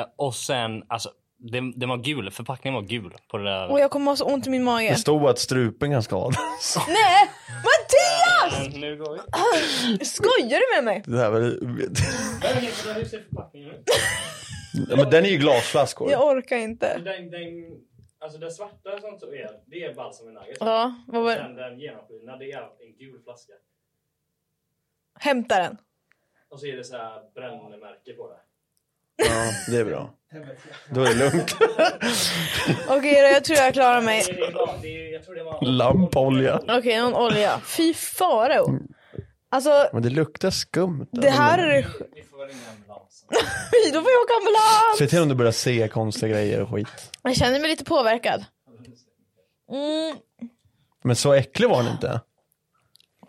Speaker 4: Eh, och sen alltså... Det, det var gul, förpackningen var gul på det där.
Speaker 1: Och jag kommer ha så ont i min
Speaker 2: Det
Speaker 1: mage.
Speaker 2: stod att strupen kan skadas.
Speaker 1: Nej! Mattias!
Speaker 4: Men Mm, nu går vi.
Speaker 1: Skojar du med mig?
Speaker 2: Det här var... ja, men den är ju glasflaskor.
Speaker 1: Jag orkar inte.
Speaker 4: Den, den, alltså det svarta som så är, det är balsam i nugget.
Speaker 1: Ja, vad var det?
Speaker 4: Den, den genomskinliga, det är en gul flaska.
Speaker 1: Hämta den.
Speaker 4: Och så är det så här brännmärke på det.
Speaker 2: Ja, det är bra. Då är det lugnt.
Speaker 1: Okej då, jag tror jag klarar mig.
Speaker 4: Det är bara, det är, jag tror det var...
Speaker 2: Lampolja.
Speaker 1: Okej, någon olja. Fy farao.
Speaker 2: Mm.
Speaker 1: Alltså,
Speaker 2: Men det luktar skumt.
Speaker 1: det här är det sj-
Speaker 4: Vi får väl ringa
Speaker 2: *laughs*
Speaker 4: ambulansen.
Speaker 1: Fy, Då får jag åka ambulans!
Speaker 2: Se till om du börjar se konstiga grejer och skit.
Speaker 1: Jag känner mig lite påverkad. Mm.
Speaker 2: Men så äcklig var den inte.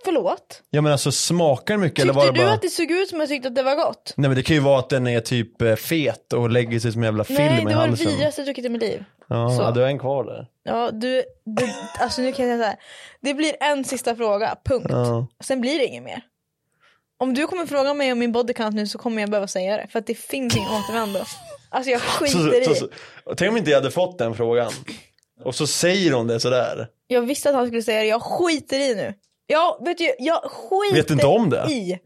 Speaker 1: Förlåt?
Speaker 2: Ja men alltså smakar den mycket eller var
Speaker 1: Tyckte
Speaker 2: det
Speaker 1: du
Speaker 2: bara...
Speaker 1: att det såg ut som jag tyckte att det var gott?
Speaker 2: Nej men det kan ju vara att den är typ eh, fet och lägger sig som en jävla film
Speaker 1: Nej,
Speaker 2: i
Speaker 1: det var det
Speaker 2: halsen.
Speaker 1: vidrigaste jag druckit i mitt liv.
Speaker 2: ja,
Speaker 1: Så.
Speaker 2: ja, du har en kvar där.
Speaker 1: Ja, du, du, alltså nu kan jag säga så här. Det blir en sista fråga, punkt.
Speaker 2: Ja.
Speaker 1: Sen blir det inget mer. Om du kommer fråga mig om min body count nu så kommer jag behöva säga det. För att det finns ingen återvändo. Alltså jag skiter
Speaker 2: Så, så,
Speaker 1: i.
Speaker 2: så, tänk om inte jag hade fått den frågan. Och så säger hon det sådär.
Speaker 1: Jag visste att han skulle säga det, jag skiter i nu. Ja, vet du, jag skiter
Speaker 2: Vet inte om det.
Speaker 1: i.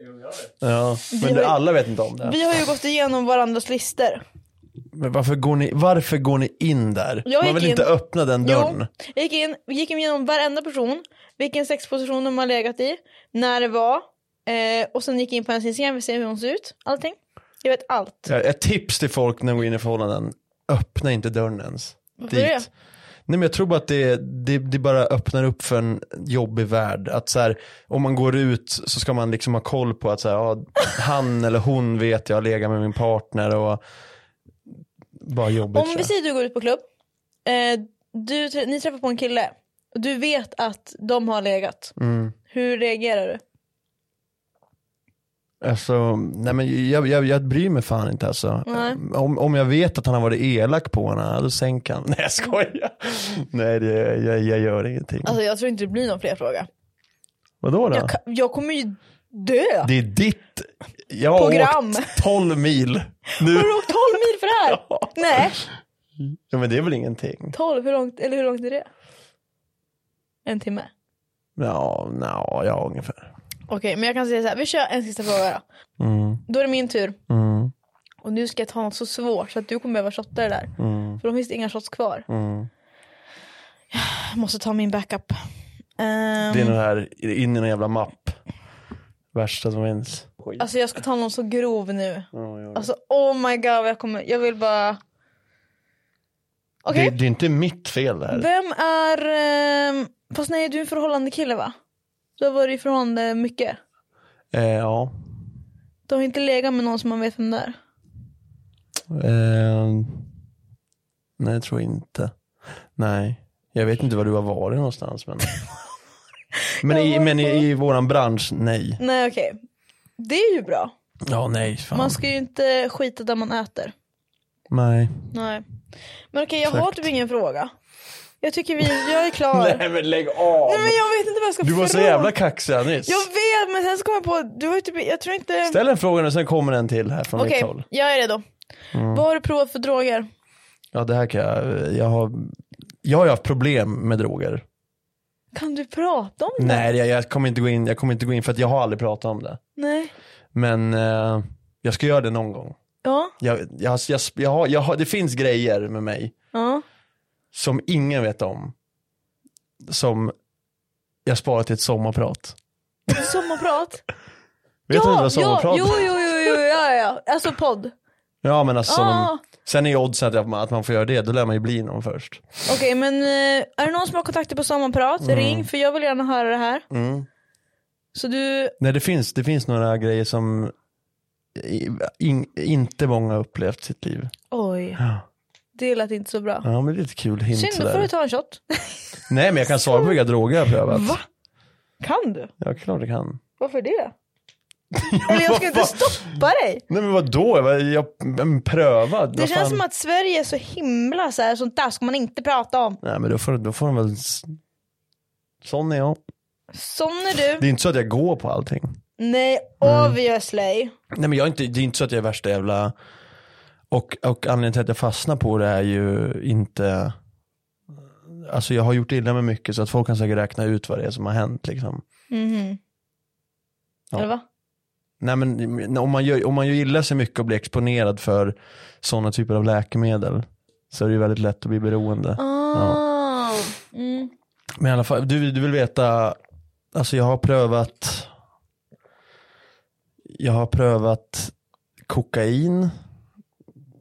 Speaker 2: Ja,
Speaker 1: har
Speaker 2: men
Speaker 1: ju-
Speaker 2: det, alla vet inte om det.
Speaker 1: Vi har ju gått igenom varandras listor.
Speaker 2: Men varför går ni, varför går ni in där?
Speaker 1: Jag
Speaker 2: Man
Speaker 1: gick
Speaker 2: vill
Speaker 1: in-
Speaker 2: inte öppna den dörren.
Speaker 1: Jo, jag gick, in, vi gick igenom varenda person, vilken sexposition de har legat i, när det var eh, och sen gick jag in på hennes Instagram för att se hur hon ser ut, allting. Jag vet allt.
Speaker 2: Ja, Ett tips till folk när de går in i förhållanden, öppna inte dörren ens.
Speaker 1: Varför det?
Speaker 2: Nej men jag tror bara att det, det, det bara öppnar upp för en jobbig värld. Att så här, om man går ut så ska man liksom ha koll på att så här, ja, han eller hon vet jag har legat med min partner och bara jobbigt.
Speaker 1: Om vi säger att du går ut på klubb, eh, du, trä- ni träffar på en kille, och du vet att de har legat.
Speaker 2: mm.
Speaker 1: Hur reagerar du?
Speaker 2: Alltså, nej men jag, jag, jag bryr mig fan inte alltså.
Speaker 1: Nej.
Speaker 2: Om, om jag vet att han har varit elak på henne, då sänker han. *laughs* Nej jag skojar. Nej det, jag, jag gör ingenting.
Speaker 1: Alltså jag tror inte det blir någon fler fråga.
Speaker 2: Vadå då?
Speaker 1: Jag, ka- jag kommer ju dö!
Speaker 2: Det är ditt. Jag har
Speaker 1: Program.
Speaker 2: åkt 12 mil. Nu.
Speaker 1: Har du åkt 12 mil för det här?
Speaker 2: Ja.
Speaker 1: Nej,
Speaker 2: Ja men det är väl ingenting.
Speaker 1: 12, hur långt, eller hur långt är det? En timme?
Speaker 2: Ja, no, ja ungefär.
Speaker 1: Okej, men jag kan säga så här, vi kör en sista fråga då.
Speaker 2: Mm,
Speaker 1: Då är det min tur.
Speaker 2: mm,
Speaker 1: Och nu ska jag ta något så svårt så att du kommer behöva shotta det där.
Speaker 2: mm,
Speaker 1: För då finns det inga shots kvar.
Speaker 2: mm.
Speaker 1: Jag måste ta min backup.
Speaker 2: Det är
Speaker 1: Um,
Speaker 2: den här, in i någon jävla mapp. Värsta som finns.
Speaker 1: alltså jag ska ta någon så grov nu.
Speaker 2: Ja, ja.
Speaker 1: Alltså oh my god, jag kommer, jag vill bara... Okej,
Speaker 2: Det, det är inte mitt fel det här.
Speaker 1: vem är... ehm, Fast nej, du är en förhållande kille va? Du har varit i förhållande mycket.
Speaker 2: Eh, ja.
Speaker 1: Du har inte legat med någon som man vet vem det är.
Speaker 2: Eh, nej, jag tror inte. Nej, jag vet inte var du har varit
Speaker 1: *laughs*
Speaker 2: någonstans. Men, men, i, men i, i våran bransch, nej.
Speaker 1: Nej okej. Det är ju bra.
Speaker 2: Ja, nej, fan.
Speaker 1: Man ska ju inte skita där man äter.
Speaker 2: Nej.
Speaker 1: Nej. Men okej, jag har
Speaker 2: Exakt.
Speaker 1: typ ingen fråga. Jag tycker vi, jag är klar.
Speaker 2: *laughs*
Speaker 1: Nej.
Speaker 2: men lägg av.
Speaker 1: men jag vet inte vad jag ska
Speaker 2: Du var så
Speaker 1: fråga.
Speaker 2: jävla kaxig nyss.
Speaker 1: Jag vet, men sen så kom jag på, du har ju typ, jag tror inte...
Speaker 2: Ställ en fråga och sen kommer en till här från
Speaker 1: Okej,
Speaker 2: mitt håll.
Speaker 1: jag är redo.
Speaker 2: Mm.
Speaker 1: Vad har du provat för droger?
Speaker 2: Ja, det här kan jag, jag har, jag har ju haft problem med droger.
Speaker 1: Mm. Kan du prata om det?
Speaker 2: Nej, jag, jag kommer inte gå in, jag kommer inte gå in för att jag har aldrig pratat om det.
Speaker 1: Nej.
Speaker 2: Men eh, jag ska göra det någon gång.
Speaker 1: Ja.
Speaker 2: Jag, jag, jag, jag, har- jag, har- det finns grejer med mig
Speaker 1: ja.
Speaker 2: som ingen vet om. Som jag sparat till ett sommarprat.
Speaker 1: Sommarprat?
Speaker 2: Vet du inte
Speaker 1: ja,
Speaker 2: vad sommarprat
Speaker 1: Jo, jo, jo, jo, ja, ja. Alltså podd.
Speaker 2: Ja men alltså,
Speaker 1: Ah.
Speaker 2: sen är ju oddsen att, jag- att man får göra det, då lär man ju bli någon först.
Speaker 1: Okej, men eh, är det någon som har kontakter på sommarprat? Ring, för jag vill gärna höra det här.
Speaker 2: Mm.
Speaker 1: Så du,
Speaker 2: Nej det finns, det finns några grejer som i- in, inte många har upplevt sitt liv.
Speaker 1: oj. Det lät inte så bra.
Speaker 2: Ja men det är ett kul hint
Speaker 1: Synd, då får
Speaker 2: sådär.
Speaker 1: du ta en shot.
Speaker 2: Nej men jag kan svara på vilka droger jag har prövat.
Speaker 1: Va? Kan du?
Speaker 2: Ja klart jag kan.
Speaker 1: Varför
Speaker 2: *laughs*
Speaker 1: det? Eller jag ska inte stoppa dig.
Speaker 2: Nej men vadå, jag, var- jag men prövad.
Speaker 1: Det
Speaker 2: vad
Speaker 1: känns
Speaker 2: fan?
Speaker 1: som att Sverige är så himla så här, sånt där ska man inte prata om.
Speaker 2: Nej men då får, då får de väl, s- sån är jag.
Speaker 1: Sån är du.
Speaker 2: Det Mm. är inte så att jag går på allting.
Speaker 1: Nej, obviously.
Speaker 2: Nej men jag är inte, det är inte så att jag är värsta jävla, och, och anledningen till att jag fastnar på det är ju inte, alltså jag har gjort illa med mycket så att folk kan säkert räkna ut vad det är som har hänt liksom.
Speaker 1: Mhm.
Speaker 2: Ja.
Speaker 1: Eller va?
Speaker 2: Nej men om man, gör, om man gör illa sig mycket och blir exponerad för sådana typer av läkemedel så är det ju väldigt lätt att bli beroende.
Speaker 1: Ah. Mm.
Speaker 2: Men i alla fall, du, du vill veta, alltså jag har prövat, jag har prövat kokain,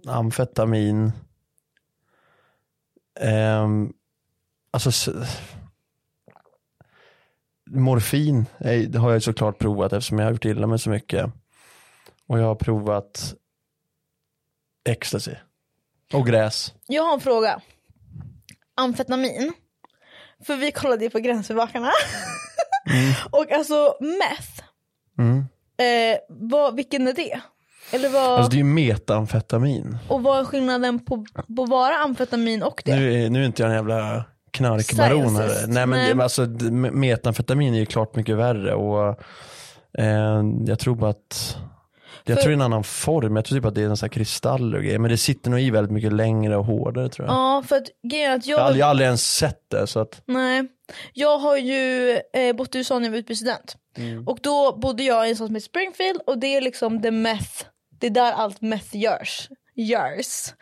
Speaker 2: amfetamin, ehm, alltså s- morfin eh, det har jag såklart provat eftersom jag har gjort illa mig så mycket. Och jag har provat ecstasy och gräs.
Speaker 1: Jag har en fråga. Amfetamin. För vi kollade ju på Gränsbevakarna.
Speaker 2: Mm.
Speaker 1: *laughs* Och alltså meth, eh, vad, vilken är det? Eller vad,
Speaker 2: Alltså det är ju metamfetamin.
Speaker 1: och vad är skillnaden på, på bara amfetamin och det?
Speaker 2: Nu, är- nu är inte jag en jävla knarkbaron
Speaker 1: Scientist.
Speaker 2: här. Nej men
Speaker 1: Nej.
Speaker 2: det- alltså d- metamfetamin är ju klart mycket värre och eh, jag tror bara att jag
Speaker 1: För-
Speaker 2: tror det är en annan form, jag tror typ att det är en sån här kristall och grejer. Men det sitter nog i väldigt mycket längre och hårdare tror jag.
Speaker 1: Ja, för att grejen är att
Speaker 2: Jag, har
Speaker 1: jag,
Speaker 2: aldrig, jag har aldrig ens sett det så att,
Speaker 1: nej, jag har ju eh, bott i USA när jag var utbytesstudent. Och då bodde jag i en stad som heter Springfield och det är liksom the meth, det är där allt meth görs. görs.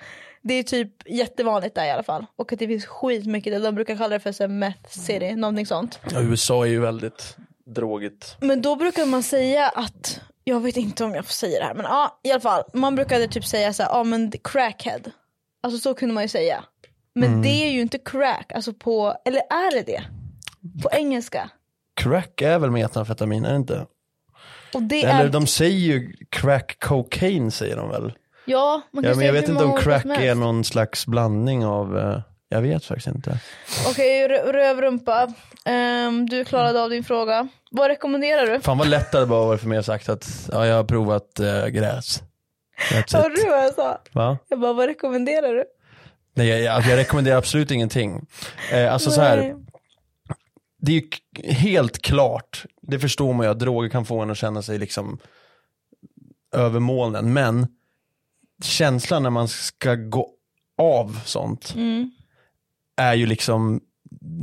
Speaker 1: Det är typ jättevanligt där i alla fall. Och att det finns skitmycket där. De brukar kalla det för så här, meth city, någonting sånt.
Speaker 2: ja, USA är ju väldigt drogigt.
Speaker 1: Men då brukar man säga att, jag vet inte om jag får säga det här men ja i alla fall. Man brukade typ säga så här, ja men crackhead. Alltså så kunde man ju säga. Men det är ju inte crack, alltså på, eller är det det? På engelska.
Speaker 2: Crack är väl metamfetamin, är det inte?
Speaker 1: Och det är,
Speaker 2: Eller de säger ju crack cocaine säger de väl?
Speaker 1: ja man kan
Speaker 2: Ja, men
Speaker 1: säga
Speaker 2: jag
Speaker 1: hur
Speaker 2: vet inte
Speaker 1: många
Speaker 2: om
Speaker 1: olika
Speaker 2: crack
Speaker 1: som
Speaker 2: är
Speaker 1: helst.
Speaker 2: någon slags blandning av, eh, jag vet faktiskt inte.
Speaker 1: Okej, rö- rövrumpa. Ehm, du klarade av din fråga. Vad rekommenderar du?
Speaker 2: Fan vad lätt det hade bara varit för mig att sagt att ja, jag har provat eh, gräs. That's
Speaker 1: Hörde
Speaker 2: it.
Speaker 1: du vad jag sa?
Speaker 2: Va?
Speaker 1: Jag bara, vad rekommenderar du?
Speaker 2: Nej, jag, alltså, jag, jag rekommenderar absolut ingenting. Eh, alltså så
Speaker 1: Nej.
Speaker 2: här, det är ju k- helt klart, det förstår man ju att droger kan få en att känna sig liksom över molnen, men känslan när man ska gå av sånt
Speaker 1: Mm.
Speaker 2: är ju liksom,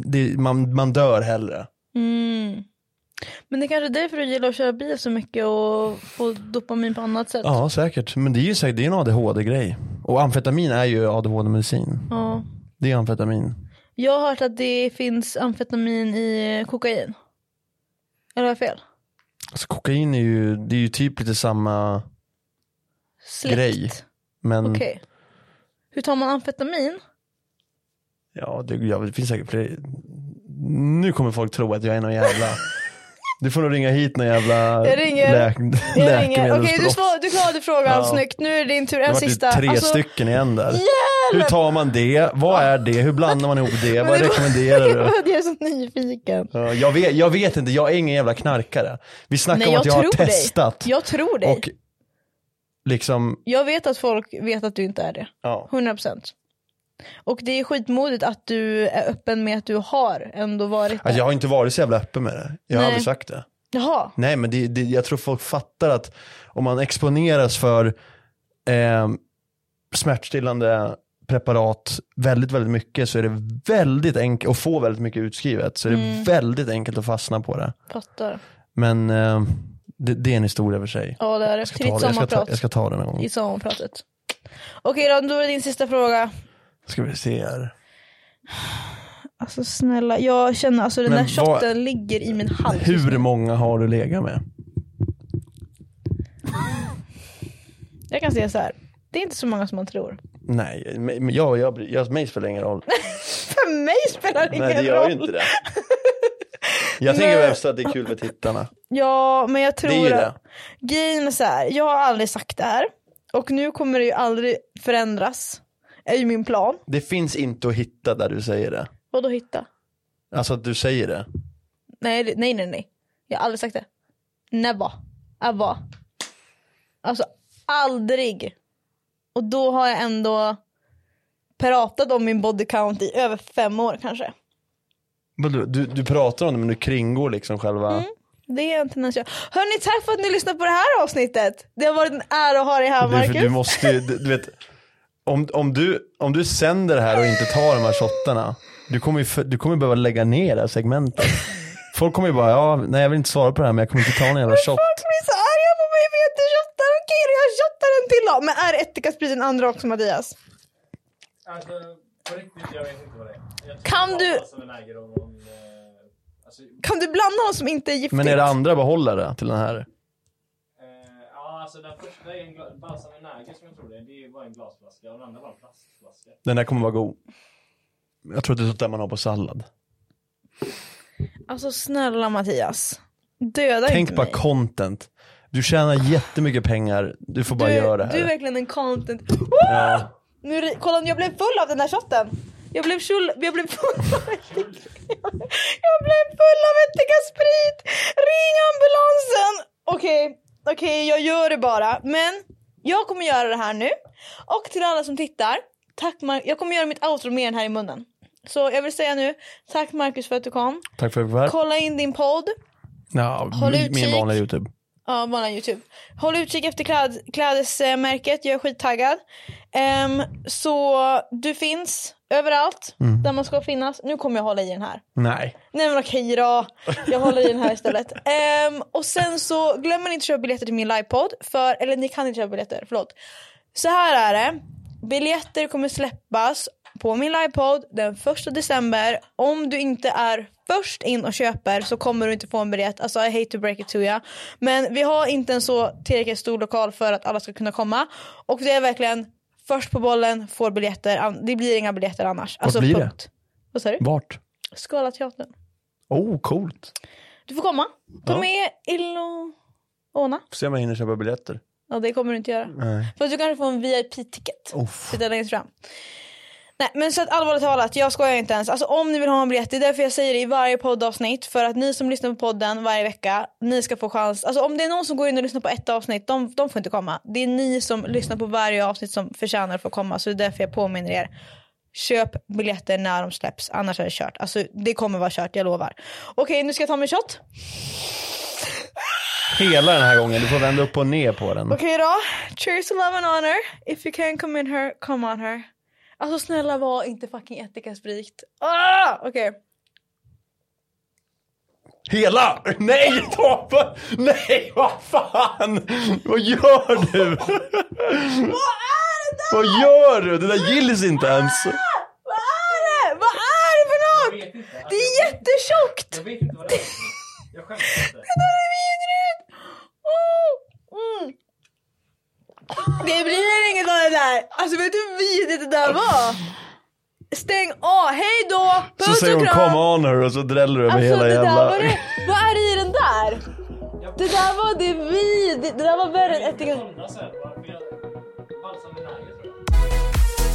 Speaker 2: det, man, man dör hellre.
Speaker 1: Mm. Men det är kanske är därför du gillar att köra bil så mycket och få dopamin på annat sätt.
Speaker 2: Ja säkert, men det är ju säkert, det är en ADHD-grej. Och amfetamin är ju ADHD-medicin.
Speaker 1: Ja.
Speaker 2: Det är amfetamin.
Speaker 1: Jag har hört att det finns amfetamin i kokain. Eller har jag fel?
Speaker 2: Alltså kokain är ju, det är ju typ lite samma,
Speaker 1: Släkt.
Speaker 2: Grej. Mm. men
Speaker 1: Okej. Hur tar man amfetamin?
Speaker 2: ja, det, ja, det finns säkert fler. Nu kommer folk tro att jag är någon jävla, du får nog ringa hit någon jävla
Speaker 1: Jag ringer. Jag
Speaker 2: läk,
Speaker 1: ringer. Okej, du,
Speaker 2: läkemedelsbrott.
Speaker 1: svar- du klarade frågan
Speaker 2: Ja.
Speaker 1: snyggt. Nu är det din tur.
Speaker 2: Det
Speaker 1: En
Speaker 2: vart ju
Speaker 1: sista.
Speaker 2: tre
Speaker 1: Alltså,
Speaker 2: stycken igen där. Hur tar man det? Vad är det? Hur blandar man ihop det?
Speaker 1: det
Speaker 2: Vad
Speaker 1: var-
Speaker 2: rekommenderar du?
Speaker 1: Jag är så nyfiken.
Speaker 2: Ja, Jag vet, jag vet inte, jag är ingen jävla knarkare. Vi snackar om att jag har
Speaker 1: dig.
Speaker 2: testat.
Speaker 1: Jag tror dig.
Speaker 2: Och liksom,
Speaker 1: Jag vet att folk vet att du inte är det.
Speaker 2: ja.
Speaker 1: 100%. Och det är skitmodigt att du är öppen med att du har ändå varit där.
Speaker 2: Alltså, jag har inte varit så jävla öppen med det. Jag har
Speaker 1: Nej.
Speaker 2: aldrig sagt det.
Speaker 1: Jaha.
Speaker 2: Nej men det, det, jag tror folk fattar att om man exponeras för eh, smärtstillande preparat väldigt, väldigt mycket så är det väldigt enkelt, och få väldigt mycket utskrivet, så är det
Speaker 1: Mm.
Speaker 2: väldigt enkelt att fastna på det.
Speaker 1: Fattar.
Speaker 2: Men eh, det, det är en historia för sig.
Speaker 1: Ja det är det.
Speaker 2: Jag ska,
Speaker 1: Till ditt
Speaker 2: ta, det- jag, ska ta,
Speaker 1: sommarprat.
Speaker 2: jag ska ta den någon gång.
Speaker 1: I sommarpratet. Okej då, då är det din sista fråga.
Speaker 2: Ska vi se här.
Speaker 1: Alltså snälla, jag känner alltså den
Speaker 2: Men
Speaker 1: där
Speaker 2: vad-
Speaker 1: shotten ligger i min hals.
Speaker 2: Hur många har du legat med?
Speaker 1: Jag kan säga så här. det är inte så många som man tror.
Speaker 2: Nej, men jag, jag, bryr- jag, mig spelar ingen roll.
Speaker 1: För mig spelar det ingen
Speaker 2: Nej det gör
Speaker 1: roll.
Speaker 2: ju inte det. Jag tänker
Speaker 1: Nej.
Speaker 2: mest att det är kul för tittarna.
Speaker 1: Ja, men jag tror
Speaker 2: Det är ju det.
Speaker 1: att- Grejen är så här, jag har aldrig sagt det här. Och nu kommer det ju aldrig förändras. Är ju min plan.
Speaker 2: Det finns inte att hitta där du säger det.
Speaker 1: Vadå hitta?
Speaker 2: Alltså att du säger det.
Speaker 1: Nej, det- nej, nej, nej. Jag har aldrig sagt det. Never. Ever. Alltså aldrig. Och då har jag ändå pratat om min body count i över fem år kanske.
Speaker 2: Du, du, du pratar om det men du kringgår liksom själva.
Speaker 1: Det är en tendens jag... Hörni, tack för att ni lyssnade på det här avsnittet. Det har varit en ära att ha dig här
Speaker 2: Det är för
Speaker 1: Marcus.
Speaker 2: du måste ju, du, du vet, om, om, du, om du sänder det här och inte tar de här shottarna, du kommer ju, för- du kommer ju behöva lägga ner det här segmentet. Folk kommer ju bara, ja, nej jag vill inte svara på det här men jag kommer inte ta någon jävla shot.
Speaker 1: Folk blir så arga på mig för att jag inte shottar. Okej då, jag shottar en till då. Men är ättikaspriten andra också Mattias?
Speaker 4: Alltså på riktigt, jag vet inte vad det är. Jag tror
Speaker 1: Kan
Speaker 4: jag
Speaker 1: du-
Speaker 4: passar med Niger om hon, eh, alltså, eh,
Speaker 1: Kan du blanda något som inte är giftigt?
Speaker 2: Men är det andra behållare till den här?
Speaker 4: ja, alltså den första är en gla- balsam med Niger som jag tror det är. Det är bara en glasflaska och den andra var en plastflaska.
Speaker 2: Den här kommer vara god. Jag tror att det är sånt där man har på sallad.
Speaker 1: Alltså snälla Mattias. Döda inte
Speaker 2: Tänk bara
Speaker 1: mig.
Speaker 2: content. Du tjänar jättemycket pengar, du får bara
Speaker 1: du,
Speaker 2: göra det här.
Speaker 1: du är verkligen en content...
Speaker 2: Ja.
Speaker 1: Nu, ri- kolla jag blev full av den här shotten. Jag blev, full, jag blev full av *laughs* ättika- Jag blev full av ättika sprit. Ring ambulansen. Okej, okej jag gör det bara. Men jag kommer göra det här nu. Och till alla som tittar. Tack Mar- jag kommer göra mitt outro med den här i munnen. Så jag vill säga nu, tack Marcus för att du kom.
Speaker 2: Tack för att jag fick vara
Speaker 1: Kolla in din podd.
Speaker 2: här. Ja,
Speaker 1: Håll
Speaker 2: min-
Speaker 1: utkik.
Speaker 2: min vanliga YouTube.
Speaker 1: Ja, bara Youtube. Håll utkik efter kläd, klädesmärket, jag är skittaggad. Ehm, så du finns överallt där man ska finnas. Nu kommer jag hålla i den här.
Speaker 2: Nej.
Speaker 1: Nej men okej då, jag håller i den här
Speaker 2: *laughs*
Speaker 1: istället. Ehm, och sen så glömmer ni inte att köpa biljetter till min livepodd, för, eller ni kan inte köpa biljetter, förlåt. Så här är det, biljetter kommer släppas på min livepodd den 1 december. Om du inte är först in och köper så kommer du inte få en biljett, alltså I hate to break it to you. Men vi har inte en så tillräckligt stor lokal för att alla ska kunna komma. Och det är verkligen först på bollen får biljetter, an- det blir inga biljetter annars. Vart
Speaker 2: blir det?
Speaker 1: Vad sa du?
Speaker 2: Vart?
Speaker 1: Skala teatern.
Speaker 2: Oh, coolt.
Speaker 1: Du får komma. Ta
Speaker 2: Ja.
Speaker 1: med Ilona.
Speaker 2: Får se om jag hinner köpa biljetter.
Speaker 1: Ja, det kommer du inte göra.
Speaker 2: Nej.
Speaker 1: För du kanske får en VIP-ticket.
Speaker 2: Uff.
Speaker 1: Sitta längst fram. Nej men så att allvarligt talat, jag skojar inte ens. Alltså om ni vill ha en biljett, det är därför jag säger det i varje poddavsnitt. För att ni som lyssnar på podden varje vecka, ni ska få chans. Alltså om det är någon som går in och lyssnar på ett avsnitt, de, de får inte komma. Det är ni som lyssnar på varje avsnitt som förtjänar att få komma. Så det är därför jag påminner er. Köp biljetter när de släpps, annars är det kört. Alltså det kommer vara kört, jag lovar. Okej, nu ska jag ta min shot.
Speaker 2: Hela den här gången, du får vända upp och ner på den.
Speaker 1: Okej då. Cheers to love and honor. If you can come in her, come on her. Alltså snälla var inte fucking ättikasprit. Ah! Okej.
Speaker 2: Hela! Nej, Tobbe! Nej, vad fan! Vad gör du?
Speaker 1: Vad är det där?
Speaker 2: Vad gör du? Det där gills inte ens.
Speaker 1: Vad är det? Vad är det för något?
Speaker 4: Jag vet inte.
Speaker 1: Det är jättetjockt!
Speaker 4: Jag vet inte vad det är. Jag skämtar inte.
Speaker 1: *laughs* Det är vidrigt! Oh! Mm. Det blir inget av det där. Alltså vet du hur vidrigt det där var? Stäng av. Hej då!
Speaker 2: Så
Speaker 1: Puss
Speaker 2: säger
Speaker 1: och
Speaker 2: hon
Speaker 1: kram!
Speaker 2: come on her och så dräller du över
Speaker 1: Alltså
Speaker 2: hela
Speaker 1: det
Speaker 2: jävla...
Speaker 1: där var det, vad är det i den där? Det där var det vi, det, det där var värre än ättikan.
Speaker 4: Andra sen, varför jag valsar med Naje tror jag.